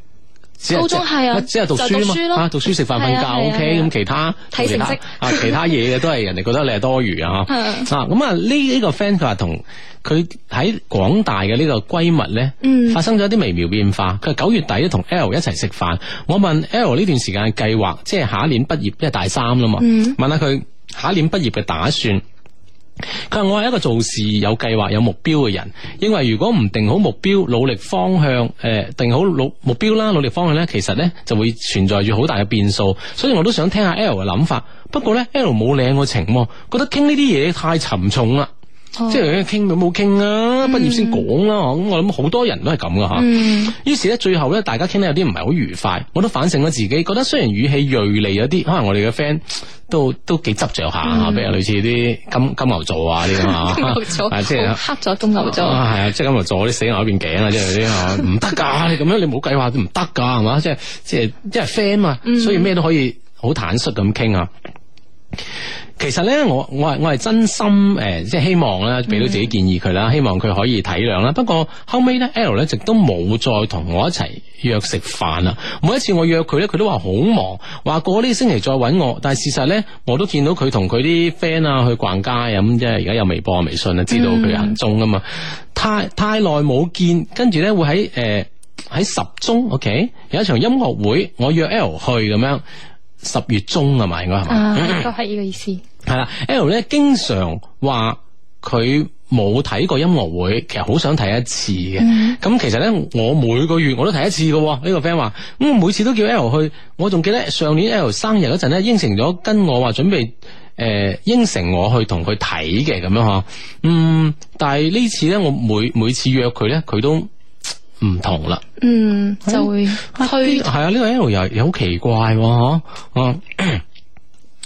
Speaker 1: 只係
Speaker 3: 高中係啊
Speaker 1: 只係讀
Speaker 3: 就
Speaker 1: 書
Speaker 3: 讀書
Speaker 1: 啊
Speaker 3: 咯
Speaker 1: 嘛，啊，讀書食飯瞓
Speaker 3: 係啊係
Speaker 1: 覺
Speaker 3: 啊
Speaker 1: OK，
Speaker 3: 係啊
Speaker 1: 咁其他
Speaker 3: 睇
Speaker 1: 其
Speaker 3: 成績嗯
Speaker 1: 他啊，其他嘢嘅都係人哋覺得你係多餘啊，嚇
Speaker 3: 係
Speaker 1: 啊，咁啊呢呢個 friend 佢話同佢喺廣大嘅呢個閨蜜咧，
Speaker 3: 嗯
Speaker 1: 發生咗啲微妙變化。佢話九月底咧同 L 一齊食飯，我問 L 呢段時間嘅計劃，即係下一年畢業，即係大三啦嘛，
Speaker 3: 嗯
Speaker 1: 問下佢下一年畢業嘅打算。佢話我係一個做事有計劃、有目標嘅人，因為如果唔定好目標、努力方向，誒、定好目目標啦、努力方向咧，其實咧就會存在住好大嘅變數，所以我都想聽下 L 嘅諗法。不過咧，L 冇領我情喎，覺得傾呢啲嘢太沉重啦。
Speaker 3: 哦
Speaker 1: 即係傾到冇傾啊，畢業先講啦。咁、我諗好多人都係咁噶吓。
Speaker 3: 嗯
Speaker 1: 於是咧，最後咧，大家傾得有啲唔係好愉快，我都反省咗自己，覺得雖然語氣鋭利有啲，可能我哋嘅 friend 都都幾執着下嚇，比如類似啲金金牛座 啊啲咁啊，
Speaker 3: 嗯金牛座，
Speaker 1: 啊即係。
Speaker 3: 好黑咗金牛座。
Speaker 1: 啊，系啊，即係金牛座啲死牛一邊頸啊，即係啲啊，唔得㗎，你咁樣你冇計劃都唔得㗎，係嘛？即係即係即係 friend 嘛，
Speaker 3: 嗯
Speaker 1: 所以咩都可以好坦率咁傾啊。其實咧，我我係我係真心誒、呃即係希望啦，俾到自己建議佢啦，希望佢可以體諒啦。不過後尾咧，L 咧直都冇再同我一齊約食飯啦。每一次我約佢咧，佢都話好忙，話過呢個星期再揾我。但係事實咧，我都見到佢同佢啲 friend 啊去逛街啊咁，即係而家有微博、啊、微信啊，知道佢行蹤啊嘛。太太耐冇見，跟住咧會喺誒。呃喺十中，OK，有一場音樂會，我約 L 去咁樣，十月中係咪應該係咪？
Speaker 3: 啊
Speaker 1: 嗯
Speaker 3: 啊，都係呢個意思。
Speaker 1: 系啦，L 咧經常話佢冇睇過音樂會，其實好想睇一次嘅。咁、其實咧，我每個月我都睇一次嘅喎。呢、個 friend 話，咁、每次都叫 L 去，我仲記得上年 L 生日嗰陣咧，應承咗跟我話準備。誒、應承我去同佢睇嘅咁樣嗬，嗯，但係呢次咧，我每每次約佢咧，佢都唔同啦。
Speaker 3: 嗯，就會推
Speaker 1: 系啊，呢、個 L 又又好奇怪喎，嗬，啊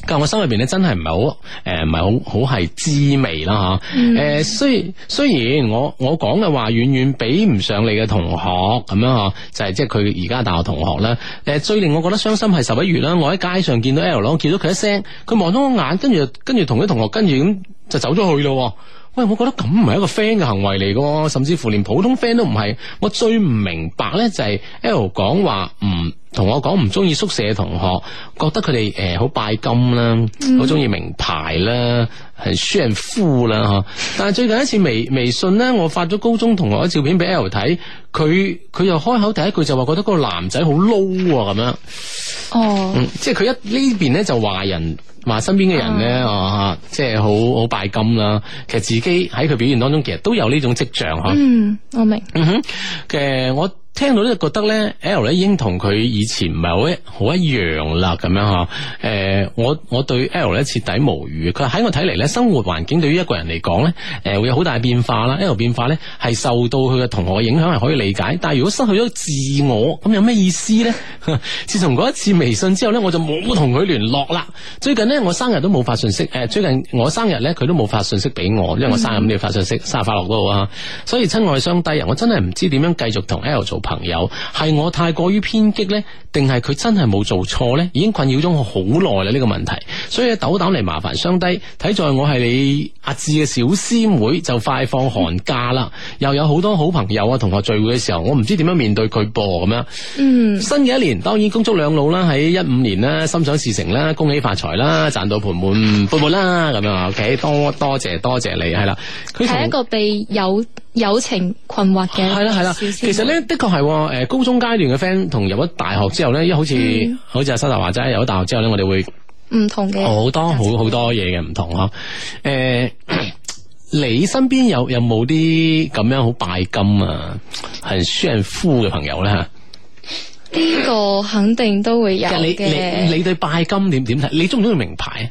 Speaker 1: 但我心裏边咧真係唔係好诶，唔係好好係滋味啦吓。诶、雖雖然我我講嘅話遠遠比唔上你嘅同學咁樣嗬，就係即係佢而家大學同學啦。诶、最令我覺得傷心係十一月啦，我喺街上見到 L 咯，我叫咗佢一聲，佢望咗我眼，跟住就跟住同啲同學跟住咁就走咗去咯喎。喂，我覺得咁唔係一個 friend 嘅行為嚟嘅喎，甚至乎連普通 friend 都唔係。我最唔明白咧就係 L 講話唔同我講唔中意宿舍嘅同學，覺得佢哋誒好拜金啦，好中意名牌啦，係 s h 夫啦嚇。但係最近一次微微信咧，我發咗高中同學嘅照片俾 L 睇，佢佢又開口第一句就話覺得嗰個男仔好撈啊咁樣。
Speaker 3: 哦，
Speaker 1: 嗯，即係佢一呢邊咧就話人話身邊嘅人咧，啊，即係好好拜金啦。其實自己喺佢表現當中，其實都有呢種跡象嗬。
Speaker 3: 嗯，我明，
Speaker 1: 嗯哼，嘅我聽到咧覺得咧，L 咧已經同佢以前唔係好一好一樣啦，咁樣嗬。诶、我我對 L 咧徹底無語。佢話喺我睇嚟咧，生活環境對於一個人嚟講咧，诶、會有好大變化啦。L 變化咧係受到佢嘅同學嘅影響係可以理解，但係如果失去咗自我，咁有咩意思咧？ 自從嗰一次微信之後咧，我就冇同佢聯絡啦。最近咧，我生日都冇發信息，诶、最近我生日咧，佢都冇發信息俾我，因為我生日咁你要發信息，生日快樂都好啊。所以親愛相低啊，我真係唔知點樣繼續同 L 做朋友，係我太過於偏激呢？定係佢真係冇做錯呢？已經困擾咗我好耐啦呢個問題，所以啊斗膽嚟麻煩相低，睇在我係你阿志嘅小師妹，就快放寒假啦，又有好多好朋友啊同學聚會嘅時候，我唔知點樣面對佢噃咁樣。
Speaker 3: 嗯，
Speaker 1: 新嘅一年，當然恭祝兩老啦，喺一五年啦，心想事成啦，恭喜發財啦，賺到盆滿缽滿啦，咁樣啊，OK，多多謝多謝你，係啦，佢同
Speaker 3: 係一個被友友情困惑嘅
Speaker 1: 系啦系啦，
Speaker 3: 小鮮
Speaker 1: 其實
Speaker 3: 肉，
Speaker 1: 咧的確係喎，诶高中階段嘅 friend 同入咗大學之後咧，因為好似、
Speaker 3: 嗯
Speaker 1: 好似阿沙達話齋，入咗大學之後咧，我哋會
Speaker 3: 唔同嘅
Speaker 1: 好多好好多嘢嘅唔同咯。诶、你身邊有有冇啲咁樣好拜金啊、很炫夫嘅朋友咧？
Speaker 3: 呢個肯定都會有
Speaker 1: 其實你你
Speaker 3: 嘅。
Speaker 1: 你对拜金點點睇？你中唔中意名牌啊？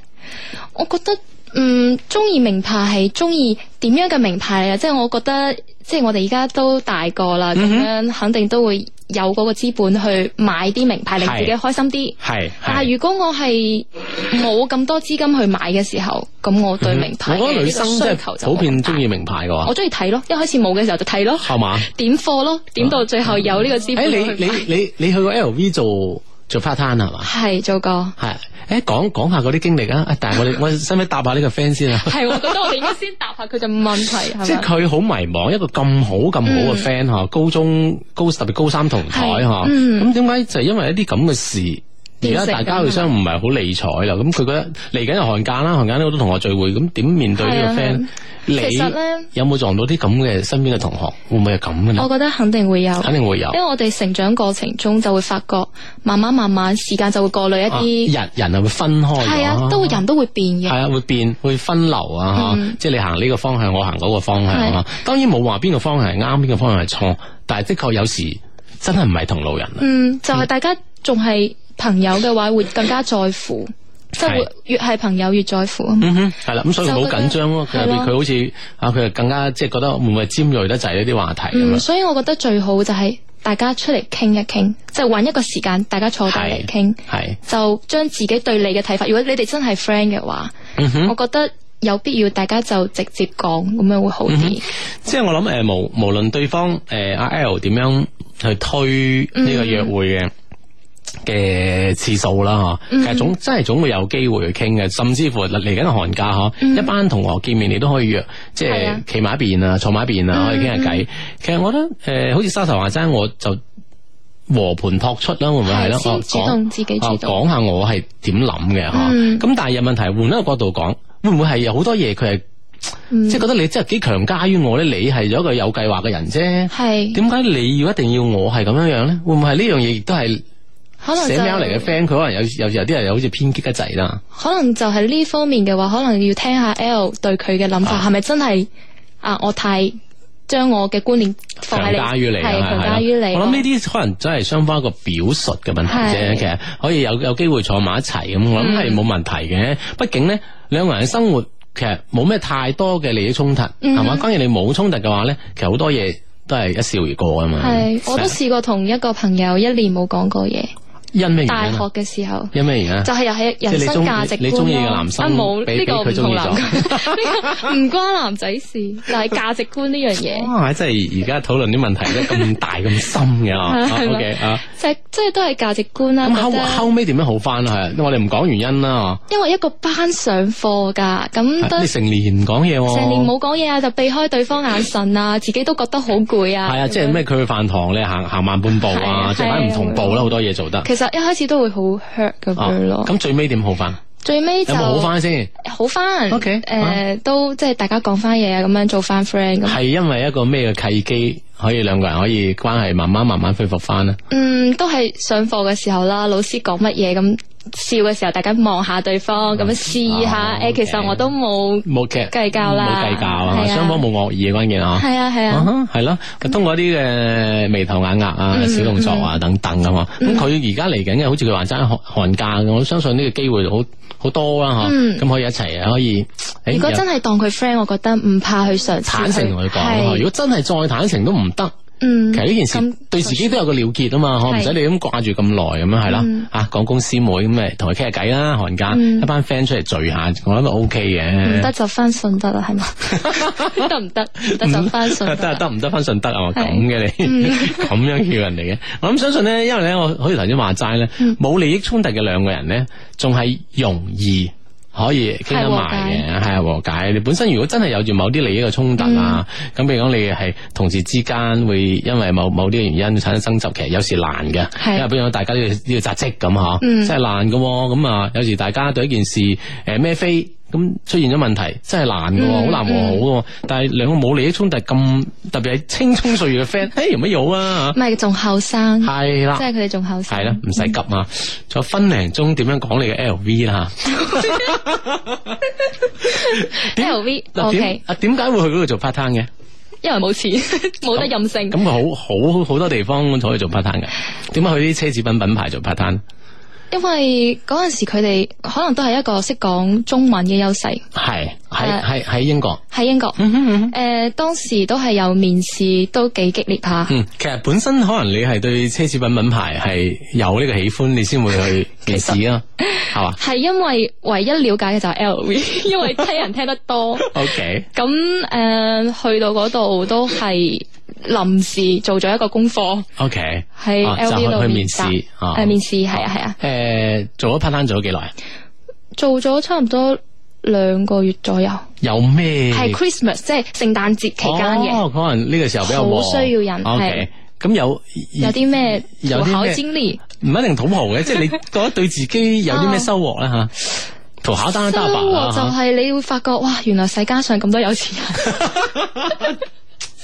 Speaker 3: 我覺得嗯，中意名牌係中意點樣嘅名牌啊？即係我覺得，即係我哋而家都大個啦，咁
Speaker 1: 嗯
Speaker 3: 樣肯定都會有嗰個資本去買啲名牌，令
Speaker 1: 係
Speaker 3: 自己開心啲。
Speaker 1: 係
Speaker 3: 但係
Speaker 1: 係
Speaker 3: 如果我係冇咁多資金去買嘅時候，咁我對名牌
Speaker 1: 嗯我覺得
Speaker 3: 嘅
Speaker 1: 女
Speaker 3: 呢個
Speaker 1: 生
Speaker 3: 需
Speaker 1: 即
Speaker 3: 求
Speaker 1: 係
Speaker 3: 就
Speaker 1: 普遍
Speaker 3: 冇咁大
Speaker 1: 中意名牌嘅
Speaker 3: 我
Speaker 1: 喎，
Speaker 3: 中意睇咯，一開始冇嘅時候就睇咯，
Speaker 1: 係 嘛？
Speaker 3: 點貨咯，點到最後有呢個
Speaker 1: 诶、
Speaker 3: 資本去買。
Speaker 1: 啊你你你你去過 LV 做做 part time 係嘛？
Speaker 3: 係做過，
Speaker 1: 系，诶，講講下嗰啲經歷啊！啊但係我哋我使唔使答下呢個 friend 先啊？
Speaker 3: 係我覺得我哋應該先答下佢嘅問題
Speaker 1: 即
Speaker 3: 係
Speaker 1: 係
Speaker 3: 咪？
Speaker 1: 佢好迷茫，一個咁好咁好嘅 friend 吓，高中高特別高三同台
Speaker 3: 嗯係
Speaker 1: 吓，
Speaker 3: 嗯
Speaker 1: 咁點解就係因為一啲咁嘅事，而
Speaker 3: 變
Speaker 1: 家
Speaker 3: 成啊
Speaker 1: 大家互相唔係好理睬啦。咁佢覺得嚟緊係寒假啦，寒假呢好多同學聚會，咁點面對呢個
Speaker 3: 係啊
Speaker 1: friend？
Speaker 3: 其實呢
Speaker 1: 你有冇撞到啲咁嘅身邊嘅同學？會唔會係咁嘅咧？
Speaker 3: 我覺得肯定會有，
Speaker 1: 肯定會有
Speaker 3: 因為我哋成長過程中就會發覺，慢慢慢慢時間就會過濾
Speaker 1: 啊
Speaker 3: 一啲，
Speaker 1: 人人係會分開咗
Speaker 3: 係啊，都會人都會變嘅
Speaker 1: 系。啊，會變會分流啊，
Speaker 3: 嗯
Speaker 1: 嚇即係你行呢個方向，我行嗰個方向啊。當然冇話邊個方向係啱，邊個方向係錯，但係的確有時真係唔係同路人啊。
Speaker 3: 嗯，就係大家仲係朋友嘅話，會更加在乎，即係
Speaker 1: 係
Speaker 3: 會越係朋友越在乎。
Speaker 1: 嗯哼，係啦，咁所以
Speaker 3: 就
Speaker 1: 冇
Speaker 3: 覺得
Speaker 1: 緊張咯。佢
Speaker 3: 係咯
Speaker 1: 佢好似啊，佢就更加即係覺得會唔會尖鋭得滯呢啲話題咁啊
Speaker 3: 嗯，
Speaker 1: 樣。
Speaker 3: 所以我覺得最好就係大家出嚟傾一傾，即係揾一個時間，大家坐低嚟傾，
Speaker 1: 係
Speaker 3: 就將自己對你嘅睇法。如果你哋真係 friend 嘅話，
Speaker 1: 嗯哼。
Speaker 3: 我覺得有必要大家就直接講，咁樣會好
Speaker 1: 嗯
Speaker 3: 啲。
Speaker 1: 即係我諗诶、呃，无无论对方诶阿、L 點樣去
Speaker 3: 嗯
Speaker 1: 推呢個約會嘅。嘅次數啦，
Speaker 3: 嗯
Speaker 1: 嗬，其實總真係總會有機會去傾嘅，甚至乎嚟緊寒假嗬，一班同學見面你都可以約，即
Speaker 3: 嗯係
Speaker 1: 係
Speaker 3: 啊嗯
Speaker 1: 企埋一邊啊，坐埋一邊啊，可以傾下偈。其實我覺得诶、呃好似沙頭話齋，我就和盤托出啦，會唔會係
Speaker 3: 係
Speaker 1: 咯？
Speaker 3: 先
Speaker 1: 我
Speaker 3: 主
Speaker 1: 講
Speaker 3: 動自己主
Speaker 1: 哦
Speaker 3: 動
Speaker 1: 講下我係點諗嘅嗬。
Speaker 3: 嗯
Speaker 1: 咁、但係有問題，換一個角度講，會唔會係有好多嘢佢係？
Speaker 3: 嗯
Speaker 1: 即系，觉得你真係幾強加於我咧，你係咗一個有計劃嘅人啫。
Speaker 3: 係
Speaker 1: 點解你要一定要我係咁樣樣咧？會唔會係呢樣嘢亦都係
Speaker 3: 可能就
Speaker 1: 寫 mail 嚟嘅 friend，佢可能有有有啲人又好似偏激得啊滯啦。
Speaker 3: 可能就係呢方面嘅話，可能要聽下 L 對佢嘅諗法係咪真係啊？我太將我嘅觀念放
Speaker 1: 強
Speaker 3: 喺你，
Speaker 1: 加於你，啊
Speaker 3: 係
Speaker 1: 係
Speaker 3: 強
Speaker 1: 咪
Speaker 3: 加於你。啊
Speaker 1: 我諗呢啲可能真係雙方一個表述嘅問題啫。
Speaker 3: 係嗯
Speaker 1: 其實可以有有機會坐埋一齊咁，我諗係冇問題嘅。畢竟呢，兩個人嘅生活其實冇咩太多嘅利益衝突，
Speaker 3: 嗯
Speaker 1: 係嘛？當然你冇衝突嘅話呢，其實好多嘢都係一笑而過啊嘛。
Speaker 3: 係，我都試過同一個朋友一年冇講過嘢，
Speaker 1: 因咩
Speaker 3: 大
Speaker 1: 原因
Speaker 3: 學
Speaker 1: 啊？
Speaker 3: 嘅時候。
Speaker 1: 因咩原因啊？
Speaker 3: 就係又係人生價值
Speaker 1: 即係
Speaker 3: 觀咯
Speaker 1: 你中意你中意嘅男生
Speaker 3: 啊冇
Speaker 1: 俾
Speaker 3: 呢個
Speaker 1: 俾
Speaker 3: 唔
Speaker 1: 佢中
Speaker 3: 同
Speaker 1: 意咗
Speaker 3: 男，呢個唔關男仔事，但係價值觀呢樣 嘢，
Speaker 1: 哇！真係而家討論啲問題咧咁大咁深嘅啊啊
Speaker 3: 係嘛
Speaker 1: ，OK 啊，
Speaker 3: 即係即係都係價值觀啦。
Speaker 1: 咁
Speaker 3: 覺
Speaker 1: 後
Speaker 3: 得
Speaker 1: 後尾點樣好翻啊？係我哋唔講原因啦，
Speaker 3: 因為一個班上課㗎，咁
Speaker 1: 啊
Speaker 3: 都
Speaker 1: 你成年唔講嘢喎，
Speaker 3: 成年冇講嘢啊，就避開對方眼神啊，自己都覺得好攰啊。
Speaker 1: 係啊，即係咩？佢去飯堂你行行慢半步
Speaker 3: 係
Speaker 1: 啊，
Speaker 3: 啊
Speaker 1: 即係反正唔同步啦，好多嘢做得。
Speaker 3: 其實一開始都會好 hurt 咁
Speaker 1: 啊
Speaker 3: 樣咯，
Speaker 1: 咁最尾點好翻？
Speaker 3: 最尾
Speaker 1: 有
Speaker 3: 就
Speaker 1: 冇好翻先？
Speaker 3: 好翻
Speaker 1: OK，
Speaker 3: 誒都即係大家講翻嘢啊，咁樣做翻 friend 咁，
Speaker 1: 係因為一個咩嘅契機，可以兩個人可以關係慢慢慢慢恢復翻咧？
Speaker 3: 嗯，都係上課嘅時候啦，老師講乜嘢咁笑嘅時候，大家望下對方咁樣試
Speaker 1: 哦
Speaker 3: 下，誒其
Speaker 1: OK
Speaker 3: 實我都冇，
Speaker 1: 冇嘅
Speaker 3: 計較啦
Speaker 1: 冇計較啊，
Speaker 3: 係啊
Speaker 1: 雙方冇惡意嘅關鍵啊。
Speaker 3: 係啊係
Speaker 1: 啊
Speaker 3: 啊，
Speaker 1: 哈，係咯，通過一啲嘅眉頭眼額啊、
Speaker 3: 嗯
Speaker 1: 小動作啊等等咁嘛。咁佢而家嚟緊嘅，好似佢話齋寒寒假嘅，我相信呢個機會好好多啦吓。
Speaker 3: 嗯
Speaker 1: 咁可以一齊啊可以，誒
Speaker 3: 如果
Speaker 1: 有
Speaker 3: 真係當佢 friend，我覺得唔怕去嘗試去，
Speaker 1: 坦誠同佢講，啊
Speaker 3: 係
Speaker 1: 如果真係再坦誠都唔得。
Speaker 3: 嗯，
Speaker 1: 其實呢件事
Speaker 3: 咁
Speaker 1: 對自己都有個了結啊嘛，嗬，唔
Speaker 3: 係
Speaker 1: 使你咁掛住咁耐咁樣係啦
Speaker 3: 嗯，
Speaker 1: 啊，講公司妹咁咪同佢傾下偈啦，寒假
Speaker 3: 嗯
Speaker 1: 一班 friend 出嚟聚下，我諗都 OK
Speaker 3: 唔
Speaker 1: 嘅
Speaker 3: 得。就翻順德啦，係嘛？得唔得？唔得就翻順德
Speaker 1: 嗯得
Speaker 3: 啦。
Speaker 1: 得唔得翻順德啊？咁
Speaker 3: 係嗯
Speaker 1: 嘅你， 咁樣叫人哋嘅，我諗相信咧，因為咧，我好似頭先話齋咧，
Speaker 3: 嗯
Speaker 1: 冇利益衝突嘅兩個人咧，仲係容易。可以傾得埋嘅，係啊和解。你本身如果真係有住某啲利益嘅衝突啊，
Speaker 3: 嗯
Speaker 1: 咁譬如講你係同事之間會因為某某啲原因產生爭執，其實有時難嘅，
Speaker 3: 係
Speaker 1: 因為譬如講大家都要都要扎職咁嚇，
Speaker 3: 嗯
Speaker 1: 真係難嘅喎。咁啊，有時大家對一件事誒咩飛咁出現咗問題，真係難嘅喎，好、
Speaker 3: 嗯
Speaker 1: 難和好嘅喎。但係兩個冇利益衝突咁，特別係青葱歲月嘅 friend，誒有乜有啊
Speaker 3: 唔？係仲後生，嗯即
Speaker 1: 係啦。
Speaker 3: 係佢嗯哋仲後生。
Speaker 1: 係啦，唔使急啊！仲有分零鐘點樣講你嘅 LV 啦？啊
Speaker 3: L V
Speaker 1: 嗱
Speaker 3: O
Speaker 1: 點
Speaker 3: K，
Speaker 1: 啊點解會去嗰度做 part time 嘅？
Speaker 3: 因為冇錢，冇得任性
Speaker 1: 咁。佢好好好多地方可以做 part time 嘅，點解去啲奢侈品品牌做 part time？
Speaker 3: 因為嗰陣時佢哋可能都係一個識講中文嘅優勢，
Speaker 1: 係喺
Speaker 3: 誒
Speaker 1: 喺喺英國。
Speaker 3: 喺英國。
Speaker 1: 嗯
Speaker 3: 誒，當時都係有面試，都幾激烈下。
Speaker 1: 嗯，其實本身可能你係對奢侈品品牌係有呢個喜歡，你先會去面試啊，係嘛
Speaker 3: 係因為唯一了解嘅就係 L V，因為聽人聽得多。
Speaker 1: ？OK，
Speaker 3: 咁誒、去到嗰度都係臨時做咗一個功課，
Speaker 1: OK，
Speaker 3: 喺
Speaker 1: 啊
Speaker 3: L
Speaker 1: 就
Speaker 3: V
Speaker 1: 去
Speaker 3: 度
Speaker 1: 去面
Speaker 3: 面
Speaker 1: 試
Speaker 3: 試，
Speaker 1: 啊
Speaker 3: 誒面試係啊係啊，
Speaker 1: 誒，呃做咗 part time 做咗幾耐？啊
Speaker 3: 做咗差唔多兩個月左右，
Speaker 1: 有咩？
Speaker 3: 係 Christmas 即係聖誕節期間嘅，
Speaker 1: 嗯哦，可能呢個時候比較
Speaker 3: 好
Speaker 1: 忙
Speaker 3: 需要人
Speaker 1: OK，咁有
Speaker 3: 有啲咩
Speaker 1: 有
Speaker 3: 土
Speaker 1: 啲咩
Speaker 3: 豪經歷，
Speaker 1: 唔一定土豪嘅，即 係你覺得對自己有啲咩收穫咧吓？土豪當然
Speaker 3: 啊收
Speaker 1: 大把啦
Speaker 3: 穫啊就
Speaker 1: 嚇
Speaker 3: 係你會發覺哇，原來世界上咁多有錢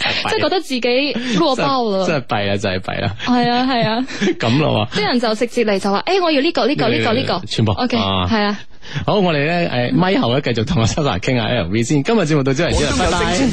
Speaker 3: 人，即係覺得自己落包
Speaker 1: 啊真
Speaker 3: 啦，
Speaker 1: 係弊啦，真係弊啦，
Speaker 3: 係啊係啊，
Speaker 1: 咁咯喎。
Speaker 3: 啲人就直接嚟就話，誒我要呢個呢個呢個呢個，
Speaker 1: 全部
Speaker 3: OK
Speaker 1: 啊
Speaker 3: 係啊。
Speaker 1: 好，我哋咧誒咪後咧繼續同阿 Sasa 傾下 LV 先。今日節目到此為止啦，拜拜。